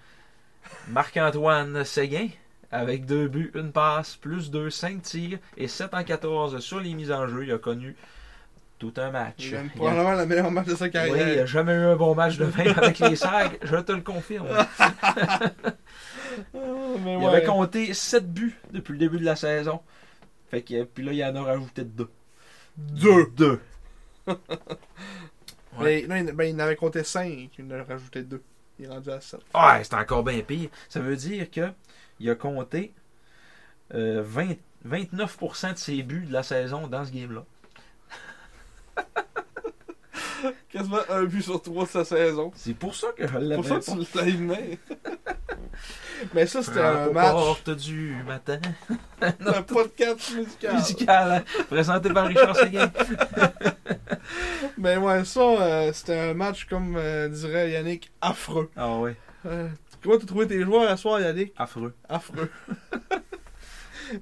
[SPEAKER 2] Marc-Antoine Séguin, avec deux buts, une passe, plus deux, cinq tirs et 7 en 14 sur les mises en jeu. Il a connu tout un match.
[SPEAKER 3] Il aime
[SPEAKER 2] Il a-
[SPEAKER 3] probablement le meilleur match de sa
[SPEAKER 2] Oui, il
[SPEAKER 3] carrière.
[SPEAKER 2] n'a jamais eu un bon match de même avec les Sags, je te le confirme.
[SPEAKER 3] Ah, mais
[SPEAKER 2] euh, Il
[SPEAKER 3] ouais.
[SPEAKER 2] avait compté 7 buts depuis le début de la saison. Fait que, puis là, il en a rajouté 2.
[SPEAKER 3] Deux.
[SPEAKER 2] 2.
[SPEAKER 3] Mais, non, il, ben, il en avait compté 5, il en a rajouté 2. Il est rendu à 7.
[SPEAKER 2] Ouais, Ah, c'est encore bien pire. Ça veut dire que il a compté euh, 20 29% de ses buts de la saison dans ce game-là.
[SPEAKER 3] Quasiment un but sur 3 de sa saison.
[SPEAKER 2] C'est pour ça que je
[SPEAKER 3] C'est
[SPEAKER 2] l'avais
[SPEAKER 3] pour ça que tu l'as aimé. <laughs> Mais ça, c'était
[SPEAKER 2] Frappe
[SPEAKER 3] un
[SPEAKER 2] aux
[SPEAKER 3] match.
[SPEAKER 2] portes du matin. <laughs>
[SPEAKER 3] Un podcast musical.
[SPEAKER 2] Musical, hein, présenté par Richard Seguin.
[SPEAKER 3] Mais ouais, ça, euh, c'était un match, comme euh, dirait Yannick, affreux.
[SPEAKER 2] Ah ouais,
[SPEAKER 3] Euh, comment t'as trouvé tes joueurs à soir, Yannick
[SPEAKER 2] affreux.
[SPEAKER 3] Affreux. <laughs>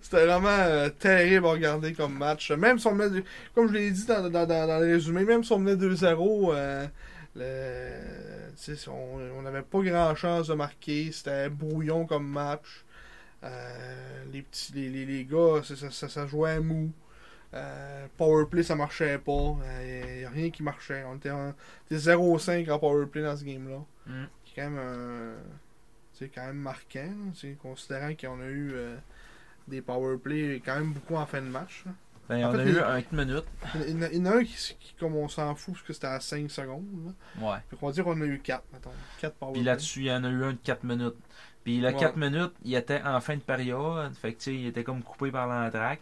[SPEAKER 3] C'était vraiment euh, terrible à regarder comme match. Même si on menait, deux- comme je l'ai dit dans, dans, dans, dans le résumé, même si on menait 2-0, euh, le- tu sais, on on n'avait pas grand chance de marquer. C'était brouillon comme match. Euh, les, petits, les, les, les gars, ça, ça, ça- ça jouait à mou. Euh, powerplay, ça marchait pas. Il n'y a rien qui marchait. On était, en- on était 0-5 en powerplay dans ce game-là.
[SPEAKER 2] Mm.
[SPEAKER 3] C'est quand même un- c'est euh, C'est quand même marquant, là, tu sais, considérant qu'on a eu euh, des power play quand même beaucoup en fin de match. là.
[SPEAKER 2] Ben,
[SPEAKER 3] En
[SPEAKER 2] on
[SPEAKER 3] fait,
[SPEAKER 2] a
[SPEAKER 3] les-
[SPEAKER 2] eu un 8 minutes.
[SPEAKER 3] Il y en a- il y en a un qui, s- qui, comme on s'en fout parce que c'était à 5 secondes. Là.
[SPEAKER 2] Ouais.
[SPEAKER 3] Fait qu'on va dire qu'on a eu 4, mettons. 4 power
[SPEAKER 2] Puis là-dessus, il y en a eu un de 4 minutes. Puis le
[SPEAKER 3] Ouais.
[SPEAKER 2] 4 minutes, il était en fin de période. Fait que, tu sais, il était comme coupé par l'entraque.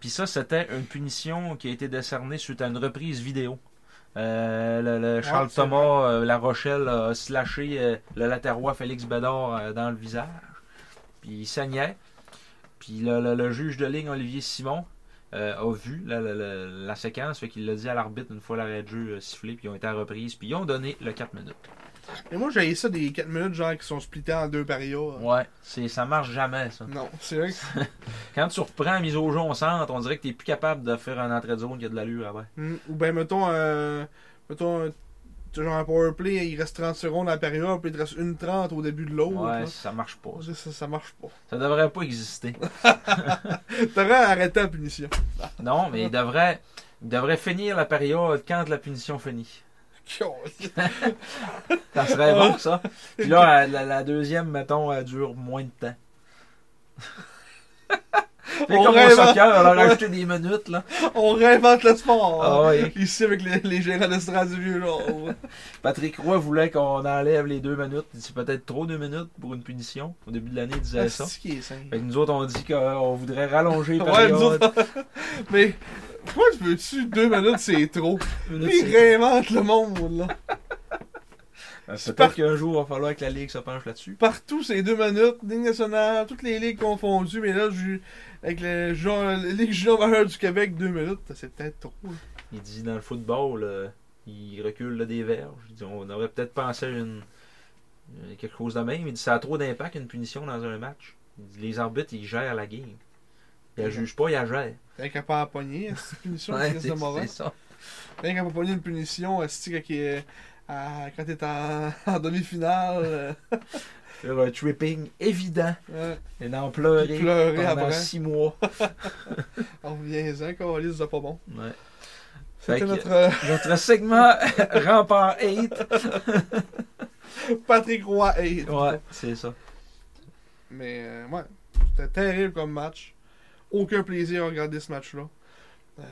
[SPEAKER 2] Puis ça, c'était une punition qui a été décernée suite à une reprise vidéo. Euh, le, le Charles
[SPEAKER 3] c'est
[SPEAKER 2] Thomas euh, La Rochelle a slashé euh, le latérois Félix Bédard euh, dans le visage. Puis il saignait. Puis le, le- le juge de ligne, Olivier Simon, euh, a vu la, la- la- la séquence. Fait qu'il l'a dit à l'arbitre une fois l'arrêt de jeu euh, sifflé. Puis ils ont été à la reprise. Puis ils ont donné le 4 minutes.
[SPEAKER 3] Mais moi, j'ai ça des 4 minutes, genre, qui sont splittés en deux périodes.
[SPEAKER 2] Ouais, c'est ça marche jamais ça.
[SPEAKER 3] Non, c'est vrai que c'est-
[SPEAKER 2] Quand tu reprends la mise au jeu au centre, on dirait que t'es plus capable de faire un entrée de zone qui a de l'allure avant.
[SPEAKER 3] Hmm. Ou ben, mettons, euh, mettons, un- tu sais, genre un power play, il reste 30 secondes à la période, puis il te reste une 30 au début de l'autre.
[SPEAKER 2] Ouais,
[SPEAKER 3] là.
[SPEAKER 2] ça marche pas. ça.
[SPEAKER 3] Ça, ça, ça marche pas. <laughs>
[SPEAKER 2] Ça devrait pas exister.
[SPEAKER 3] T'aurais arrêté la punition. <laughs>
[SPEAKER 2] Non, mais il devrait, il devrait finir la période quand la punition finit. Ça serait bon ça. Puis
[SPEAKER 3] <laughs>
[SPEAKER 2] là, euh, la, la deuxième, mettons, elle dure moins de temps. Fait
[SPEAKER 3] On
[SPEAKER 2] comme au
[SPEAKER 3] rêve, hein?
[SPEAKER 2] soccer, on leur a
[SPEAKER 3] Ouais.
[SPEAKER 2] ajouté des minutes là.
[SPEAKER 3] On réinvente le sport.
[SPEAKER 2] Ah oui.
[SPEAKER 3] Ici, avec les, les gérants d'estrade du vieux genre.
[SPEAKER 2] Patrick Roy voulait qu'on enlève les deux minutes. Il dit, C'est peut-être trop deux minutes pour une punition. Au début de l'année, il disait ça.
[SPEAKER 3] C'est ce qui est simple.
[SPEAKER 2] Fait que Ben, nous autres, on dit qu'on voudrait rallonger les
[SPEAKER 3] Ouais,
[SPEAKER 2] périodes.
[SPEAKER 3] nous autres. Mais pourquoi tu veux-tu deux minutes, c'est trop?
[SPEAKER 2] Minutes,
[SPEAKER 3] Lui,
[SPEAKER 2] c'est-
[SPEAKER 3] il réinvente le monde, là.
[SPEAKER 2] Ben, Peut-être qu'un jour, il va falloir que la Ligue se penche là-dessus.
[SPEAKER 3] Partout, c'est deux minutes, Ligue nationale, toutes les ligues confondues, mais là, ju- avec le genre, Ligue junior majeure du Québec, deux minutes, c'est peut-être trop. là.
[SPEAKER 2] Il dit dans le football, euh, il recule là, des verges. Il dit, on aurait peut-être pensé à une... euh, quelque chose de même. Il dit ça a trop d'impact une punition dans un match. Il dit, les arbitres, ils gèrent la game. Ils la jugent pas, ils la gèrent.
[SPEAKER 3] T'es capable à pogner, hein, c'est une punition,
[SPEAKER 2] Ouais,
[SPEAKER 3] c'est de mauvais.
[SPEAKER 2] ça.
[SPEAKER 3] Rien qu'à pas pogner une punition, est-ce que qui est- euh, à- quand t'es en, <laughs> en demi-finale, euh,
[SPEAKER 2] Faire un tripping évident
[SPEAKER 3] euh,
[SPEAKER 2] et d'en pleurer,
[SPEAKER 3] pleurer
[SPEAKER 2] pendant
[SPEAKER 3] après.
[SPEAKER 2] six mois.
[SPEAKER 3] on revient-en, qu'on lise de pas bon.
[SPEAKER 2] Ouais. Fait
[SPEAKER 3] C'était
[SPEAKER 2] que-
[SPEAKER 3] notre euh, <laughs>
[SPEAKER 2] Notre segment <laughs> Rempart 8.
[SPEAKER 3] Patrick Roy Aid.
[SPEAKER 2] Ouais, c'est ça.
[SPEAKER 3] Mais euh, ouais, c'était terrible comme match. Aucun plaisir à regarder ce match-là. Euh,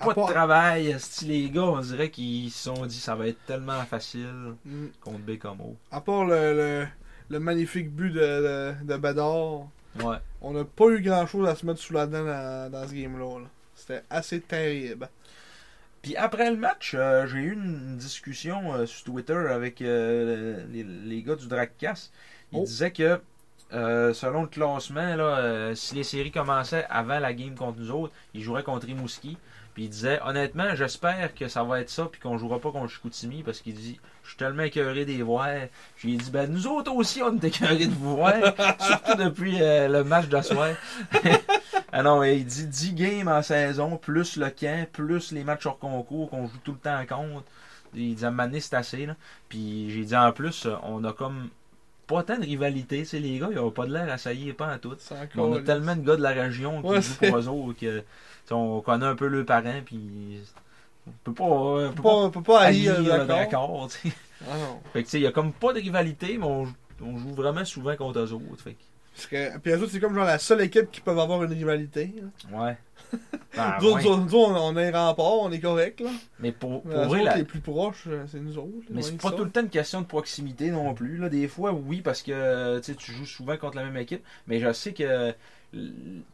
[SPEAKER 3] à
[SPEAKER 2] Pas de
[SPEAKER 3] part-
[SPEAKER 2] travail, esti, les gars, on dirait qu'ils se sont dit ça va être tellement facile
[SPEAKER 3] Mm.
[SPEAKER 2] contre Bécamo.
[SPEAKER 3] À part le, le, le magnifique but de, de, de Bédard,
[SPEAKER 2] Ouais.
[SPEAKER 3] on n'a pas eu grand-chose à se mettre sous la dent dans, dans ce game-là. là. C'était assez terrible.
[SPEAKER 2] Puis après le match, euh, j'ai eu une discussion euh, sur Twitter avec euh, les, les gars du Dragcast. Ils
[SPEAKER 3] Oh.
[SPEAKER 2] disaient que euh, selon le classement, là, euh, si les séries commençaient avant la game contre nous autres, ils joueraient contre Rimouski. Puis ils disaient honnêtement, j'espère que ça va être ça, puis qu'on jouera pas contre Chicoutimi, parce qu'il dit je suis tellement écœuré des voir. Puis il dit ben nous autres aussi on est écœurés de vous voir, surtout depuis euh, le match de soir. <laughs> Ah non, il dit 10 games en saison, plus le camp, plus les matchs hors concours qu'on joue tout le temps contre. Il dit à un moment donné, c'est assez. Là. Puis j'ai dit en plus, euh, on a comme pas tant de rivalité. tu sais, les gars, ils ont pas de l'air assaillis, pas en tout.
[SPEAKER 3] C'est
[SPEAKER 2] Mais on
[SPEAKER 3] encore.
[SPEAKER 2] a tellement de gars de la région qui
[SPEAKER 3] Ouais,
[SPEAKER 2] jouent
[SPEAKER 3] c'est-
[SPEAKER 2] pour eux autres que tu sais, on connaît un peu leurs parents. Puis on peut pas, on peut
[SPEAKER 3] On
[SPEAKER 2] pas
[SPEAKER 3] peut pas, on peut pas haïr,
[SPEAKER 2] haïr le
[SPEAKER 3] d'accord.
[SPEAKER 2] Dracor, tu sais.
[SPEAKER 3] Ah non.
[SPEAKER 2] Fait que tu sais, il y a comme pas de rivalité, mais on, on joue vraiment souvent contre eux autres. Fait que,
[SPEAKER 3] Parce que, puis eux autres, c'est comme genre la seule équipe qui peut avoir une rivalité. là. <laughs>
[SPEAKER 2] ouais. Ben,
[SPEAKER 3] nous, autres,
[SPEAKER 2] ouais.
[SPEAKER 3] nous autres, nous autres, on, on est rempart, on est correct. Là.
[SPEAKER 2] Mais pour, pour
[SPEAKER 3] Mais eux
[SPEAKER 2] vrai,
[SPEAKER 3] autres,
[SPEAKER 2] la-
[SPEAKER 3] Euh, les plus proches, euh, c'est nous autres. là,
[SPEAKER 2] Mais c'est
[SPEAKER 3] rien
[SPEAKER 2] pas
[SPEAKER 3] que
[SPEAKER 2] tout
[SPEAKER 3] ça.
[SPEAKER 2] le temps une question de proximité non plus. Là, des fois, oui, parce que euh, tu sais, tu joues souvent contre la même équipe, mais je sais que euh, tu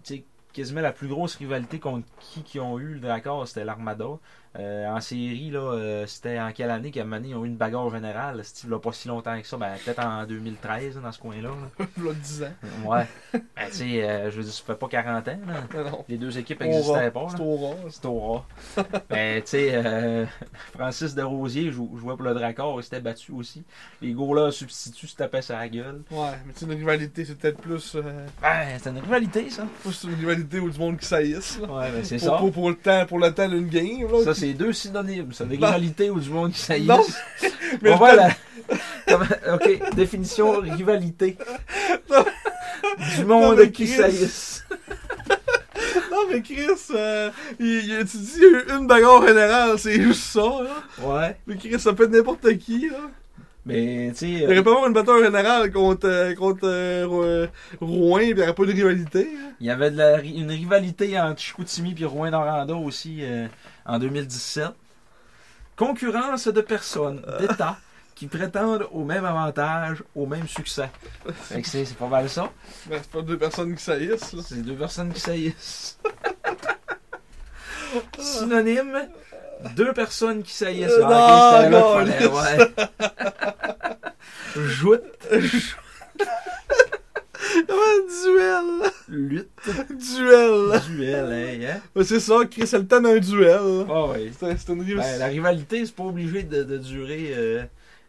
[SPEAKER 2] sais, quasiment la plus grosse rivalité contre qui qui ont eu le Dracor, c'était l'Armada. Euh, en série, là, euh, c'était en quelle année qu'à un moment donné, ils ont eu une bagarre générale. Steve l'a pas si longtemps que ça, ben, peut-être en 2013 là, dans ce coin-là. là.
[SPEAKER 3] V'là 10 ans.
[SPEAKER 2] Ouais. ben, tu sais, euh, je veux dire, ça fait pas 40 ans. là.
[SPEAKER 3] Ah <laughs> non.
[SPEAKER 2] Les deux équipes
[SPEAKER 3] Trop
[SPEAKER 2] n'existaient
[SPEAKER 3] rare.
[SPEAKER 2] pas. là.
[SPEAKER 3] C'est trop rare.
[SPEAKER 2] C'est au
[SPEAKER 3] <laughs>
[SPEAKER 2] rare. Mais tu sais, euh, Francis Desrosiers jou- jouait pour le Dracor, il s'était battu aussi. Les gars-là, substituts, se tapaient sa gueule.
[SPEAKER 3] Ouais, mais tu sais, une rivalité, c'est peut-être plus, euh,
[SPEAKER 2] Ben, c'est une rivalité, ça.
[SPEAKER 3] plus une rivalité où du monde qui saillisse. là.
[SPEAKER 2] Ouais, mais c'est
[SPEAKER 3] Pour,
[SPEAKER 2] ça.
[SPEAKER 3] pour, pour le temps, pour le temps d'une game. Là.
[SPEAKER 2] Ça, c'est deux synonymes, ça. Des
[SPEAKER 3] Non.
[SPEAKER 2] rivalités ou du monde qui saillisse. <laughs>
[SPEAKER 3] Non, mais
[SPEAKER 2] On
[SPEAKER 3] le
[SPEAKER 2] voit
[SPEAKER 3] temps-
[SPEAKER 2] la... <laughs> Comment- OK, définition rivalité. du monde
[SPEAKER 3] mais
[SPEAKER 2] qui
[SPEAKER 3] Chris.
[SPEAKER 2] saillisse.
[SPEAKER 3] Non, mais Chris, euh, il, il- tu dis il y a eu une bagarre générale, c'est juste ça. Là.
[SPEAKER 2] Ouais.
[SPEAKER 3] Mais Chris, ça peut être n'importe qui. Là.
[SPEAKER 2] Mais, tu sais.
[SPEAKER 3] Il n'y aurait pas avoir une bataille générale contre, euh, contre euh, Ro- euh, Rouen, puis il n'y aurait pas de rivalité. hein.
[SPEAKER 2] Il y avait de la ri- une rivalité entre Chicoutimi et rouen noranda aussi euh, en 2017. Concurrence de personnes, d'États, qui prétendent au même avantage, au même succès. Fait que c'est c'est pas mal ça.
[SPEAKER 3] Ben, c'est pas deux personnes qui saillissent. là.
[SPEAKER 2] C'est deux personnes qui <laughs> saillissent. Synonyme, deux personnes qui saillissent.
[SPEAKER 3] Euh,
[SPEAKER 2] Ah, ok, c'était
[SPEAKER 3] non, non,
[SPEAKER 2] là qu'il fallait, ouais. <laughs> Joute,
[SPEAKER 3] Ouais,
[SPEAKER 2] lutte,
[SPEAKER 3] duel! <laughs> Duel!
[SPEAKER 2] duel, hey, hein.
[SPEAKER 3] Ben, c'est ça, Chris, c'est le temps d'un duel.
[SPEAKER 2] Ah ouais.
[SPEAKER 3] C'est c'est une
[SPEAKER 2] Ben,
[SPEAKER 3] rivalité.
[SPEAKER 2] la rivalité, c'est pas obligé de, de durer euh,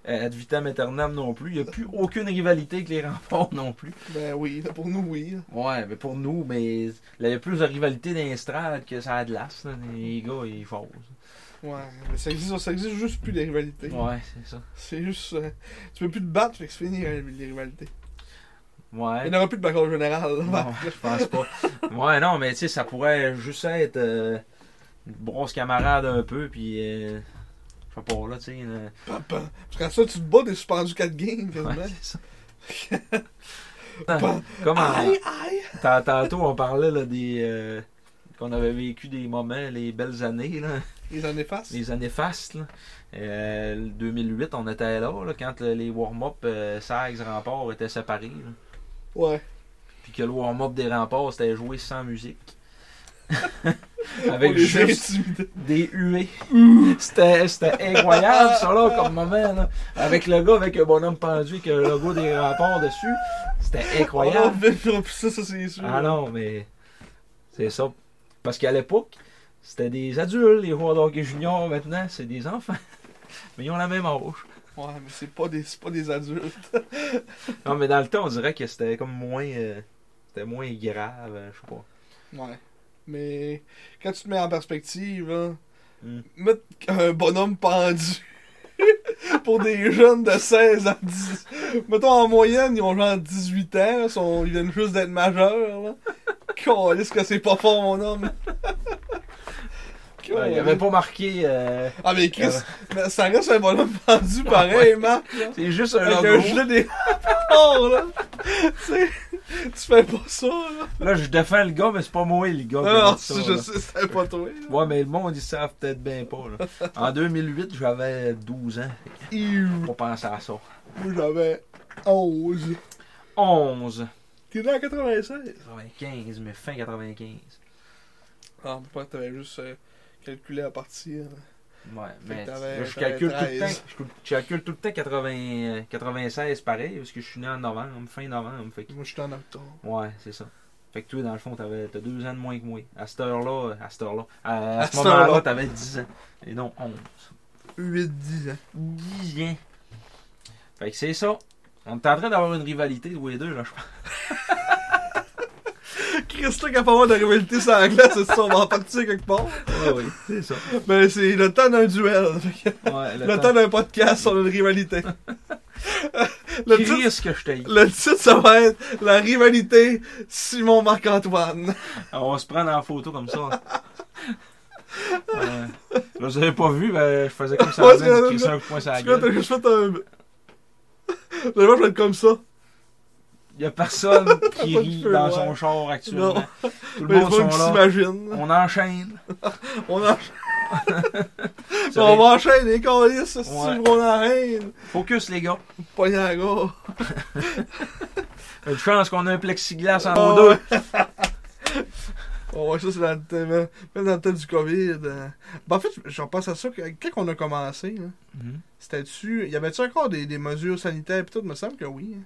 [SPEAKER 2] ad vitam aeternam non plus. Il n'y a plus aucune rivalité avec les <laughs> remports non plus.
[SPEAKER 3] Ben oui, là, pour nous, oui.
[SPEAKER 2] Ouais, mais pour nous, mais là, il y a plus de rivalité dans les strades que ça a de l'as. là. Les gars, ils font.
[SPEAKER 3] Ouais, mais ça existe, ça existe juste plus les rivalités.
[SPEAKER 2] Ouais, c'est ça.
[SPEAKER 3] C'est juste. euh, tu peux plus te battre, fait que c'est fini les les rivalités.
[SPEAKER 2] Ouais.
[SPEAKER 3] Il n'y aura plus de bataille générale. là.
[SPEAKER 2] Non, je pense pas. Ouais, non, mais tu sais, ça pourrait juste être euh, une brosse camarade un peu, puis. euh, je sais pas, là, tu sais. une-
[SPEAKER 3] Papa. Parce qu'à ça, tu te bats, t'es suspendu 4 games, quasiment.
[SPEAKER 2] Ouais, c'est ça. Comme en-
[SPEAKER 3] Aïe, aïe!
[SPEAKER 2] Tant- Tantôt, on parlait là, des. euh, qu'on avait vécu des moments, les belles années, là,
[SPEAKER 3] Ils en effacent.
[SPEAKER 2] les années fastes. Là. Euh, le 2008, on était là, là, quand le- les warm-up euh, Sags remports étaient séparés. là.
[SPEAKER 3] Ouais.
[SPEAKER 2] Puis que le warm-up des remports, c'était joué sans musique.
[SPEAKER 3] Pour
[SPEAKER 2] Avec
[SPEAKER 3] les
[SPEAKER 2] juste
[SPEAKER 3] intimider.
[SPEAKER 2] des huées.
[SPEAKER 3] Mm.
[SPEAKER 2] C'était c'était incroyable, ça, là, comme moment. là. Avec le gars avec un bonhomme pendu avec le logo des remports dessus. C'était
[SPEAKER 3] On en
[SPEAKER 2] incroyable.
[SPEAKER 3] verra plus ça, ça c'est sûr.
[SPEAKER 2] Ah non, mais c'est ça. Parce qu'à l'époque, c'était des adultes, les joueurs d'hockey junior. Maintenant, c'est des enfants. Mais ils ont la même âge.
[SPEAKER 3] Ouais, mais c'est pas des, c'est pas des adultes.
[SPEAKER 2] Non, mais dans le temps, on dirait que c'était comme moins... euh, c'était moins grave, euh, je sais pas.
[SPEAKER 3] Ouais. Mais quand tu te mets en perspective, là,
[SPEAKER 2] Mm.
[SPEAKER 3] mettre un bonhomme pendu <laughs> pour des jeunes de 16 à 10. Mettons en moyenne, ils ont genre 18 ans, là, sont- ils viennent juste d'être majeurs. Là. Calisse que c'est pas fort, mon homme. Oh,
[SPEAKER 2] Ouais, il avait pas marqué...
[SPEAKER 3] <laughs>
[SPEAKER 2] euh,
[SPEAKER 3] Ah, mais Chris, mais ça reste un bonhomme pendu pareil, Marc. là.
[SPEAKER 2] c'est juste un
[SPEAKER 3] Avec un
[SPEAKER 2] logo.
[SPEAKER 3] gilet des Oh, là. tu sais, tu fais pas ça, là.
[SPEAKER 2] Là, je défends le gars, mais c'est pas moi le gars. qui a
[SPEAKER 3] Non, non,
[SPEAKER 2] dit ça,
[SPEAKER 3] je
[SPEAKER 2] là.
[SPEAKER 3] sais, Ah, c'est pas toi. là.
[SPEAKER 2] Ouais, mais le monde, ils savent peut-être bien pas. là. En 2008, j'avais 12 ans.
[SPEAKER 3] Iou.
[SPEAKER 2] Pas penser à ça.
[SPEAKER 3] Moi, j'avais 11.
[SPEAKER 2] 11.
[SPEAKER 3] T'es né en 96?
[SPEAKER 2] 95, mais fin 95.
[SPEAKER 3] Ah, mon père, t'avais juste euh, calculé hein. à partir.
[SPEAKER 2] Ouais,
[SPEAKER 3] Fait
[SPEAKER 2] mais
[SPEAKER 3] que t'avais-
[SPEAKER 2] là, je
[SPEAKER 3] t'avais
[SPEAKER 2] calcule, tout le
[SPEAKER 3] 13.
[SPEAKER 2] temps, je, je calcule tout le temps 80, euh, 96 pareil, parce que je suis né en novembre, fin novembre. Fait que-
[SPEAKER 3] Moi, j'étais en octobre.
[SPEAKER 2] ouais, c'est ça. Fait que toi, dans le fond, t'avais- t'as deux ans de moins que moi. À cette heure-là, euh, à cette heure-là, à, à
[SPEAKER 3] À
[SPEAKER 2] ce
[SPEAKER 3] cette
[SPEAKER 2] moment-là,
[SPEAKER 3] heure-là.
[SPEAKER 2] t'avais 10 ans. Et non, 11.
[SPEAKER 3] 8-10 <laughs> ans.
[SPEAKER 2] 10 ans. Fait que c'est ça. On est en train d'avoir une rivalité, tous les deux, là, je pense.
[SPEAKER 3] Christophe, qu'à pas avoir de rivalité sur la glace, c'est ça, on va en partir quelque part.
[SPEAKER 2] oui, <laughs> c'est ça.
[SPEAKER 3] Ben, c'est le temps d'un duel. Fait que
[SPEAKER 2] Ouais,
[SPEAKER 3] Le, temps d'un podcast, on a une rivalité.
[SPEAKER 2] <laughs>
[SPEAKER 3] le,
[SPEAKER 2] Qui
[SPEAKER 3] titre,
[SPEAKER 2] risque que je
[SPEAKER 3] <laughs>
[SPEAKER 2] t'aille.
[SPEAKER 3] le titre, ça va être La rivalité Simon-Marc-Antoine.
[SPEAKER 2] On va se prendre en photo comme ça.
[SPEAKER 3] <laughs>
[SPEAKER 2] Ouais. Là, vous avez pas vu, ben, je faisais comme ça.
[SPEAKER 3] Ouais,
[SPEAKER 2] en disant
[SPEAKER 3] c'est-
[SPEAKER 2] de crisser un coup de poing
[SPEAKER 3] <laughs>
[SPEAKER 2] sur la
[SPEAKER 3] Tu vois, t'as
[SPEAKER 2] gueule.
[SPEAKER 3] juste fait un. <laughs> Vraiment, je vais être comme ça.
[SPEAKER 2] Il y a
[SPEAKER 3] <laughs>
[SPEAKER 2] personne qui
[SPEAKER 3] Pas de
[SPEAKER 2] rit
[SPEAKER 3] feu,
[SPEAKER 2] dans
[SPEAKER 3] ouais.
[SPEAKER 2] son char actuellement.
[SPEAKER 3] Non.
[SPEAKER 2] Tout le
[SPEAKER 3] Mais
[SPEAKER 2] monde
[SPEAKER 3] c'est pas que
[SPEAKER 2] sont là.
[SPEAKER 3] s'imagine.
[SPEAKER 2] On enchaîne.
[SPEAKER 3] On en
[SPEAKER 2] Ça va
[SPEAKER 3] On va enchaîner, câlisse, si
[SPEAKER 2] Ouais.
[SPEAKER 3] on enchaîne.
[SPEAKER 2] être- Focus, les gars.
[SPEAKER 3] Pognan, gars.
[SPEAKER 2] Une chance qu'on a un plexiglas en
[SPEAKER 3] Ah
[SPEAKER 2] haut
[SPEAKER 3] ouais.
[SPEAKER 2] deux.
[SPEAKER 3] On va ça, c'est dans le temps, même même dans le temps du COVID. euh. Ben, en fait, j'en pense à ça, que- quand on a commencé, là,
[SPEAKER 2] Mhm.
[SPEAKER 3] c'était-tu, y avait-tu encore des, des mesures sanitaires et tout? Il me semble que oui. hein.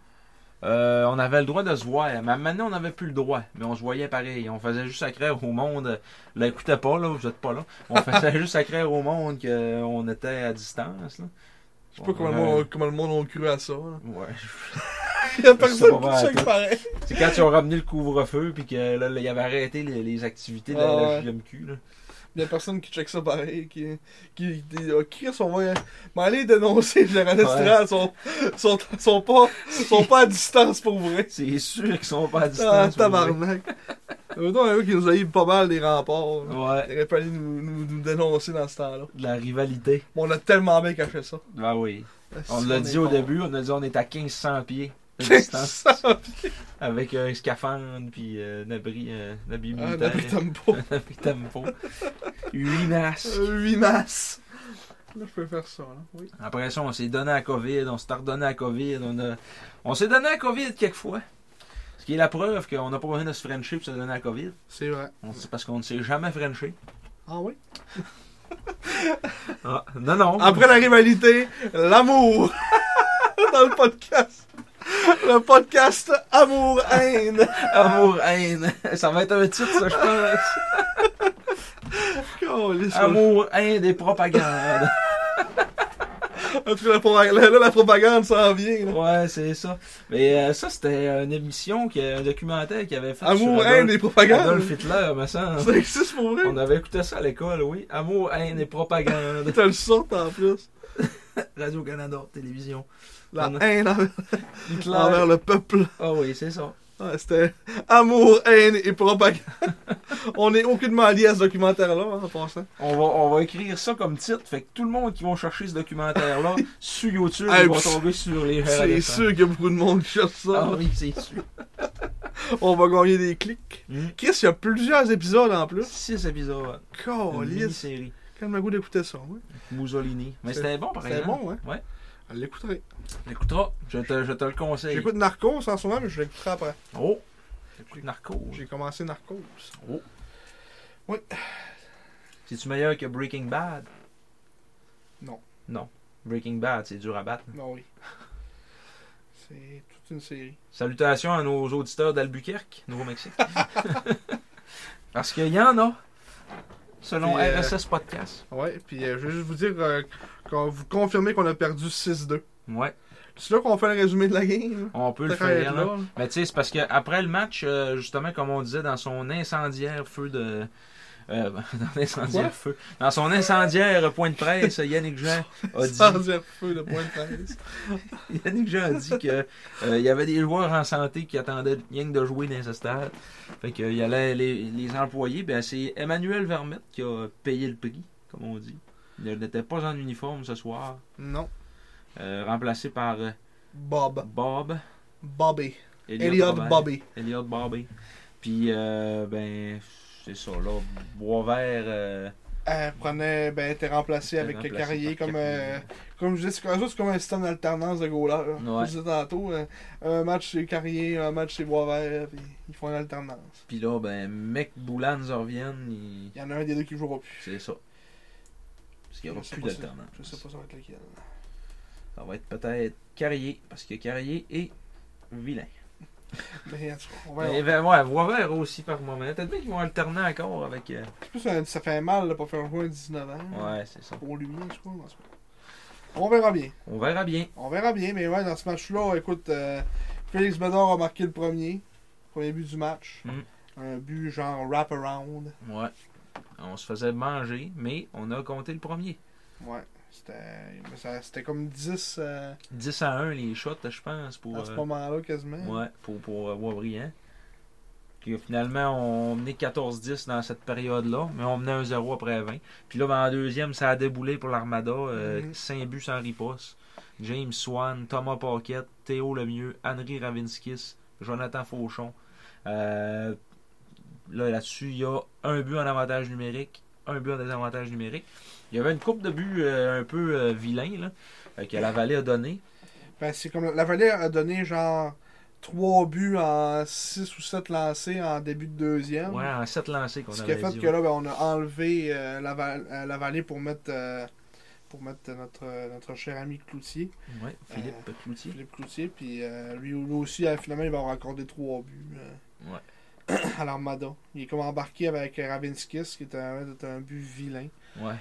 [SPEAKER 2] Euh, on avait le droit de se voir, mais maintenant on n'avait plus le droit, mais on se voyait pareil. On faisait juste sacrer au monde, là écoutez pas là, vous êtes pas là. On faisait <laughs> juste sacrer au monde qu'on était à distance là.
[SPEAKER 3] Je sais pas comment, le
[SPEAKER 2] Ouais.
[SPEAKER 3] monde- comment le monde a cru à ça. là.
[SPEAKER 2] Ouais. <laughs>
[SPEAKER 3] Il <laughs> y a
[SPEAKER 2] Ça va
[SPEAKER 3] personne qui
[SPEAKER 2] bien,
[SPEAKER 3] check
[SPEAKER 2] toi.
[SPEAKER 3] pareil.
[SPEAKER 2] C'est quand ils ont ramené le couvre-feu puis que là, là, ils avaient arrêté les, les activités de la,
[SPEAKER 3] Ah
[SPEAKER 2] la
[SPEAKER 3] ouais.
[SPEAKER 2] JMQ là.
[SPEAKER 3] Il y a personne qui check ça pareil. Qui, qui, qui oh, Chris, on va m'en aller dénoncer Gérald Estrade. Ils sont, sont, sont, pas, sont pas à distance pour vrai.
[SPEAKER 2] C'est sûr qu'ils sont pas à distance.
[SPEAKER 3] Ah,
[SPEAKER 2] pour vrai.
[SPEAKER 3] tabarnak. Mettons un gars qui nous a eu pas mal des remports. là. Il
[SPEAKER 2] Ouais,
[SPEAKER 3] aurait fallu nous, nous, nous dénoncer dans ce temps-là.
[SPEAKER 2] de la rivalité.
[SPEAKER 3] Mais on a tellement bien caché ça.
[SPEAKER 2] Ben oui. On l'a dit
[SPEAKER 3] est
[SPEAKER 2] au
[SPEAKER 3] bon.
[SPEAKER 2] début, on a dit on est à 1500 pieds de
[SPEAKER 3] <laughs>
[SPEAKER 2] distance.
[SPEAKER 3] Ça, euh,
[SPEAKER 2] avec un scaphandre, puis euh, un abri, euh, un abri
[SPEAKER 3] ah,
[SPEAKER 2] militaire,
[SPEAKER 3] Nabri
[SPEAKER 2] <laughs>
[SPEAKER 3] Tampo.
[SPEAKER 2] un abri tempo. Huit masques.
[SPEAKER 3] 8 masses. Là, je peux faire ça, là. Oui.
[SPEAKER 2] Après ça, on s'est donné à COVID, on s'est redonné à COVID, on, a... on s'est donné à COVID quelquefois. Ce qui est la preuve qu'on n'a pas besoin de se frencher pour se donner à COVID.
[SPEAKER 3] C'est vrai.
[SPEAKER 2] On- C'est parce qu'on ne s'est jamais frenché.
[SPEAKER 3] Ah oui?
[SPEAKER 2] Ah, non, non.
[SPEAKER 3] Après la rivalité, l'amour. <laughs> Dans le podcast. Le podcast Amour-Haine.
[SPEAKER 2] Amour, haine. <laughs> Ça va être un titre, ça, je
[SPEAKER 3] <laughs>
[SPEAKER 2] pense.
[SPEAKER 3] Câlisse,
[SPEAKER 2] Amour, haine et propagande. <laughs>
[SPEAKER 3] Après la propagande, là, la propagande s'en vient. là.
[SPEAKER 2] Ouais, c'est ça. Mais euh, ça, c'était une émission, qui, un documentaire qu'il avait fait
[SPEAKER 3] Amour,
[SPEAKER 2] sur
[SPEAKER 3] haine et propagande.
[SPEAKER 2] Adolf Hitler, me semble.
[SPEAKER 3] Ça existe pour vrai?
[SPEAKER 2] On avait écouté ça à l'école, oui. Amour, haine et propagande.
[SPEAKER 3] <laughs>
[SPEAKER 2] <laughs>
[SPEAKER 3] T'as le sort en plus.
[SPEAKER 2] Radio-Canada, télévision.
[SPEAKER 3] La
[SPEAKER 2] On-
[SPEAKER 3] haine envers,
[SPEAKER 2] Hitler.
[SPEAKER 3] envers le peuple.
[SPEAKER 2] Ah oui, c'est ça.
[SPEAKER 3] Ouais, C'était amour, haine et propagande. <laughs> On est aucunement lié à ce documentaire-là, hein, en passant.
[SPEAKER 2] On va, on va écrire ça comme titre. Fait que tout le monde qui va chercher ce documentaire-là
[SPEAKER 3] <laughs>
[SPEAKER 2] sur YouTube,
[SPEAKER 3] Hey,
[SPEAKER 2] ils vont
[SPEAKER 3] pff,
[SPEAKER 2] tomber sur les
[SPEAKER 3] C'est sûr qu'il y a beaucoup de monde qui cherche ça.
[SPEAKER 2] hein. Ah oui, c'est sûr.
[SPEAKER 3] On va gagner des clics.
[SPEAKER 2] Hmm.
[SPEAKER 3] Chris, il y a plusieurs épisodes en plus.
[SPEAKER 2] Six épisodes. Une
[SPEAKER 3] Calisse.
[SPEAKER 2] série.
[SPEAKER 3] Quel ma goût d'écouter ça, ouais.
[SPEAKER 2] Mussolini. Mais
[SPEAKER 3] C'est-
[SPEAKER 2] c'était bon, par
[SPEAKER 3] C'était
[SPEAKER 2] exemple.
[SPEAKER 3] bon, hein?
[SPEAKER 2] Ouais.
[SPEAKER 3] On l'écouterait.
[SPEAKER 2] L'écoutera. Je te, je te le conseille.
[SPEAKER 3] J'écoute Narcos en ce moment, mais je l'écouterai après.
[SPEAKER 2] Oh! J'écoute Narco.
[SPEAKER 3] J'ai commencé Narcos.
[SPEAKER 2] Oh!
[SPEAKER 3] Oui.
[SPEAKER 2] C'est-tu meilleur que Breaking Bad?
[SPEAKER 3] Non.
[SPEAKER 2] Non. Breaking Bad, c'est dur à battre.
[SPEAKER 3] Non, oui. <laughs> C'est toute une série.
[SPEAKER 2] Salutations à nos auditeurs d'Albuquerque, Nouveau-Mexique. <laughs> Parce qu'il y en a, selon
[SPEAKER 3] Puis, euh,
[SPEAKER 2] RSS Podcast.
[SPEAKER 3] Ouais, puis euh, je veux juste vous dire, euh, qu'on vous confirmez qu'on a perdu 6-2.
[SPEAKER 2] Ouais,
[SPEAKER 3] C'est là qu'on fait le résumé de la game.
[SPEAKER 2] on peut le
[SPEAKER 3] Peut-être être
[SPEAKER 2] faire. hein.
[SPEAKER 3] là.
[SPEAKER 2] là. Mais tu sais, c'est parce qu'après le match, euh, justement, comme on disait, dans son incendiaire feu de. euh, <laughs> dans l'incendiaire
[SPEAKER 3] Quoi?
[SPEAKER 2] feu. Dans son incendiaire point de presse, Yannick
[SPEAKER 3] <laughs>
[SPEAKER 2] Jean a dit,
[SPEAKER 3] Sans dire feu de point de presse.
[SPEAKER 2] <laughs> Yannick Jean a dit que euh, il y avait des joueurs en santé qui attendaient rien que de jouer dans ce stade. Fait qu'il y allait les, les employer. Ben, c'est Emmanuel Vermette qui a payé le prix, comme on dit. Il n'était pas en uniforme ce soir,
[SPEAKER 3] Non.
[SPEAKER 2] euh, remplacé par euh,
[SPEAKER 3] Bob.
[SPEAKER 2] Bob.
[SPEAKER 3] Bobby.
[SPEAKER 2] Elliott
[SPEAKER 3] Elliot
[SPEAKER 2] Robert.
[SPEAKER 3] Bobby.
[SPEAKER 2] Elliot Barbé. Puis, euh, ben, c'est ça, là. Boisvert. Euh,
[SPEAKER 3] Elle prenait, ben, était remplacée
[SPEAKER 2] était
[SPEAKER 3] avec
[SPEAKER 2] remplacé
[SPEAKER 3] Carrier
[SPEAKER 2] par
[SPEAKER 3] comme, euh,
[SPEAKER 2] Carrier.
[SPEAKER 3] comme je disais, c'est comme ça, c'est comme un système d'alternance de goalers. hein. Je vous
[SPEAKER 2] Ouais.
[SPEAKER 3] disais tantôt, euh, un match c'est Carrier, un match c'est Boisvert, puis ils font une alternance.
[SPEAKER 2] Puis là, ben, mec Boulan reviennent. il-
[SPEAKER 3] Il y en a un des deux qui jouera plus.
[SPEAKER 2] C'est ça. Parce qu'il n'y aura
[SPEAKER 3] Je sais
[SPEAKER 2] plus
[SPEAKER 3] pas si-
[SPEAKER 2] d'alternance.
[SPEAKER 3] Je sais pas ça va être lequel.
[SPEAKER 2] Ça va être peut-être Carrier, parce que Carrier est vilain.
[SPEAKER 3] Mais en tout cas, on verra.
[SPEAKER 2] Ouais, ben, ouais, Boisvert aussi par moment. Peut-être bien qu'ils vont alterner encore avec. euh,
[SPEAKER 3] C'est plus un- ça fait mal de pas faire jouer un 19 ans.
[SPEAKER 2] Ouais, c'est ça.
[SPEAKER 3] Pour lui, je crois. en tout cas. On verra bien.
[SPEAKER 2] On verra bien.
[SPEAKER 3] On verra bien, mais ouais, dans ce match-là, écoute, euh, Félix Bédard a marqué le premier. Premier but du match.
[SPEAKER 2] Mm.
[SPEAKER 3] Un but genre wrap-around.
[SPEAKER 2] Ouais. On se faisait manger, mais on a compté le premier.
[SPEAKER 3] Ouais. C'était mais ça- c'était comme 10 euh,
[SPEAKER 2] 10 à 1 les shots, je pense, pour.
[SPEAKER 3] à ce
[SPEAKER 2] euh,
[SPEAKER 3] moment-là quasiment.
[SPEAKER 2] Ouais, pour, pour euh, Wabriand. Puis euh, finalement, on menait 14-10 dans cette période-là, mais on menait 1-0 après 20. Puis là, ben, en deuxième, ça a déboulé pour l'Armada. euh,
[SPEAKER 3] Mhm.
[SPEAKER 2] Saint buts sans riposte. James Swan, Thomas Paquette, Théo Lemieux, Henri Ravinskis, Jonathan Fauchon. Euh, là, là-dessus, il y a un but en avantage numérique, un but en désavantage numérique. Il y avait une coupe de buts euh, un peu euh, vilain là, euh, que la vallée a donné.
[SPEAKER 3] Ben, c'est comme la Vallée a donné genre 3 buts en 6 ou 7 lancés en début de deuxième.
[SPEAKER 2] Ouais, en 7 lancés qu'on
[SPEAKER 3] Ah Ce qui
[SPEAKER 2] avait
[SPEAKER 3] a fait
[SPEAKER 2] dit,
[SPEAKER 3] que
[SPEAKER 2] ouais.
[SPEAKER 3] là, ben, on a enlevé euh, la, val- euh, la vallée pour mettre, euh, pour mettre notre, euh, notre cher ami Cloutier,
[SPEAKER 2] Ouais, Philippe Cloutier.
[SPEAKER 3] Philippe Cloutier. Puis euh, lui, lui aussi, euh, finalement, il va avoir accordé trois buts euh, <clears throat> à l'Armada. Il est comme embarqué avec Ravinskis, qui était un, était un but vilain.
[SPEAKER 2] Ouais.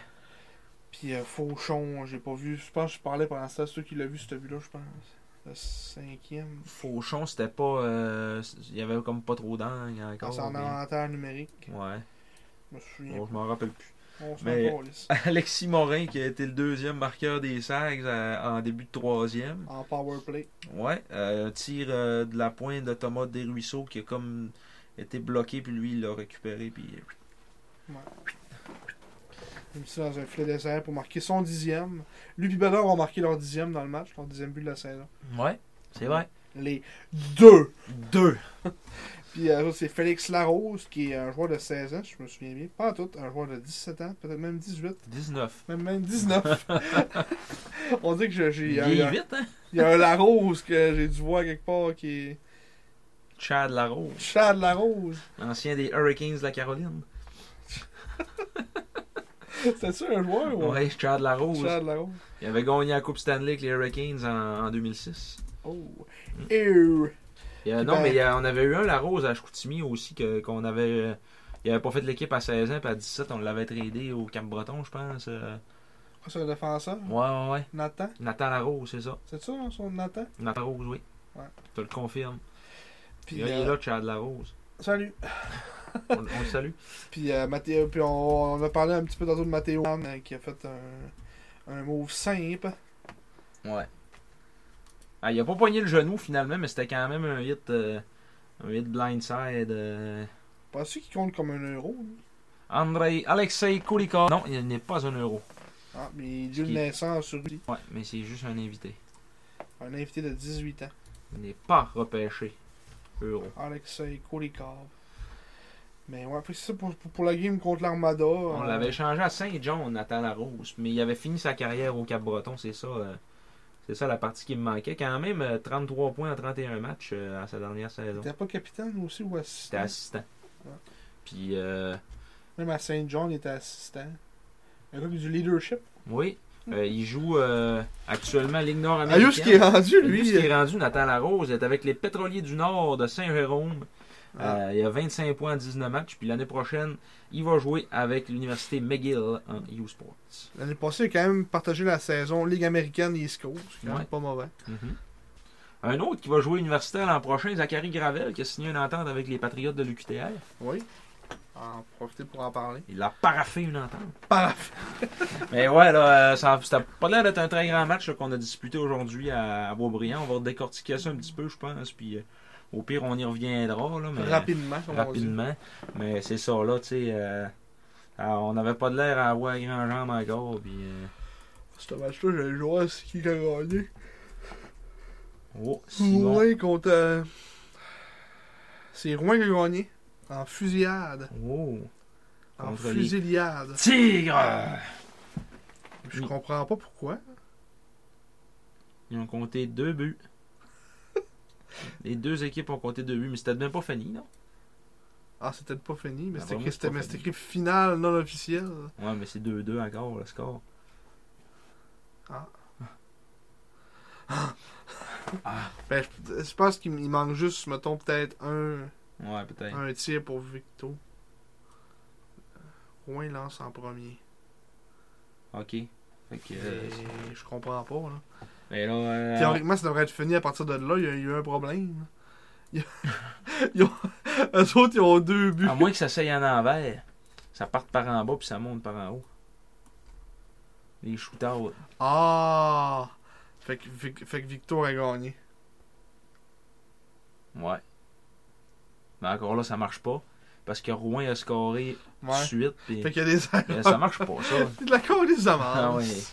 [SPEAKER 3] Puis euh, Fauchon, j'ai pas vu. Je pense que je parlais pendant ça. Ceux qui l'ont vu, ce but-là, je pense. Le cinquième.
[SPEAKER 2] Fauchon, c'était pas. euh, Il y avait comme pas trop d'angles
[SPEAKER 3] Quand
[SPEAKER 2] encore.
[SPEAKER 3] c'est en
[SPEAKER 2] mais-
[SPEAKER 3] inventaire numérique.
[SPEAKER 2] Ouais,
[SPEAKER 3] Je me souviens.
[SPEAKER 2] Bon, je m'en rappelle plus. <laughs>
[SPEAKER 3] On se
[SPEAKER 2] Mais-
[SPEAKER 3] met pas lisse.
[SPEAKER 2] Alexis Morin, qui a été le deuxième marqueur des Sags à- en début de troisième.
[SPEAKER 3] En powerplay.
[SPEAKER 2] Ouais, euh, tir euh, de la pointe de Thomas Desruisseaux qui a comme été bloqué, puis lui, il l'a récupéré, puis.
[SPEAKER 3] Ouais. Il a mis ça dans un filet désert pour marquer son dixième. Lui et Bernard ont marqué leur dixième dans le match, leur dixième but de la saison.
[SPEAKER 2] Ouais, c'est vrai.
[SPEAKER 3] Les deux!
[SPEAKER 2] euh, Deux.
[SPEAKER 3] Puis euh, c'est Félix Larose, qui est un joueur de 16 ans, si je me souviens bien. Pas en tout, un joueur de 17 ans, peut-être même 18,
[SPEAKER 2] 19.
[SPEAKER 3] même, même
[SPEAKER 2] <laughs>
[SPEAKER 3] 19. On dit que je- j'ai.
[SPEAKER 2] Il
[SPEAKER 3] Il y, a- il y
[SPEAKER 2] vieillit
[SPEAKER 3] a-
[SPEAKER 2] vite, hein?
[SPEAKER 3] il y a un Larose que j'ai dû voir quelque part qui est.
[SPEAKER 2] Chad Larose,
[SPEAKER 3] Chad Larose!
[SPEAKER 2] l'ancien des Hurricanes de la Caroline.
[SPEAKER 3] C'était-tu un joueur ou
[SPEAKER 2] Ouais, Chad Larose.
[SPEAKER 3] Chad Larose?
[SPEAKER 2] Il avait gagné la Coupe Stanley avec les Hurricanes en, en 2006.
[SPEAKER 3] Oh! Ew.
[SPEAKER 2] Il y a-
[SPEAKER 3] Puis
[SPEAKER 2] non,
[SPEAKER 3] ben-
[SPEAKER 2] mais il y a- on avait eu un Larose à Chicoutimi aussi que- qu'on avait. euh, il avait pas fait l'équipe à 16 ans, puis à 17, on l'avait tradé au Cap-Breton, je pense. euh.
[SPEAKER 3] Ah, C'est un défenseur?
[SPEAKER 2] Ouais, ouais, ouais.
[SPEAKER 3] Nathan?
[SPEAKER 2] Nathan Larose, c'est ça.
[SPEAKER 3] C'est ça, hein, son Nathan?
[SPEAKER 2] Nathan Larose, oui.
[SPEAKER 3] Ouais.
[SPEAKER 2] Je te le confirme.
[SPEAKER 3] Puis,
[SPEAKER 2] il est
[SPEAKER 3] euh,
[SPEAKER 2] là, Chad Larose.
[SPEAKER 3] Salut!
[SPEAKER 2] On, on le
[SPEAKER 3] <laughs>
[SPEAKER 2] salue.
[SPEAKER 3] Puis, euh, Mathéo, puis on, on a parlé un petit peu tantôt de Mathéo hein, qui a fait un, un move simple.
[SPEAKER 2] Ouais. Ah, il a pas poigné le genou finalement, mais c'était quand même un hit, euh, un hit blindside. euh.
[SPEAKER 3] Pas sûr qu'il compte comme un euro. lui.
[SPEAKER 2] Andrei Alexei Kulikov. Non, il n'est pas un euro.
[SPEAKER 3] Ah, mais il a eu
[SPEAKER 2] Qui-
[SPEAKER 3] de naissance sur lui.
[SPEAKER 2] Ouais, mais c'est juste un invité.
[SPEAKER 3] Un invité de 18 ans,
[SPEAKER 2] Il n'est pas repêché. Euro.
[SPEAKER 3] Alexei Kolikov. Mais ouais, puis c'est ça pour, pour, pour la game contre l'Armada.
[SPEAKER 2] On
[SPEAKER 3] euh,
[SPEAKER 2] l'avait changé à Saint-John, Nathan Larose, mais il avait fini sa carrière au Cap-Breton, c'est ça. euh, c'est ça la partie qui me manquait. Quand même, euh, 33 points en 31 matchs euh, à sa dernière saison.
[SPEAKER 3] T'es pas capitaine aussi ou
[SPEAKER 2] C'était
[SPEAKER 3] assistant
[SPEAKER 2] assistant.
[SPEAKER 3] Ouais.
[SPEAKER 2] Puis, euh,
[SPEAKER 3] Même à Saint-John, il était assistant. Un gars qui a du leadership.
[SPEAKER 2] oui, euh, il joue euh, actuellement Ligue
[SPEAKER 3] Ayus Ah, qui est
[SPEAKER 2] nord-américaine.
[SPEAKER 3] rendu,
[SPEAKER 2] Lui,
[SPEAKER 3] lui.
[SPEAKER 2] ce Ah, qui est rendu, Nathan Larose, est avec les Pétroliers du Nord de Saint-Jérôme.
[SPEAKER 3] Ah.
[SPEAKER 2] Euh, il a 25 points en 19 matchs. Puis l'année prochaine, il va jouer avec l'Université McGill en EU Sports.
[SPEAKER 3] L'année passée, il a quand même partagé la saison Ligue américaine et East Coast. C'est quand même
[SPEAKER 2] Ouais.
[SPEAKER 3] pas mauvais.
[SPEAKER 2] Mm-hmm. Un autre qui va jouer universitaire l'an prochain, Zachary Gravel, qui a signé une entente avec les Patriotes de l'UQTR.
[SPEAKER 3] Oui. En profiter pour en
[SPEAKER 2] <laughs>
[SPEAKER 3] parler.
[SPEAKER 2] Il a paraffé une entente.
[SPEAKER 3] Paf!
[SPEAKER 2] <laughs> Mais ouais, là, euh, ça n'a pas l'air d'être un très grand match là, qu'on a disputé aujourd'hui à, à Boisbriand. On va décortiquer ça un petit peu, je pense. Puis euh, au pire, on y reviendra. Là, mais...
[SPEAKER 3] Rapidement, comme on dit.
[SPEAKER 2] rapidement. Mais c'est ça, là, tu sais. euh, alors, on n'avait pas de l'air à avoir grand jambe encore. Puis, euh,
[SPEAKER 3] Ce match-là, je vais jouer à ce qui a gagné.
[SPEAKER 2] oh, Simon.
[SPEAKER 3] Rouen contre. euh, C'est Rouen qui a gagné. En fusillade.
[SPEAKER 2] Oh,
[SPEAKER 3] En
[SPEAKER 2] Contre les-
[SPEAKER 3] fusillade.
[SPEAKER 2] tigre!
[SPEAKER 3] Je
[SPEAKER 2] Oui.
[SPEAKER 3] comprends pas pourquoi.
[SPEAKER 2] Ils ont compté deux buts. Les deux équipes ont compté deux buts, mais c'était même pas fini, non?
[SPEAKER 3] Ah, c'était pas fini, mais
[SPEAKER 2] Ah,
[SPEAKER 3] c'était
[SPEAKER 2] vraiment, c'est
[SPEAKER 3] écrit-
[SPEAKER 2] pas
[SPEAKER 3] c'était mais
[SPEAKER 2] fini.
[SPEAKER 3] c'était écrit finale non officielle.
[SPEAKER 2] Ouais, mais c'est 2-2 encore, le score.
[SPEAKER 3] Ah. Ben, je, je pense qu'il il manque juste, mettons, peut-être un,
[SPEAKER 2] Ouais, peut-être.
[SPEAKER 3] un tir pour Victo. Rouen lance en premier.
[SPEAKER 2] Ok. Fait que. euh,
[SPEAKER 3] Mais je comprends pas, là.
[SPEAKER 2] mais là, euh,
[SPEAKER 3] Théoriquement, ça devrait être fini à partir de là. Il y a eu un problème. Il y a- <laughs> Ils ont... Eux autres, ils ont deux buts.
[SPEAKER 2] à moins que ça s'aille en envers, ça parte par en bas puis ça monte par en haut. Les shootouts.
[SPEAKER 3] Ah! Fait que, Vic- fait que Victor a gagné.
[SPEAKER 2] Ouais. Mais encore là, ça marche pas. Parce que Rouen a scoré tout de
[SPEAKER 3] Ouais.
[SPEAKER 2] suite. pis-
[SPEAKER 3] Fait qu'il y a des
[SPEAKER 2] Mais <laughs>
[SPEAKER 3] erreurs.
[SPEAKER 2] ça marche pas, ça.
[SPEAKER 3] C'est <laughs> de la des amandes.
[SPEAKER 2] Ah oui.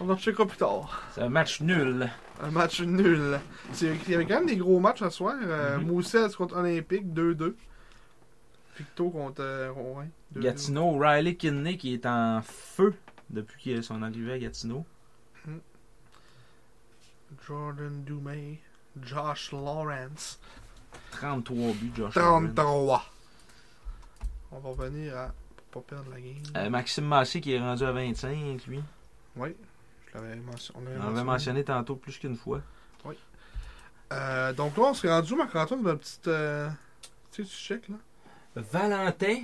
[SPEAKER 3] On en checkera plus tard.
[SPEAKER 2] C'est un match nul.
[SPEAKER 3] Un match nul. C'est- Il y avait quand même des gros matchs ce soir. Euh,
[SPEAKER 2] Mhm.
[SPEAKER 3] Moussets contre Olympique, 2-2. Victor contre euh, Rouen, 2-2.
[SPEAKER 2] Gatineau, Riley Kidney qui est en feu depuis euh, son arrivée à Gatineau.
[SPEAKER 3] Jordan Dumay, Josh Lawrence.
[SPEAKER 2] 33 buts, Josh. Warren.
[SPEAKER 3] 33. On va revenir à... Pour pas perdre la game.
[SPEAKER 2] Euh, Maxime Massé qui est rendu à 25, lui.
[SPEAKER 3] Oui, je l'avais mentionné.
[SPEAKER 2] On l'avait mentionné tantôt plus qu'une fois.
[SPEAKER 3] Euh, donc là, on s'est rendu, Marc-Antoine, dans la petite... euh, Tu sais, tu check, là.
[SPEAKER 2] Valentin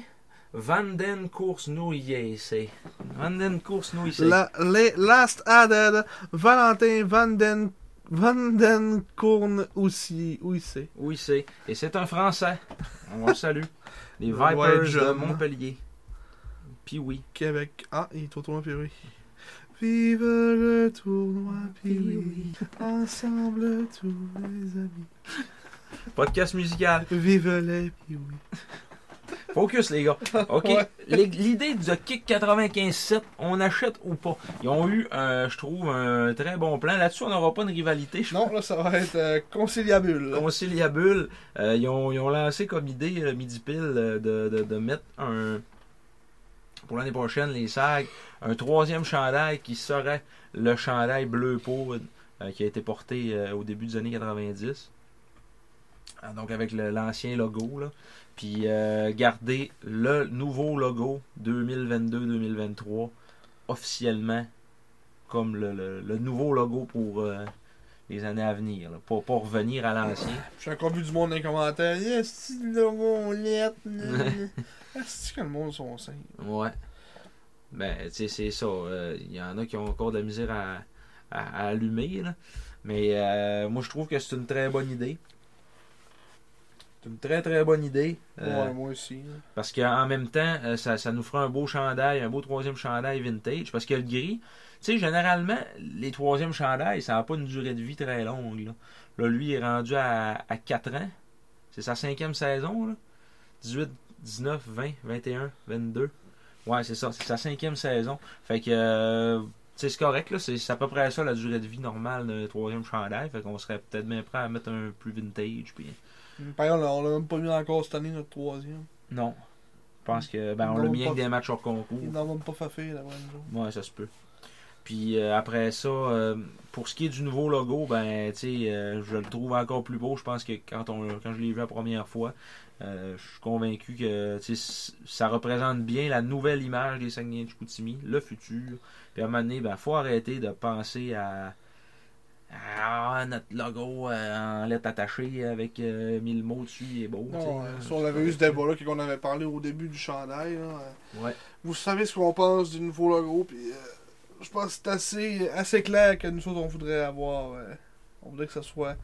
[SPEAKER 2] Vanden Course-Nouillessé. Vanden Course-Nouillessé.
[SPEAKER 3] La, les last added, Valentin Vanden, Vandenkorn aussi, où c'est?
[SPEAKER 2] Oui, c'est. Et c'est un Français. On le salue. Les
[SPEAKER 3] Le doigt est
[SPEAKER 2] Vipers de
[SPEAKER 3] jeune.
[SPEAKER 2] Montpellier. Puis oui.
[SPEAKER 3] Québec. Ah, il est au tournoi Pioui. Vive le tournoi Pioui, ensemble tous les amis.
[SPEAKER 2] Podcast musical.
[SPEAKER 3] Vive les Pioui.
[SPEAKER 2] Focus, les gars. OK.
[SPEAKER 3] Ouais.
[SPEAKER 2] Les- L'idée du kick 95-7, on achète ou pas. Ils ont eu, euh, je trouve, un très bon plan. Là-dessus, on n'aura pas une rivalité. Je
[SPEAKER 3] Non, là, ça va être euh, conciliabule.
[SPEAKER 2] conciliabule. Euh, ils, ont, ils ont lancé comme idée, euh, midi pile, euh, de, de- de mettre un. Pour l'année prochaine, les sacs, un troisième chandail qui serait le chandail bleu poudre euh, qui a été porté euh, au début des années 90. Ah, Donc avec le- l'ancien logo, là. puis euh, garder le nouveau logo 2022-2023 officiellement comme le, le- le nouveau logo pour euh, les années à venir, là. Pas, pas revenir à l'ancien.
[SPEAKER 3] J'ai encore vu du monde dans les commentaires. Est-ce que le logo, on l'aide, nan, <laughs> nan. Est-ce Ah, que le monde sont sains?
[SPEAKER 2] Ouais. Ben, tu sais, c'est ça. euh, Il y en a qui ont encore de la misère à, à- à allumer, là. Mais euh, moi, je trouve que c'est une très bonne idée. C'est une très, très bonne idée. euh,
[SPEAKER 3] Ouais, moi aussi. là.
[SPEAKER 2] Parce qu'en même temps, euh, ça, ça nous fera un beau chandail, un beau troisième chandail vintage. Parce que le gris, tu sais, généralement, les troisièmes chandails, ça n'a pas une durée de vie très longue. Là, Là, lui, il est rendu à, à 4 ans. C'est sa cinquième saison. Là. 18, 19, 20, 21, 22. Ouais, c'est ça. C'est sa cinquième saison. Fait que, euh, tu sais, c'est correct. Là. C'est, c'est à peu près ça la durée de vie normale d'un troisième chandail. Fait qu'on serait peut-être bien prêt à mettre un plus vintage. Puis...
[SPEAKER 3] Par exemple, on l'a même pas mis encore cette année, notre troisième.
[SPEAKER 2] Non. Je pense que, ben, on
[SPEAKER 3] Non,
[SPEAKER 2] l'a mis
[SPEAKER 3] pas-
[SPEAKER 2] avec des matchs hors concours.
[SPEAKER 3] Il n'en a même pas fait faire, la bonne jour.
[SPEAKER 2] Ouais, ça se peut. Puis euh, après ça, euh, pour ce qui est du nouveau logo, ben tu sais, euh, je le trouve encore plus beau. Je pense que quand on quand je l'ai vu la première fois, euh, je suis convaincu que tu sais, ça représente bien la nouvelle image des Saguenay de Chicoutimi, le futur. Puis à un moment donné, ben faut arrêter de penser à ah, notre logo euh, en lettres attachées avec euh, mille mots dessus, il est beau. tu sais,
[SPEAKER 3] Non,
[SPEAKER 2] là.
[SPEAKER 3] euh, si on avait eu ce débat-là qu'on avait parlé au début du chandail, là, euh,
[SPEAKER 2] Ouais.
[SPEAKER 3] vous savez ce qu'on pense du nouveau logo, puis euh, je pense que c'est assez, assez clair que nous autres, on voudrait avoir. euh, on voudrait que ce soit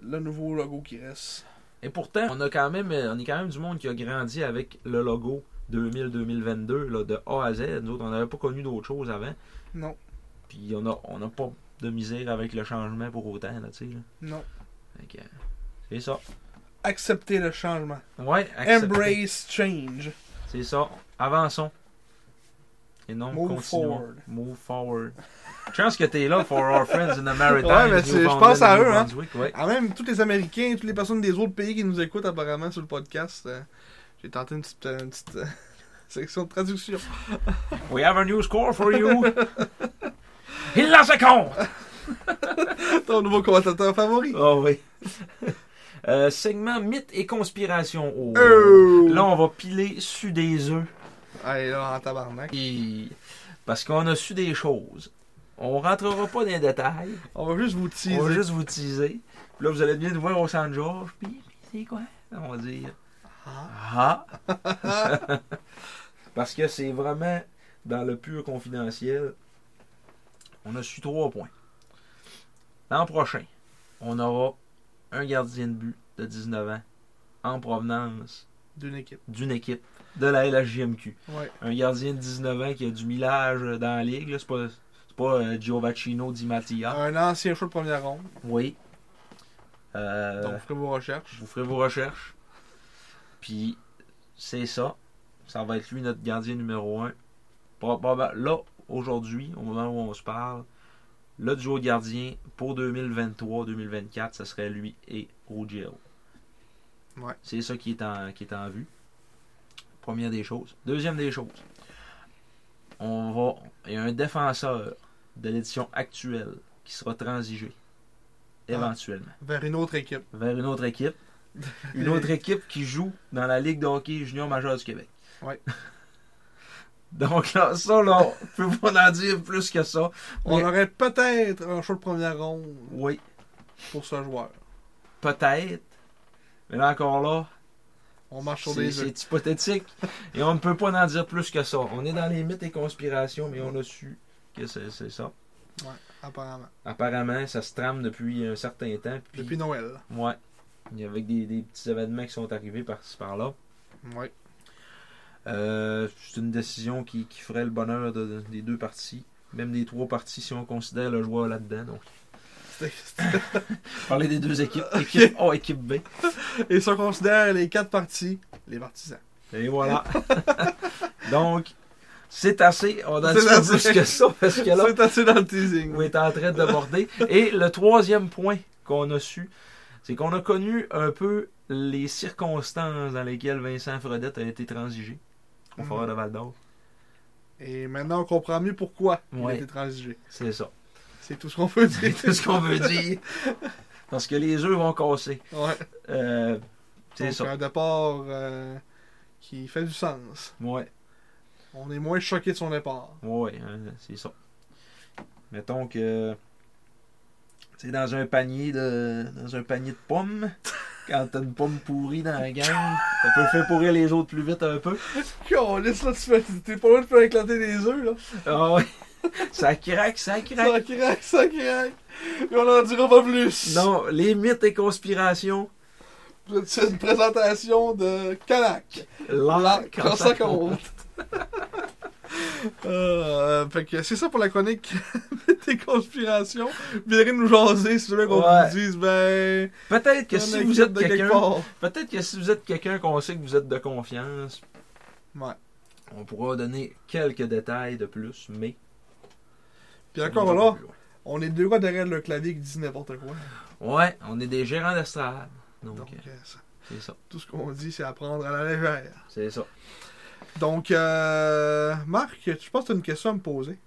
[SPEAKER 3] le nouveau logo qui reste.
[SPEAKER 2] Et pourtant, on a quand même, euh, on est quand même du monde qui a grandi avec le logo 2000-2022 là, de A à Z. Nous autres, on n'avait pas connu d'autres choses avant.
[SPEAKER 3] Non,
[SPEAKER 2] Puis on a, on a pas de misère avec le changement pour autant, là, tu sais. là.
[SPEAKER 3] non.
[SPEAKER 2] Fait que, euh, C'est ça.
[SPEAKER 3] Accepter le changement.
[SPEAKER 2] Ouais, acceptez.
[SPEAKER 3] Embrace change.
[SPEAKER 2] C'est ça. Avançons. Et non,
[SPEAKER 3] Move
[SPEAKER 2] continuons.
[SPEAKER 3] forward.
[SPEAKER 2] Move forward. Je pense que t'es là for our friends
[SPEAKER 3] <laughs>
[SPEAKER 2] in the maritime.
[SPEAKER 3] Ouais, mais c'est- je pense à eux, hein.
[SPEAKER 2] Brunswick, ouais.
[SPEAKER 3] Ah, même tous les Américains, toutes les personnes des autres pays qui nous écoutent apparemment sur le podcast, euh, j'ai tenté une petite, euh, une petite, euh, <laughs> section de
[SPEAKER 2] <laughs>
[SPEAKER 3] traduction.
[SPEAKER 2] We have a new score for you. <laughs> Il lance un compte.
[SPEAKER 3] Ton nouveau commentateur favori.
[SPEAKER 2] Ah oui. <laughs> Euh, segment mythe et conspiration. Oh.
[SPEAKER 3] Oh!
[SPEAKER 2] Là, on va piler sur des œufs.
[SPEAKER 3] Allez, là, en tabarnak.
[SPEAKER 2] Et- Parce qu'on a su des choses. On rentrera pas dans les détails.
[SPEAKER 3] On va juste vous teaser.
[SPEAKER 2] On va juste vous teaser. Puis là, vous allez bien nous voir au San Georges. Puis, puis c'est quoi? On va dire. Ah! Parce que c'est vraiment dans le pur confidentiel. On a su trois points. L'an prochain, on aura un gardien de but de 19 ans en provenance
[SPEAKER 3] D'une équipe.
[SPEAKER 2] d'une équipe de la LHJMQ.
[SPEAKER 3] Ouais.
[SPEAKER 2] Un gardien de 19 ans qui a du millage dans la ligue. là. C'est pas, c'est pas euh, Giovacchino Di Mattia.
[SPEAKER 3] Un ancien choix de première ronde.
[SPEAKER 2] Oui. Euh,
[SPEAKER 3] Donc, ferez vos recherches.
[SPEAKER 2] vous ferez vos recherches. Puis, c'est ça. Ça va être lui, notre gardien numéro 1. Là, aujourd'hui, au moment où on se parle, le duo de gardien pour 2023-2024, ce serait lui et Ruggiero.
[SPEAKER 3] Ouais.
[SPEAKER 2] C'est ça qui est, en, qui est en vue. Première des choses. Deuxième des choses. On va. Il y a un défenseur de l'édition actuelle qui sera transigé.
[SPEAKER 3] Ah.
[SPEAKER 2] Éventuellement
[SPEAKER 3] Vers une autre équipe.
[SPEAKER 2] vers une autre
[SPEAKER 3] <laughs>
[SPEAKER 2] équipe. Une autre équipe qui joue dans la Ligue de hockey junior majeure du Québec.
[SPEAKER 3] Ouais.
[SPEAKER 2] <laughs> Donc là, ça, là, on peut pas en dire plus que ça.
[SPEAKER 3] On
[SPEAKER 2] Mais-
[SPEAKER 3] aurait peut-être un choix de première ronde
[SPEAKER 2] Oui,
[SPEAKER 3] pour ce joueur.
[SPEAKER 2] peut-être. Mais là encore là,
[SPEAKER 3] On marche sur
[SPEAKER 2] c'est
[SPEAKER 3] des œufs.
[SPEAKER 2] c'est hypothétique. Et on ne peut pas en dire plus que ça. On est dans les mythes et conspirations, mais on a su que c'est c'est ça.
[SPEAKER 3] apparemment.
[SPEAKER 2] Apparemment, ça se trame depuis un certain temps. Puis,
[SPEAKER 3] Depuis Noël.
[SPEAKER 2] Ouais. Il y avait des, des petits événements qui sont arrivés par-ci par-là.
[SPEAKER 3] <laughs> Ouais.
[SPEAKER 2] Euh, c'est une décision qui, qui ferait le bonheur de- de- des deux parties, même des trois parties si on considère le joueur là-dedans. Donc,
[SPEAKER 3] C'était- c'était-
[SPEAKER 2] parler <laughs> des deux équipes, équipe A, équipe B.
[SPEAKER 3] Et si on considère les quatre parties, les partisans.
[SPEAKER 2] Et voilà. <laughs> Donc, c'est assez. On a dit
[SPEAKER 3] C'est assez.
[SPEAKER 2] plus que ça parce que là, <laughs>
[SPEAKER 3] C'est assez dans le teasing.
[SPEAKER 2] on est en train de border. Et le troisième point qu'on a su, c'est qu'on a connu un peu les circonstances dans lesquelles Vincent Fredette a été transigé
[SPEAKER 3] Mm.
[SPEAKER 2] au Fort de Val d'Or.
[SPEAKER 3] Et maintenant, on comprend mieux pourquoi il a
[SPEAKER 2] Ouais.
[SPEAKER 3] été transigé.
[SPEAKER 2] C'est
[SPEAKER 3] <laughs>
[SPEAKER 2] ça.
[SPEAKER 3] C'est tout ce qu'on peut
[SPEAKER 2] C'est
[SPEAKER 3] dire.
[SPEAKER 2] <laughs> tout ce qu'on veut dire. Parce que les œufs vont casser.
[SPEAKER 3] Ouais.
[SPEAKER 2] Euh, c'est
[SPEAKER 3] Donc,
[SPEAKER 2] ça.
[SPEAKER 3] un départ euh, qui fait du sens.
[SPEAKER 2] Ouais,
[SPEAKER 3] On est moins choqué de son départ.
[SPEAKER 2] ouais, euh, c'est ça. Mettons que c'est dans un panier de dans un panier de <laughs> pommes. Quand t'as une pomme pourrie dans la gang, ça peut faire pourrir les autres plus vite un peu.
[SPEAKER 3] On laisse là, tu fais- t'es pas loin de faire éclater les œufs, là.
[SPEAKER 2] Ah ouais. <laughs> Ça craque, ça craque.
[SPEAKER 3] Ça craque, ça craque. Et on en dira pas plus.
[SPEAKER 2] Non, les mythes et conspirations.
[SPEAKER 3] C'est une présentation de Canac.
[SPEAKER 2] Là, quand ça compte.
[SPEAKER 3] <laughs> Euh, fait que c'est ça pour la chronique <laughs> des conspirations. Viendrez nous jaser si jamais qu'on
[SPEAKER 2] Ouais.
[SPEAKER 3] vous dise, ben.
[SPEAKER 2] Peut-être que
[SPEAKER 3] il y en a
[SPEAKER 2] si
[SPEAKER 3] qui
[SPEAKER 2] vous êtes
[SPEAKER 3] de quelque
[SPEAKER 2] quelqu'un,
[SPEAKER 3] part.
[SPEAKER 2] peut-être que si vous êtes quelqu'un qu'on sait que vous êtes de confiance,
[SPEAKER 3] Ouais.
[SPEAKER 2] on pourra donner quelques détails de plus, mais
[SPEAKER 3] Puis
[SPEAKER 2] on
[SPEAKER 3] encore
[SPEAKER 2] ira
[SPEAKER 3] là,
[SPEAKER 2] pas plus loin.
[SPEAKER 3] on est deux gars derrière le clavier qui disent n'importe quoi.
[SPEAKER 2] Ouais, on est des gérants d'estrade. Donc,
[SPEAKER 3] Donc,
[SPEAKER 2] euh,
[SPEAKER 3] euh, ça-
[SPEAKER 2] c'est ça.
[SPEAKER 3] tout ce qu'on dit, c'est à prendre à la légère.
[SPEAKER 2] C'est ça.
[SPEAKER 3] Donc, euh, Marc, je pense que tu as une question à me poser.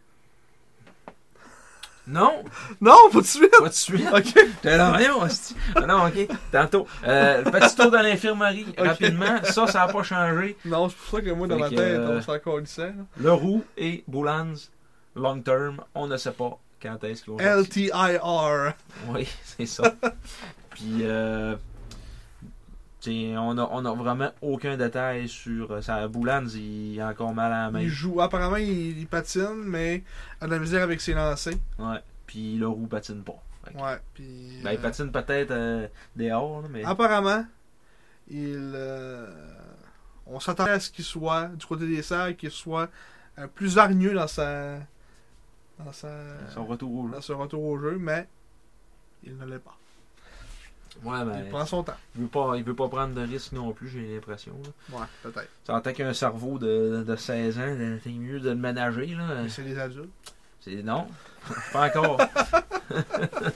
[SPEAKER 3] <laughs>
[SPEAKER 2] Non,
[SPEAKER 3] Non, pas de suite!
[SPEAKER 2] pas de suite.
[SPEAKER 3] Ok,
[SPEAKER 2] T'es là, voyons, hostie. Ah non, ok, tantôt. Euh, le petit tour dans l'infirmerie, rapidement. Ça, ça n'a pas changé.
[SPEAKER 3] Non, c'est pour ça que moi, dans
[SPEAKER 2] Fait
[SPEAKER 3] ma
[SPEAKER 2] que,
[SPEAKER 3] tête,
[SPEAKER 2] euh,
[SPEAKER 3] on s'en colissait. là.
[SPEAKER 2] Leroux et Boulans, long term, on ne sait pas quand est-ce qu'ils vont sortir.
[SPEAKER 3] LTIR.
[SPEAKER 2] Oui, <laughs> c'est ça. Puis, euh, t'sais, on a, on a vraiment aucun détail sur euh, ça. Boulans, il a encore mal à la main.
[SPEAKER 3] Il joue, apparemment, il, il patine, mais a de la misère avec ses lancers.
[SPEAKER 2] Ouais. Puis Leroux patine pas. Fait que-
[SPEAKER 3] Ouais, puis.
[SPEAKER 2] Ben, il
[SPEAKER 3] euh, Ah
[SPEAKER 2] patine peut-être euh, dehors, là, mais.
[SPEAKER 3] Apparemment, il. euh, on s'attendait à ce qu'il soit, du côté des serres, qu'il soit euh, plus hargneux dans sa. Dans sa.
[SPEAKER 2] Son retour au jeu.
[SPEAKER 3] Dans son retour au jeu, mais. Il ne l'est pas.
[SPEAKER 2] Ouais,
[SPEAKER 3] Il
[SPEAKER 2] ben,
[SPEAKER 3] prend son temps.
[SPEAKER 2] il veut pas, il veut pas prendre de risques non plus, j'ai l'impression. là.
[SPEAKER 3] Ouais, peut-être.
[SPEAKER 2] Ça en tant qu'un cerveau de, de 16 ans, là, t'es mieux de le ménager, là.
[SPEAKER 3] Mais c'est des adultes.
[SPEAKER 2] C'est non. <laughs> Pas encore. <laughs>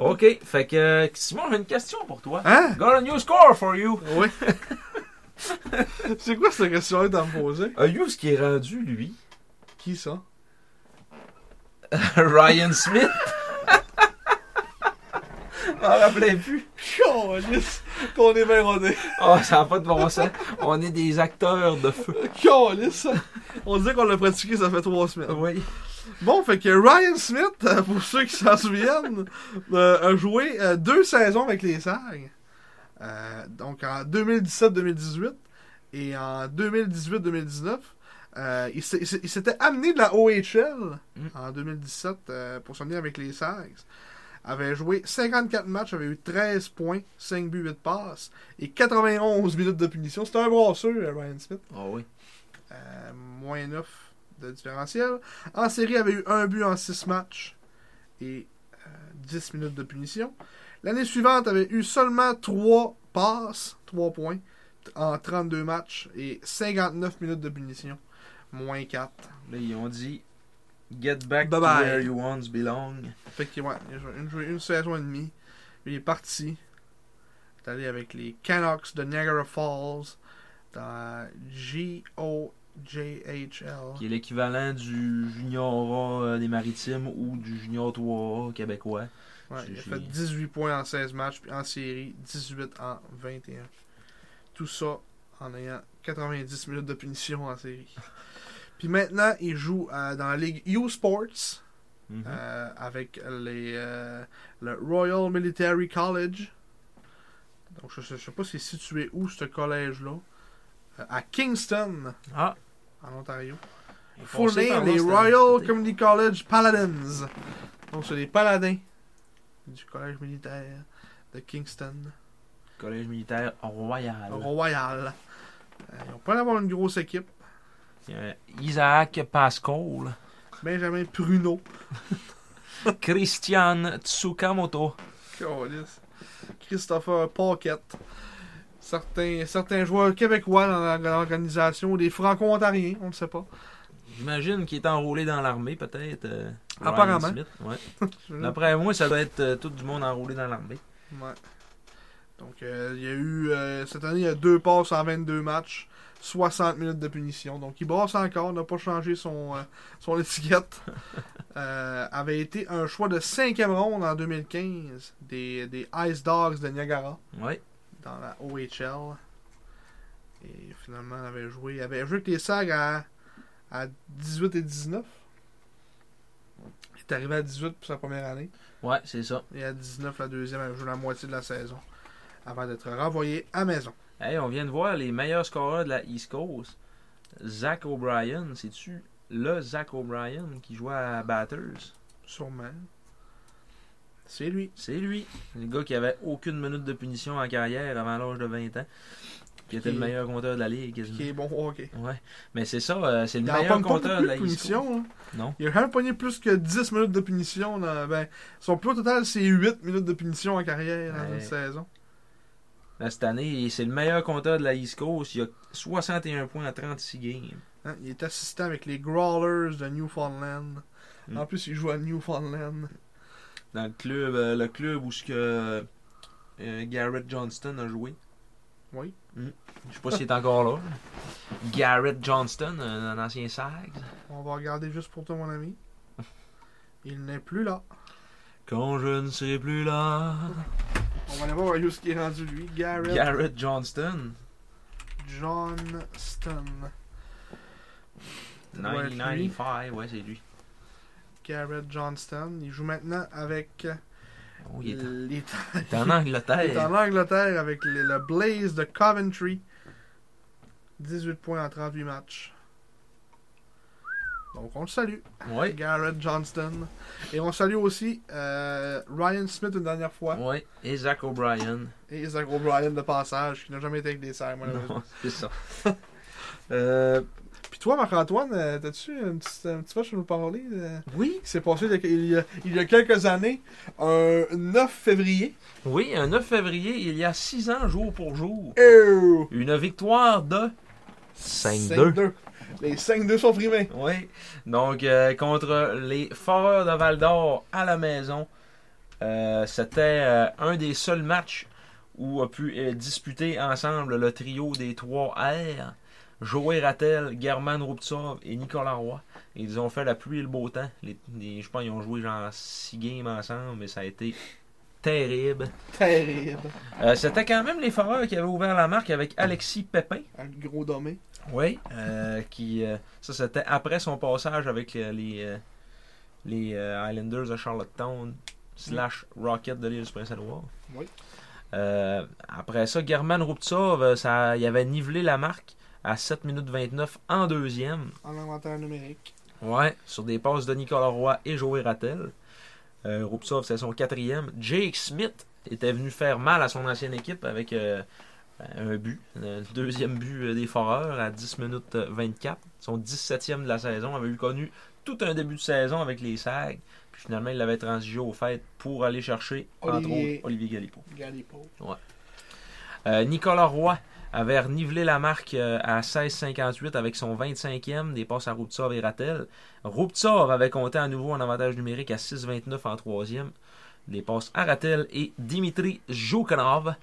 [SPEAKER 2] ok, fait que euh, Simon, j'ai une question pour toi.
[SPEAKER 3] Hein?
[SPEAKER 2] Got a new score for you.
[SPEAKER 3] <laughs> Oui. c'est quoi cette question-là que t'as me poser?
[SPEAKER 2] A use qui est rendu, lui.
[SPEAKER 3] Qui ça?
[SPEAKER 2] <laughs> Ryan Smith. Je m'en rappelais plus.
[SPEAKER 3] Calice! Qu'on est bien rodé.
[SPEAKER 2] Oh, ça n'a pas de bon sens. On est des acteurs de feu.
[SPEAKER 3] Calice! On disait qu'on l'a pratiqué, ça fait trois semaines.
[SPEAKER 2] Oui.
[SPEAKER 3] Bon, fait que Ryan Smith, euh, pour ceux qui s'en souviennent, euh, a joué euh, deux saisons avec les Sags. Euh, donc en 2017-2018 et en 2018-2019. euh, il s'est- il s'est- il s'était amené de la OHL
[SPEAKER 2] Mm.
[SPEAKER 3] en 2017 euh, pour s'en venir avec les Sags. Avait joué 54 matchs, avait eu 13 points, 5 buts, 8 passes et 91 minutes de punition. C'était un brasseux, euh, Ryan Smith.
[SPEAKER 2] Oh oui.
[SPEAKER 3] Euh, moins 9 de différentiel. En série, il avait eu un but en 6 matchs et euh, 10 minutes de punition. L'année suivante, il avait eu seulement 3 passes, 3 points, t- en 32 matchs et 59 minutes de punition. Moins 4.
[SPEAKER 2] Là, ils ont dit Get back
[SPEAKER 3] Bye
[SPEAKER 2] to
[SPEAKER 3] bye.
[SPEAKER 2] where you once belong.
[SPEAKER 3] Fait qu'il ouais, il a joué une, joué une saison et demie. Puis Il est parti. Il est allé avec les Canucks de Niagara Falls dans G-O-J-H-L.
[SPEAKER 2] Qui est l'équivalent du Junior A euh, des Maritimes ou du Junior 3A québécois.
[SPEAKER 3] Ouais, il a
[SPEAKER 2] J'ai-
[SPEAKER 3] fait 18 points en 16 matchs, puis en série, 18 en 21. Tout ça en ayant 90 minutes de punition
[SPEAKER 2] <laughs>
[SPEAKER 3] en série. puis maintenant, il joue euh, dans la Ligue U-Sports
[SPEAKER 2] Mhm.
[SPEAKER 3] euh, avec les, euh, le Royal Military College. Donc, je ne sais pas si c'est situé où, ce collège-là. Euh, à Kingston,
[SPEAKER 2] Ah,
[SPEAKER 3] en Ontario.
[SPEAKER 2] ils
[SPEAKER 3] Full
[SPEAKER 2] passaient par
[SPEAKER 3] name,
[SPEAKER 2] là,
[SPEAKER 3] les
[SPEAKER 2] c'était-
[SPEAKER 3] Royal
[SPEAKER 2] c'était-
[SPEAKER 3] Community College Paladins. Donc, c'est les paladins du collège militaire de Kingston,
[SPEAKER 2] Collège militaire royal.
[SPEAKER 3] Royal. Euh, ils ont pas l'air d'avoir une grosse équipe.
[SPEAKER 2] Il y a Isaac
[SPEAKER 3] <laughs>
[SPEAKER 2] Pascal.
[SPEAKER 3] Benjamin Pruneau.
[SPEAKER 2] Christian Tsukamoto.
[SPEAKER 3] Câlisse. Christopher Pocket. Certains, certains joueurs québécois dans la- dans l'organisation, ou des franco-ontariens, on ne sait pas.
[SPEAKER 2] J'imagine qu'il est enrôlé dans l'armée, peut-être. euh, Ryan
[SPEAKER 3] Apparemment.
[SPEAKER 2] Smith, ouais.
[SPEAKER 3] <laughs>
[SPEAKER 2] D'après moi, ça doit être euh, tout du monde enrôlé dans l'armée.
[SPEAKER 3] Ouais. Donc, euh, il y a eu, euh, cette année, il y a deux passes en 22 matchs, 60 minutes de punition. Donc, il brasse encore, n'a pas changé son, euh, son <laughs> étiquette. Euh, avait été un choix de cinquième ronde en 2015 des, des Ice Dogs de Niagara
[SPEAKER 2] Ouais.
[SPEAKER 3] dans la OHL. Et finalement, il avait joué, il avait joué avec les Sags à, à 18 et 19. Il est arrivé à 18 pour sa première année.
[SPEAKER 2] Ouais, c'est ça.
[SPEAKER 3] Et à 19, la deuxième, elle joue la moitié de la saison avant d'être renvoyée à maison.
[SPEAKER 2] Hey, on vient de voir les meilleurs scoreurs de la East Coast. Zach O'Brien, c'est-tu le Zach O'Brien qui joue à Batters?
[SPEAKER 3] Sûrement. C'est lui.
[SPEAKER 2] C'est lui. Le gars qui avait aucune minute de punition en carrière avant l'âge de 20 ans. Qui était
[SPEAKER 3] Qui-
[SPEAKER 2] le meilleur compteur de la ligue. quasiment.
[SPEAKER 3] Qui est bon au hockey.
[SPEAKER 2] Ouais. Mais c'est ça, euh, c'est le
[SPEAKER 3] Il n'en
[SPEAKER 2] meilleur
[SPEAKER 3] pogne pas beaucoup
[SPEAKER 2] compteur de
[SPEAKER 3] plus
[SPEAKER 2] la
[SPEAKER 3] de
[SPEAKER 2] East Coast.
[SPEAKER 3] punitions. hein.
[SPEAKER 2] Non.
[SPEAKER 3] Il a jamais pogné plus que 10 minutes de punition. dans- ben, son plus haut total, c'est 8 minutes de punition en carrière dans
[SPEAKER 2] Ouais.
[SPEAKER 3] une saison.
[SPEAKER 2] Là, cette année, c'est le meilleur compteur de la East Coast. Il a 61 points en 36 games.
[SPEAKER 3] Hein, Il est assistant avec les Growlers de Newfoundland.
[SPEAKER 2] Mm.
[SPEAKER 3] En plus, il joue à Newfoundland.
[SPEAKER 2] Dans le club, euh, le club où ce que euh, Garrett Johnston a joué.
[SPEAKER 3] Oui.
[SPEAKER 2] Mm. Je sais pas s'il est encore là. Garrett Johnston, un, un ancien SAG.
[SPEAKER 3] On va regarder juste pour toi,
[SPEAKER 2] <laughs>
[SPEAKER 3] mon ami. Il n'est plus là.
[SPEAKER 2] Quand je ne serai plus là.
[SPEAKER 3] On va aller voir où est-ce qu'il est rendu, lui. Garrett.
[SPEAKER 2] Garrett Johnston.
[SPEAKER 3] Johnston. Ça doit être lui.
[SPEAKER 2] 1995, ouais, c'est lui.
[SPEAKER 3] Garrett Johnston. Il joue maintenant avec euh,
[SPEAKER 2] Oh, il, est,
[SPEAKER 3] les-
[SPEAKER 2] il est en
[SPEAKER 3] il est
[SPEAKER 2] Angleterre.
[SPEAKER 3] en Angleterre avec les- le Blaze de Coventry. 18 points en 38 matchs. Donc on le salue,
[SPEAKER 2] Ouais.
[SPEAKER 3] Garrett Johnston. Et on salue aussi euh, Ryan Smith une dernière fois.
[SPEAKER 2] Ouais. Et Zach O'Brien.
[SPEAKER 3] Et Zach O'Brien de passage, qui n'a jamais été avec des serres, malheureusement.
[SPEAKER 2] Non, c'est ça. <laughs> Euh,
[SPEAKER 3] Puis toi, Marc-Antoine, euh, t'as-tu un petit, un petit match à nous parler euh,
[SPEAKER 2] oui.
[SPEAKER 3] qui s'est passé il y, a, il y a- il y a quelques années, un 9 février.
[SPEAKER 2] Oui, un 9 février, il y a 6 ans, jour pour jour.
[SPEAKER 3] Oh!
[SPEAKER 2] Une victoire de 5-2.
[SPEAKER 3] 5-2. Les 5-2 sont primés.
[SPEAKER 2] Oui. Donc, euh, contre les Foreurs de Val d'Or à la maison, euh, c'était euh, un des seuls matchs où a pu euh, disputer ensemble le trio des trois R. Joey Rattel, German Ruptsov et Nicolas Roy. Ils ont fait la pluie et le beau temps. Les- les- je pense qu'ils ont joué genre 6 games ensemble, mais ça a été terrible.
[SPEAKER 3] Terrible.
[SPEAKER 2] Euh, c'était quand même les Foreurs qui avaient ouvert la marque avec Alexis Pépin.
[SPEAKER 3] Un gros dommé.
[SPEAKER 2] Oui, euh, qui euh, ça c'était après son passage avec euh, les euh, les euh, Islanders de Charlottetown slash Rocket de l'île du Prince-Édouard.
[SPEAKER 3] Oui.
[SPEAKER 2] Euh, après ça, German Ruptsov, euh, ça, il avait nivelé la marque à 7 minutes 29 en deuxième.
[SPEAKER 3] En inventaire numérique.
[SPEAKER 2] Ouais, sur des passes de Nicolas Roy et Joey Rattel. Euh, Rupsov, c'est son quatrième. Jake Smith était venu faire mal à son ancienne équipe avec euh, un but, le deuxième but euh, des Foreurs à 10 minutes euh, 24. Son 17e de la saison. avait eu connu tout un début de saison avec les SAG. Puis finalement, il l'avait transigé au fait pour aller chercher, entre
[SPEAKER 3] Olivier.
[SPEAKER 2] autres, Olivier Galipo.
[SPEAKER 3] Galipo.
[SPEAKER 2] Euh, Nicolas Roy avait renivellé la marque euh, à 16,58 avec son 25e des passes à Ruptsov et Rattel. Ruptsov avait compté à nouveau un avantage numérique à 6,29 en troisième. Des passes à Rattel et Dimitri Joukanov.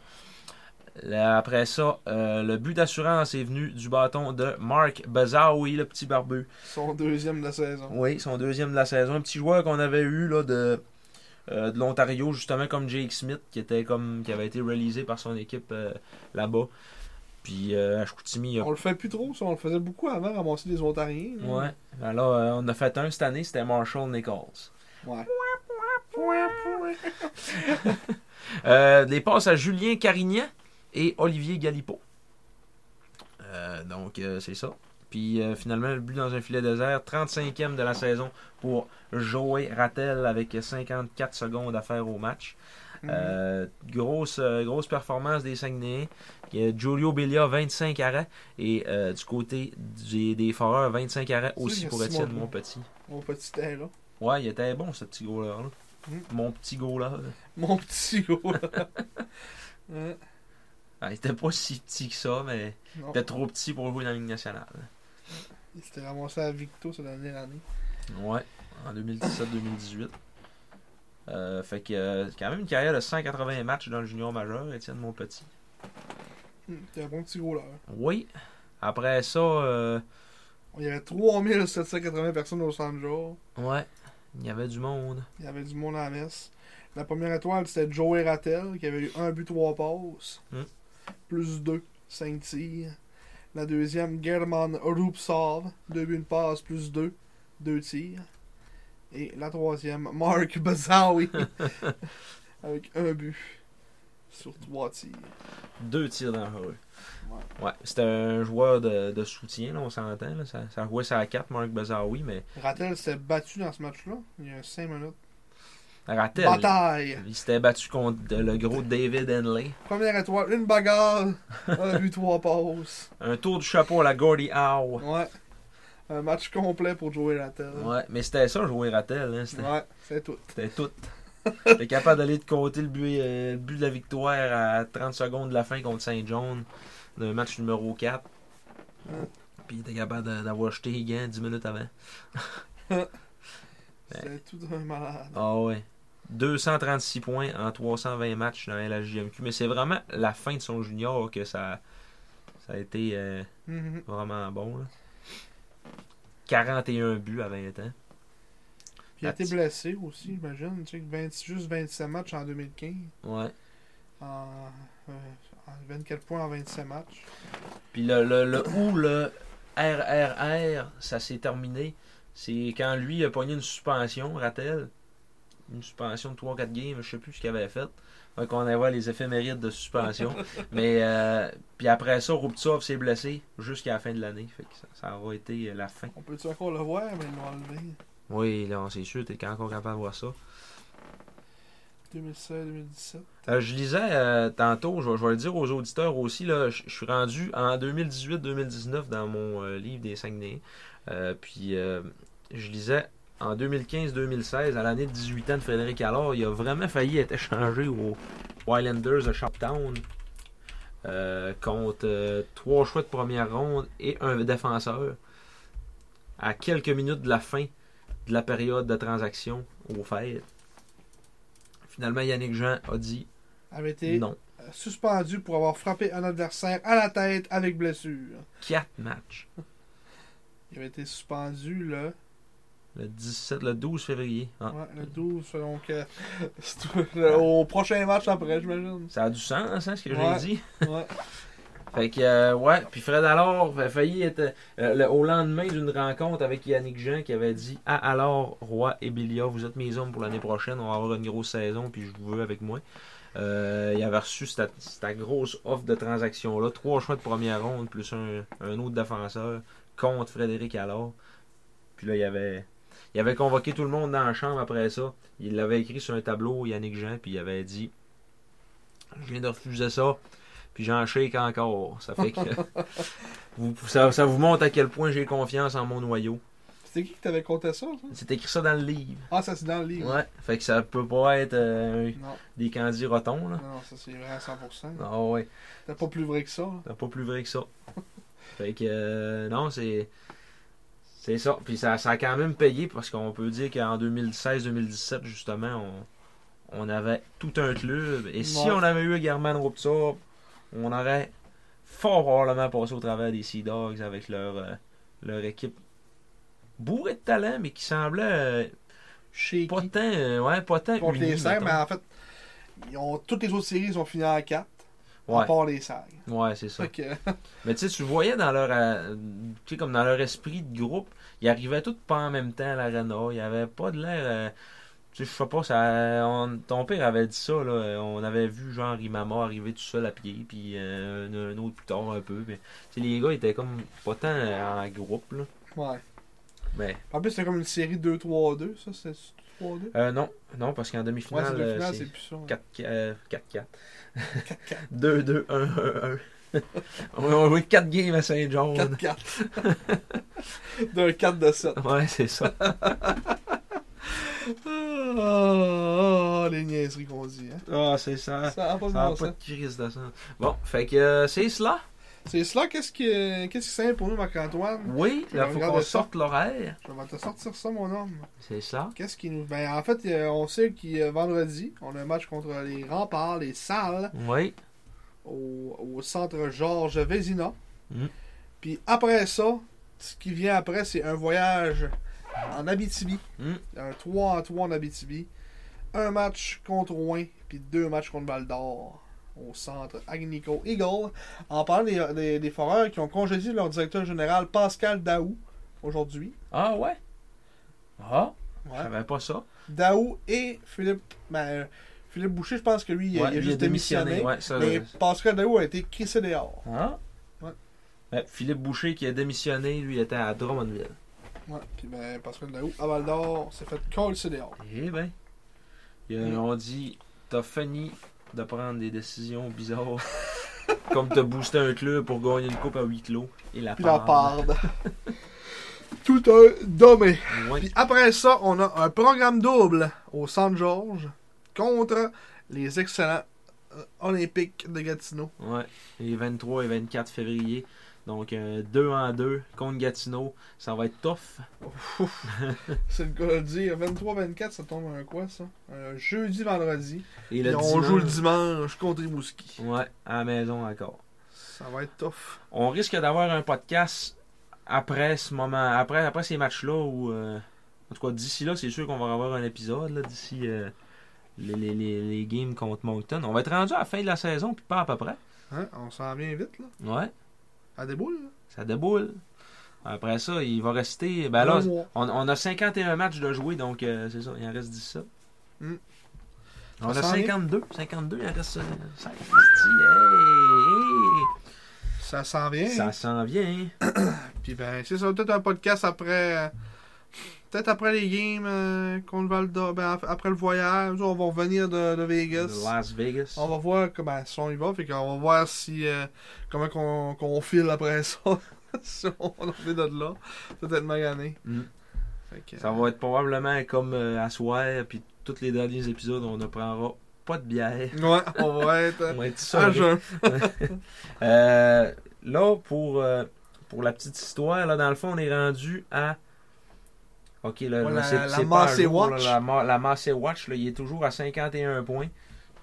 [SPEAKER 2] Là, Après ça, euh, le but d'assurance est venu du bâton de Mark Bazaoui, le petit barbu.
[SPEAKER 3] Son deuxième de la saison.
[SPEAKER 2] Oui, son deuxième de la saison. Un petit joueur qu'on avait eu là, de, euh, de l'Ontario, justement comme Jake Smith, qui était comme qui avait été réalisé par son équipe euh, là-bas. Puis euh, à Chicoutimi, il a-
[SPEAKER 3] On le fait plus trop, ça. On le faisait beaucoup avant, ramasser des Ontariens. là.
[SPEAKER 2] Ouais. Alors, euh, on a fait un cette année, c'était Marshall Nichols.
[SPEAKER 3] Ouais.
[SPEAKER 2] Euh, les passes à Julien Carignan et Olivier Galipo. Euh, donc, euh, c'est ça. Puis euh, finalement, le but dans un filet désert, 35e de la saison pour Joey Rattel avec 54 secondes à faire au match.
[SPEAKER 3] Hmm.
[SPEAKER 2] Euh, grosse, euh, grosse performance des Saguenayens. Euh, Giulio Belia, 25 arrêts. Et euh, du côté des, des Foreurs, 25 arrêts
[SPEAKER 3] C'est
[SPEAKER 2] aussi
[SPEAKER 3] vrai,
[SPEAKER 2] pour
[SPEAKER 3] c'est
[SPEAKER 2] Étienne
[SPEAKER 3] mon-
[SPEAKER 2] Monpetit.
[SPEAKER 3] Mon petit air, là.
[SPEAKER 2] Ouais, il était bon ce petit goaler là.
[SPEAKER 3] Mm.
[SPEAKER 2] Mon petit goaler.
[SPEAKER 3] <laughs> Mon petit gars. Hein.
[SPEAKER 2] Ah, il était pas si petit que ça, mais il
[SPEAKER 3] Non.
[SPEAKER 2] était trop petit pour jouer dans la Ligue nationale.
[SPEAKER 3] Il s'était ramassé à Victo cette dernière année.
[SPEAKER 2] Ouais, en 2017-2018. Euh, fait que euh, quand même une carrière de 180 matchs dans le junior majeur, Étienne Monpetit.
[SPEAKER 3] Hum, C'était un bon petit gros là.
[SPEAKER 2] Oui. Après ça, euh,
[SPEAKER 3] Il y avait 3780 personnes au centre jour.
[SPEAKER 2] ouais, il y avait du monde.
[SPEAKER 3] Il y avait du monde à la messe. La première étoile, c'était Joey Rattel, qui avait eu un but, trois passes.
[SPEAKER 2] Hmm.
[SPEAKER 3] Plus deux, cinq tirs. La deuxième, German Rupsov, deux buts, une passe, plus deux, deux tirs. Et la troisième, Mark <laughs> Bazawi, avec un but sur trois tirs.
[SPEAKER 2] Deux tirs dangereux. Ouais, c'était un joueur de, de soutien, là, on s'entend. là. Ça, ça jouait ça à 4, Marc Bazaoui, mais
[SPEAKER 3] Rattel s'est battu dans ce match-là, il y a cinq minutes.
[SPEAKER 2] Rattel,
[SPEAKER 3] Bataille!
[SPEAKER 2] il s'était battu contre de- le gros David Henley.
[SPEAKER 3] Première étoile, une bagarre, un but, trois passes.
[SPEAKER 2] Un tour du chapeau à la Gordie Howe.
[SPEAKER 3] Ouais. Un match complet pour jouer la tête.
[SPEAKER 2] Ouais, mais c'était ça, jouer Rattel. Hein, c'était-
[SPEAKER 3] Ouais, c'est tout.
[SPEAKER 2] C'était tout. T'es capable d'aller de côté le but, euh, le but de la victoire à 30 secondes de la fin contre Saint John, le match numéro 4.
[SPEAKER 3] Ouais.
[SPEAKER 2] Puis t'es capable de- d'avoir jeté les gants 10 minutes avant.
[SPEAKER 3] C'est tout un malade.
[SPEAKER 2] Ah ouais. 236 points en 320 matchs dans la JMQ. Mais c'est vraiment la fin de son junior que ça, ça a été euh,
[SPEAKER 3] Mhm.
[SPEAKER 2] vraiment bon. là. 41 buts à 20 ans.
[SPEAKER 3] Puis il a été blessé aussi, j'imagine. Tu sais, que 20 juste 27 matchs en 2015.
[SPEAKER 2] Ouais.
[SPEAKER 3] En, euh, en 24 points en 27 matchs.
[SPEAKER 2] Puis le, le, le ou le RRR, ça s'est terminé. C'est quand lui a pogné une suspension, Rattel. Une suspension de 3-4 games, je sais plus ce qu'il avait fait. Fait qu'on allait voir les éphémérides de <laughs> suspension. Mais euh, puis après ça, Ruptsov s'est blessé jusqu'à la fin de l'année. Fait que ça, ça aura été la fin.
[SPEAKER 3] On peut-tu encore le voir, mais ils l'ont enlevé.
[SPEAKER 2] Oui, là, c'est sûr, t'es encore capable de voir ça.
[SPEAKER 3] 2016-2017.
[SPEAKER 2] Euh, je lisais euh, tantôt, je, vais- je vais le dire aux auditeurs aussi, là, je, je suis rendu en 2018-2019 dans mon euh, livre des Saguenay. Euh, puis euh, je lisais en 2015-2016, à l'année de 18 ans de Frédéric Allard, il a vraiment failli être échangé aux Wildlanders de Shoptown euh, contre euh, trois choix de première ronde et un défenseur à quelques minutes de la fin de la période de transaction au fait. Finalement, Yannick Jean a dit
[SPEAKER 3] Avait été
[SPEAKER 2] non.
[SPEAKER 3] euh, suspendu pour avoir frappé un adversaire à la tête avec blessure.
[SPEAKER 2] 4 matchs.
[SPEAKER 3] Il avait été suspendu le,
[SPEAKER 2] Le 17, le 12 février. Ah.
[SPEAKER 3] ouais, le 12, selon que. <laughs> c'est- le- au prochain match après, j'imagine.
[SPEAKER 2] Ça a du sens, hein, ce que
[SPEAKER 3] Ouais.
[SPEAKER 2] j'ai dit.
[SPEAKER 3] Ouais.
[SPEAKER 2] Fait que, euh, ouais. Puis Fred alors a failli être. euh, le- au lendemain d'une rencontre avec Yannick Jean qui avait dit Ah, alors, Roy et Bilia, vous êtes mes hommes pour l'année prochaine. On va avoir une grosse saison, puis je vous veux avec moi. Euh, il avait reçu cette, cette grosse offre de transaction-là. Trois choix de première ronde, plus un, un autre défenseur contre Frédéric alors Puis là, il avait. Il avait convoqué tout le monde dans la chambre après ça. Il l'avait écrit sur un tableau, Yannick Jean, puis il avait dit Je viens de refuser ça, puis j'en shake encore. Ça fait que. vous- ça, ça vous montre à quel point j'ai confiance en mon noyau.
[SPEAKER 3] C'était qui qui t'avait compté ça, ça?
[SPEAKER 2] C'est écrit ça dans le livre.
[SPEAKER 3] Ah, ça c'est dans le livre.
[SPEAKER 2] Ouais. Fait que ça peut pas être euh,
[SPEAKER 3] Non,
[SPEAKER 2] des candidats rotonds, là.
[SPEAKER 3] non, ça c'est vrai à 100%.
[SPEAKER 2] Ah ouais.
[SPEAKER 3] T'as pas plus vrai que ça. hein.
[SPEAKER 2] C'est pas plus vrai que ça. <laughs> Fait que euh, non, c'est. C'est ça. Puis ça, ça a quand même payé parce qu'on peut dire qu'en 2016-2017, justement, on, on avait tout un club. Et si
[SPEAKER 3] Ouais.
[SPEAKER 2] on avait eu German Ruptor, on aurait fort probablement passé au travers des Sea Dogs avec leur, euh, leur équipe bourrée de talent, mais qui semblait euh,
[SPEAKER 3] Chez
[SPEAKER 2] pas
[SPEAKER 3] qui?
[SPEAKER 2] tant. euh, ouais, pas tant.
[SPEAKER 3] Contre
[SPEAKER 2] unie,
[SPEAKER 3] les Serres,
[SPEAKER 2] mettons.
[SPEAKER 3] mais en fait, ils ont, toutes les autres séries ont fini en 4, à
[SPEAKER 2] Ouais,
[SPEAKER 3] part les Serres.
[SPEAKER 2] ouais c'est ça.
[SPEAKER 3] Fait que, <laughs>
[SPEAKER 2] Mais tu sais, tu voyais dans leur, euh, tu sais, comme dans leur esprit de groupe, ils arrivaient tous pas en même temps à l'arena. Il n'y avait pas de l'air. euh, tu sais, je sais pas, ça, on- ton père avait dit ça, là, euh, on avait vu genre Imama arriver tout seul à pied, puis euh, un, un autre plus tard un peu. Mais, tu sais, les gars étaient comme pas tant euh, en groupe. Là.
[SPEAKER 3] ouais.
[SPEAKER 2] Mais
[SPEAKER 3] En plus, c'est comme une série 2-3-2, ça, c'est 3-2.
[SPEAKER 2] euh, non, non, parce qu'en
[SPEAKER 3] Ouais,
[SPEAKER 2] demi-finale,
[SPEAKER 3] c'est le
[SPEAKER 2] euh,
[SPEAKER 3] final,
[SPEAKER 2] c'est euh,
[SPEAKER 3] c'est plus ça. hein.
[SPEAKER 2] 4-4. <laughs> 2-2-1-1-1. <laughs> On a joué 4 games à Saint-John.
[SPEAKER 3] 4-4. <laughs> D'un 4 de 7.
[SPEAKER 2] <laughs> Ouais, c'est ça.
[SPEAKER 3] Ah, ah, les niaiseries qu'on dit. Hein?
[SPEAKER 2] Ah, c'est ça.
[SPEAKER 3] Ça a pas de
[SPEAKER 2] Ça
[SPEAKER 3] bon
[SPEAKER 2] n'a pas
[SPEAKER 3] sens.
[SPEAKER 2] de crise de ça. Bon, fait que euh, c'est cela.
[SPEAKER 3] C'est cela, qu'est-ce qui est, qu'est-ce qui simple pour nous, Marc-Antoine?
[SPEAKER 2] Oui, il faut
[SPEAKER 3] Regarde
[SPEAKER 2] qu'on
[SPEAKER 3] ça.
[SPEAKER 2] sorte l'horaire.
[SPEAKER 3] Je vais te sortir ça, mon homme.
[SPEAKER 2] C'est ça.
[SPEAKER 3] Qu'est-ce qui nous. Ben, en fait, euh, on sait qu'il y a vendredi, on a un match contre les remparts, les salles,
[SPEAKER 2] Oui.
[SPEAKER 3] au, au centre Georges Vézina.
[SPEAKER 2] Mm.
[SPEAKER 3] Puis après ça, ce qui vient après, c'est un voyage en Abitibi.
[SPEAKER 2] Mm.
[SPEAKER 3] Un 3 en 3 en Abitibi. Un match contre Rouen, puis deux matchs contre Val d'Or. Au centre Agnico Eagle. En parlant des, des, des foreurs qui ont congédié leur directeur général Pascal Daou aujourd'hui.
[SPEAKER 2] Ah ouais? Ah,
[SPEAKER 3] Ouais.
[SPEAKER 2] je savais pas ça.
[SPEAKER 3] Daou et Philippe. ben, Philippe Boucher, je pense que lui, il a-
[SPEAKER 2] Ouais,
[SPEAKER 3] il a
[SPEAKER 2] lui
[SPEAKER 3] juste démissionné.
[SPEAKER 2] Ouais, ça,
[SPEAKER 3] Mais Pascal Daou a été crissé dehors.
[SPEAKER 2] Hein?
[SPEAKER 3] Ouais.
[SPEAKER 2] Ben, Philippe Boucher qui a démissionné, lui, était à Drummondville.
[SPEAKER 3] Ouais. Puis ben, Pascal Daou, à Val d'Or, s'est fait coller dehors.
[SPEAKER 2] Eh ben. Ils
[SPEAKER 3] Mm.
[SPEAKER 2] ont dit T'as fini de prendre des décisions bizarres. <laughs> Comme te booster un club pour gagner une coupe à huis clos. Et la
[SPEAKER 3] Puis la
[SPEAKER 2] part.
[SPEAKER 3] parde. <laughs> Tout un domaine.
[SPEAKER 2] Ouais.
[SPEAKER 3] Puis après ça, on a un programme double au Centre Georges contre les excellents euh, Olympiques de Gatineau.
[SPEAKER 2] Ouais, les 23 et 24 février. Donc, 2 en 2 contre Gatineau. Ça va être tough.
[SPEAKER 3] C'est le cas de le dire. 23-24, ça tombe un quoi ça Un jeudi, vendredi.
[SPEAKER 2] Et
[SPEAKER 3] Et
[SPEAKER 2] le
[SPEAKER 3] on
[SPEAKER 2] dimanche-
[SPEAKER 3] joue le dimanche contre les Mouskis.
[SPEAKER 2] Ouais, à la maison encore.
[SPEAKER 3] Ça va être tough.
[SPEAKER 2] On risque d'avoir un podcast après ce moment, après, après ces matchs-là où. euh, en tout cas, d'ici là, c'est sûr qu'on va avoir un épisode là, d'ici euh, les, les- les- les games contre Moncton. On va être rendu à la fin de la saison, puis pas à peu près.
[SPEAKER 3] Hein? On s'en vient vite, là.
[SPEAKER 2] Ouais,
[SPEAKER 3] À des boules, là.
[SPEAKER 2] ça déboule. Après ça, il va rester. Ben là,
[SPEAKER 3] Un mois.
[SPEAKER 2] on, on a 51 matchs de jouer, donc euh, c'est ça, il en reste 10 ça.
[SPEAKER 3] Mm.
[SPEAKER 2] On
[SPEAKER 3] Ça
[SPEAKER 2] a
[SPEAKER 3] s'en vient.
[SPEAKER 2] 52, 52, il en reste euh, 5. Hey,
[SPEAKER 3] Ça s'en
[SPEAKER 2] hey.
[SPEAKER 3] vient.
[SPEAKER 2] Ça s'en vient.
[SPEAKER 3] Puis ben, c'est ça. Peut-être un podcast après. euh, Peut-être après les games euh, contre Val d'Or. Ben, ap- après le voyage. On va revenir de, de Vegas.
[SPEAKER 2] De Las Vegas.
[SPEAKER 3] On va voir comment son il va. Fait qu'on va voir si. euh, comment qu'on qu'on file après <laughs> ça. si on en fait de là. Peut-être magané.
[SPEAKER 2] Mm.
[SPEAKER 3] Fait que,
[SPEAKER 2] Ça va être probablement comme euh, à soir, puis tous les derniers épisodes, on ne prendra pas de bière.
[SPEAKER 3] euh, Ouais, on va être.
[SPEAKER 2] On <laughs>
[SPEAKER 3] euh,
[SPEAKER 2] va être
[SPEAKER 3] à
[SPEAKER 2] soldés.
[SPEAKER 3] jeun.
[SPEAKER 2] Euh, là, pour, euh, pour la petite histoire, là, dans le fond, on est rendu à. Ok, là,
[SPEAKER 3] Ouais,
[SPEAKER 2] là,
[SPEAKER 3] la-
[SPEAKER 2] c'est
[SPEAKER 3] la
[SPEAKER 2] c'est pas
[SPEAKER 3] Massey
[SPEAKER 2] un jour, là,
[SPEAKER 3] Watch.
[SPEAKER 2] la, Ma- la Massey Watch, là, il est toujours à 51 points.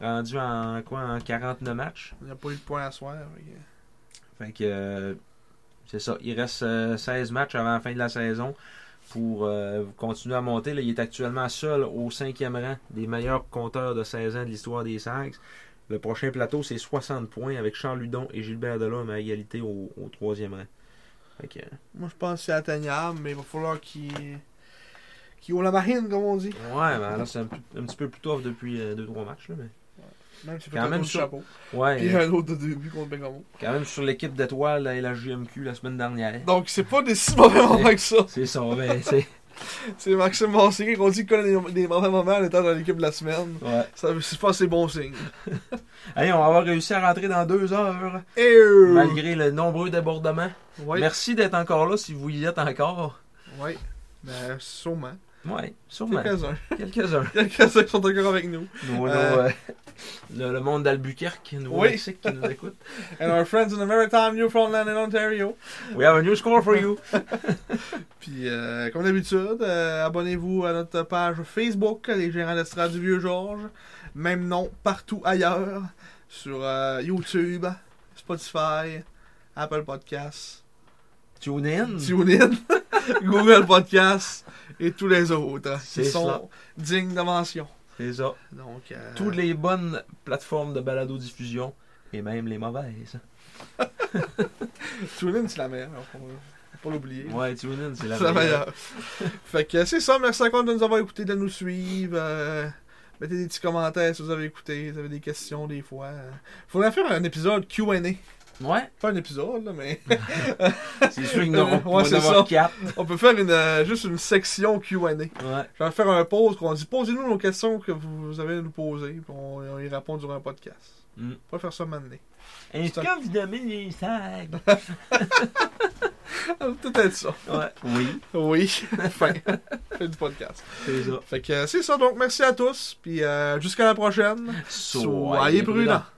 [SPEAKER 2] Rendu en quoi En 49 matchs.
[SPEAKER 3] Il n'y a pas eu de point à soir. fait que-
[SPEAKER 2] Fait que. euh, c'est ça. Il reste euh, 16 matchs avant la fin de la saison pour euh, continuer à monter. Là, il est actuellement seul au cinquième rang des meilleurs compteurs de 16 ans de l'histoire des Sags. Le prochain plateau, c'est 60 points avec Charles Ludon et Gilbert Delhomme à égalité au, au troisième rang. Fait que,
[SPEAKER 3] Moi, je pense que c'est atteignable, mais il va falloir qu'il. qu'il haut la marine, comme on dit.
[SPEAKER 2] ouais, ben là, c'est un, peu- un petit peu plus tough depuis 2-3 matchs. Là, mais...
[SPEAKER 3] Même s'il fait
[SPEAKER 2] Quand
[SPEAKER 3] un
[SPEAKER 2] même
[SPEAKER 3] autre
[SPEAKER 2] sur-
[SPEAKER 3] chapeau.
[SPEAKER 2] Ouais,
[SPEAKER 3] Puis
[SPEAKER 2] euh,
[SPEAKER 3] un autre de début contre Bergamo.
[SPEAKER 2] quand même sur l'équipe d'étoiles là, et la JMQ la semaine dernière.
[SPEAKER 3] Donc, c'est pas des si mauvais moments que ça.
[SPEAKER 2] C'est ça, ben, c'est.
[SPEAKER 3] C'est Maxime Bassier qu'on dit qu'il connaît des- des mauvais moments en étant dans l'équipe de la semaine.
[SPEAKER 2] Ouais.
[SPEAKER 3] Ça, c'est pas assez bon signe.
[SPEAKER 2] Hey, on va avoir réussi à rentrer dans deux heures,
[SPEAKER 3] Et euh,
[SPEAKER 2] malgré le nombreux débordements.
[SPEAKER 3] Ouais.
[SPEAKER 2] Merci d'être encore là si vous y êtes encore.
[SPEAKER 3] Ouais. Ben, sûrement.
[SPEAKER 2] Ouais, sûrement.
[SPEAKER 3] Quelques-uns.
[SPEAKER 2] Quelques-uns.
[SPEAKER 3] Quelques-uns qui sont encore avec nous.
[SPEAKER 2] Nos- nos,
[SPEAKER 3] Euh,
[SPEAKER 2] euh, le, le monde d'Albuquerque, nouveau
[SPEAKER 3] Oui.
[SPEAKER 2] Mexique qui nous écoute.
[SPEAKER 3] And our friends in the Maritime, Newfoundland and Ontario.
[SPEAKER 2] We have a new score for you.
[SPEAKER 3] Puis, euh, comme d'habitude, euh, abonnez-vous à notre page Facebook, les gérants d'estrade du Vieux-Georges. Même nom partout ailleurs. Sur euh, YouTube, Spotify, Apple Podcasts,
[SPEAKER 2] Tune in.
[SPEAKER 3] TuneIn, <laughs> Google Podcasts et tous les autres
[SPEAKER 2] C'est
[SPEAKER 3] qui sont
[SPEAKER 2] cela.
[SPEAKER 3] dignes de mention.
[SPEAKER 2] C'est ça.
[SPEAKER 3] Donc, euh,
[SPEAKER 2] Toutes les bonnes plateformes de balado-diffusion et même les mauvaises.
[SPEAKER 3] TuneIn, c'est la meilleure. Faut faut pas l'oublier.
[SPEAKER 2] Ouais, tune in, c'est la
[SPEAKER 3] C'est la
[SPEAKER 2] meilleure.
[SPEAKER 3] meilleure. fait que c'est ça. Merci encore de nous avoir écoutés, de nous suivre. euh, mettez des petits commentaires si vous avez écouté, si vous avez des questions des fois. euh. Faudrait faire un épisode Q&A.
[SPEAKER 2] Ouais,
[SPEAKER 3] Pas un épisode, là, mais
[SPEAKER 2] <laughs>
[SPEAKER 3] <laughs>
[SPEAKER 2] c'est sûr qu'ils n'auront
[SPEAKER 3] Ouais,
[SPEAKER 2] pas
[SPEAKER 3] c'est ça.
[SPEAKER 2] d'avoir quatre.
[SPEAKER 3] on peut faire une, euh, juste une section Q&A.
[SPEAKER 2] Ouais,
[SPEAKER 3] Je vais faire un pause qu'on dit posez-nous nos questions que vous avez à nous poser, puis on, on y répond durant un podcast.
[SPEAKER 2] Mm.
[SPEAKER 3] On va faire ça maintenant.
[SPEAKER 2] Et
[SPEAKER 3] C'est
[SPEAKER 2] <laughs>
[SPEAKER 3] un-
[SPEAKER 2] quand vous nommez les sacs.
[SPEAKER 3] Peut-être ça.
[SPEAKER 2] Ouais, oui,
[SPEAKER 3] Oui. <laughs> fin. fin du podcast.
[SPEAKER 2] c'est ça.
[SPEAKER 3] Fait que euh, c'est ça. Donc, merci à tous. Puis euh, jusqu'à la prochaine.
[SPEAKER 2] Soyez,
[SPEAKER 3] Soyez prudents.